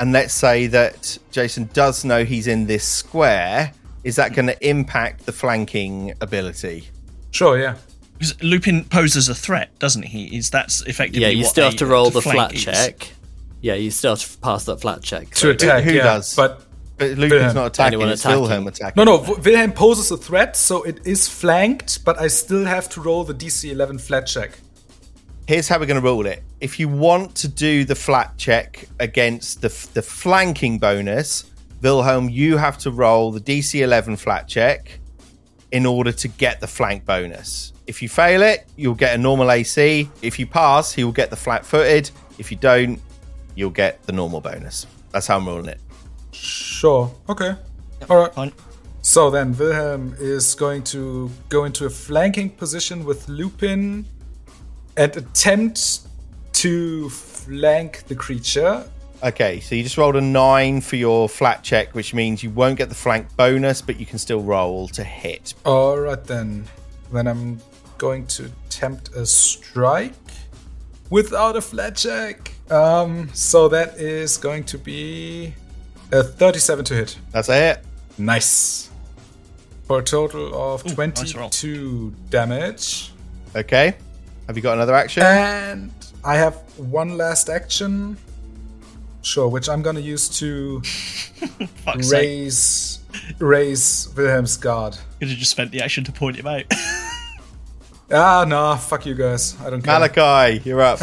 E: and let's say that Jason does know he's in this square. Is that going to impact the flanking ability?
D: sure, yeah.
C: Because Lupin poses a threat, doesn't he? Is that's effectively
B: Yeah, you
C: what
B: still
C: a-
B: have to roll
C: to
B: the
C: flank
B: flat
C: is.
B: check. Yeah, you still have to pass that flat check.
D: To attack,
E: who
D: yeah,
E: does?
D: But
E: But Lupin's
D: Wilhelm.
E: not attacking;
B: Anyone
E: it's
B: attacking.
E: Wilhelm attacking.
D: no, no. Wi- Wilhelm poses a threat, so it is flanked. But I still have to roll the DC 11 flat check.
E: here's how we're going to rule it. If you want to do the flat check against the the flanking bonus, Wilhelm, you have to roll the DC 11 flat check in order to get the flank bonus. If you fail it, you'll get a normal AC. If you pass, he will get the flat footed. If you don't, you'll get the normal bonus. That's how I'm ruling it.
D: Sure. Okay. All right.
C: Fine.
D: So then Wilhelm is going to go into a flanking position with Lupin and attempt to flank the creature.
E: Okay, so you just rolled a nine for your flat check, which means you won't get the flank bonus, but you can still roll to hit.
D: All right then. Then I'm going to attempt a strike without a flat check. Um, so that is going to be a 37 to hit.
E: That's it.
D: Nice. For a total of
C: Ooh, nice roll.
D: 22 damage.
E: Okay. Have you got another action?
D: And I have one last action. Sure, which I'm gonna use to
C: Fuck's sake.
D: raise raise Wilhelm's guard.
C: Could have just spent the action to point him out.
D: Ah nah, fuck you guys. I don't care.
E: Malachi, you're up.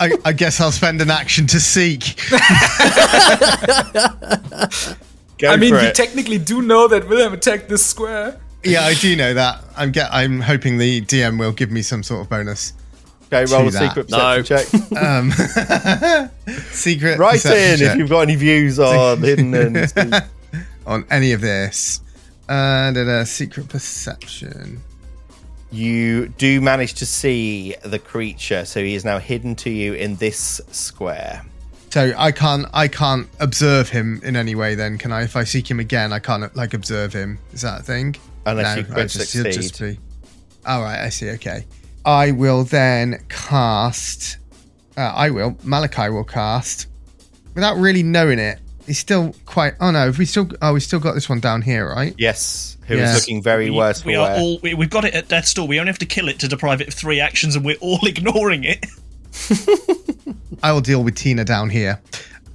F: I, I guess I'll spend an action to seek.
E: Go
D: I mean
E: for
D: you
E: it.
D: technically do know that Wilhelm attacked this square.
F: yeah, I do know that. I'm get. I'm hoping the DM will give me some sort of bonus.
E: Go roll
F: to
E: a
F: that.
E: secret perception check.
F: Um, secret.
E: Write
F: perception
E: in
F: check.
E: if you've got any views on hidden and
F: on any of this. Uh, da, da, secret perception.
E: you do manage to see the creature, so he is now hidden to you in this square.
F: So I can't, I can't observe him in any way. Then can I? If I seek him again, I can't like observe him. Is that a thing?
E: Unless you
F: I
E: both
F: he'll
E: succeed.
F: be. All right, I see. Okay, I will then cast. Uh, I will. Malachi will cast without really knowing it. He's still quite. Oh no, have we still? Oh, we still got this one down here, right?
E: Yes, who is
F: Yeah.
E: looking very
C: We-
E: worse for
C: we are
E: wear.
C: all we, we've got it at death's door. We only have to kill it to deprive it of three actions, and we're all ignoring it.
F: I will deal with Tina down here.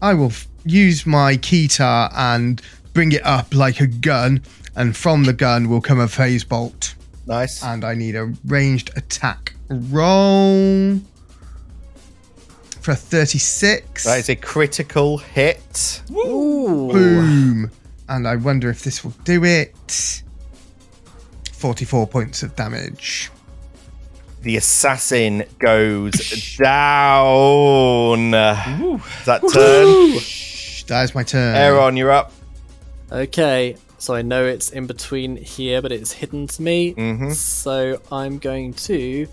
F: I will f- use my keytar and bring it up like a gun, and from the gun will come a phase bolt.
E: nice.
F: And I need a ranged attack roll for a 36.
E: That is a critical hit.
F: Boom. And I wonder if this will do it. 44 points of damage.
E: The assassin goes down. Is that turn?
F: That is my turn.
E: Aaron, you're up.
B: Okay, so I know it's in between here, but it's hidden to me. So I'm going to.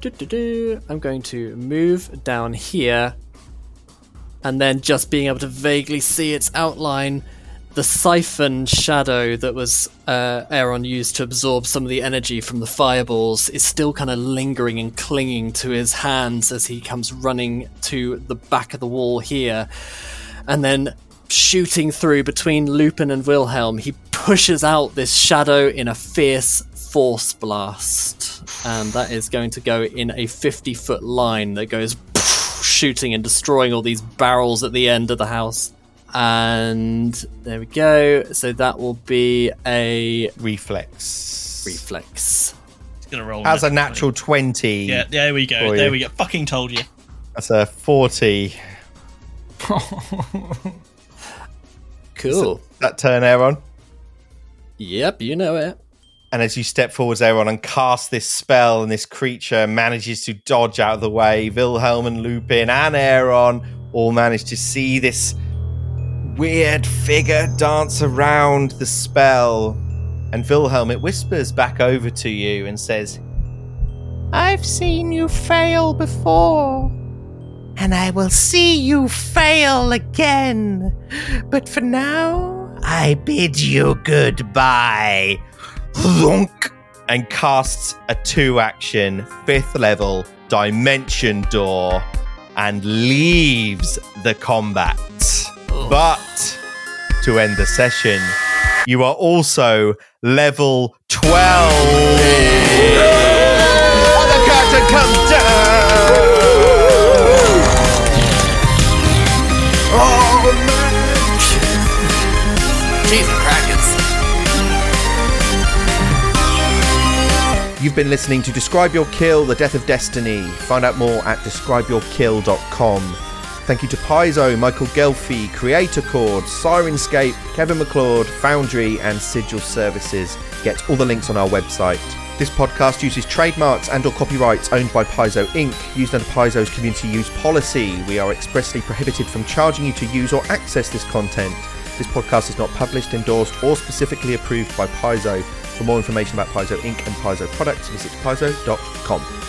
B: Doo-doo-doo. I'm going to move down here, and then just being able to vaguely see its outline, the siphon shadow that was uh, Aaron used to absorb some of the energy from the fireballs is still kind of lingering and clinging to his hands as he comes running to the back of the wall here and then shooting through between Lupin and Wilhelm, he pushes out this shadow in a fierce force blast. And that is going to go in a 50 foot line that goes shooting and destroying all these barrels at the end of the house. And there we go. So that will be a
E: Reflex.
B: reflex.
C: It's gonna roll
E: As a
C: naturally.
E: natural 20,
C: Yeah, there we go.
E: for
C: there
E: you.
C: we go. Fucking told you.
E: that's a 40.
B: Cool.
E: That turn, Aaron.
B: Yep, you know it.
E: And as you step forwards, Aaron, and cast this spell, and this creature manages to dodge out of the way, Wilhelm and Lupin and Aaron all manage to see this weird figure dance around the spell.
I: And Wilhelm, it whispers back over to you and says,
J: I've seen you fail before. And I will see you fail again. But for now, I bid you goodbye.
I: Thunk! And casts a two action, fifth level dimension door and leaves the combat. But to end the session, you are also level 12. And the curtain comes down.
K: Cheese and crackers.
E: You've been listening to Describe Your Kill, The Death of Destiny. Find out more at describeyourkill.com. Thank you to Paizo, Michael Gelfi, Creator Chord, Sirenscape, Kevin McLeod, Foundry, and Sigil Services. Get all the links on our website. This podcast uses trademarks and or copyrights owned by Paizo Inc. used under Paizo's community use policy. We are expressly prohibited from charging you to use or access this content. This podcast is not published, endorsed, or specifically approved by Paizo. For more information about Paizo Inc. and Paizo products, visit paizo.com.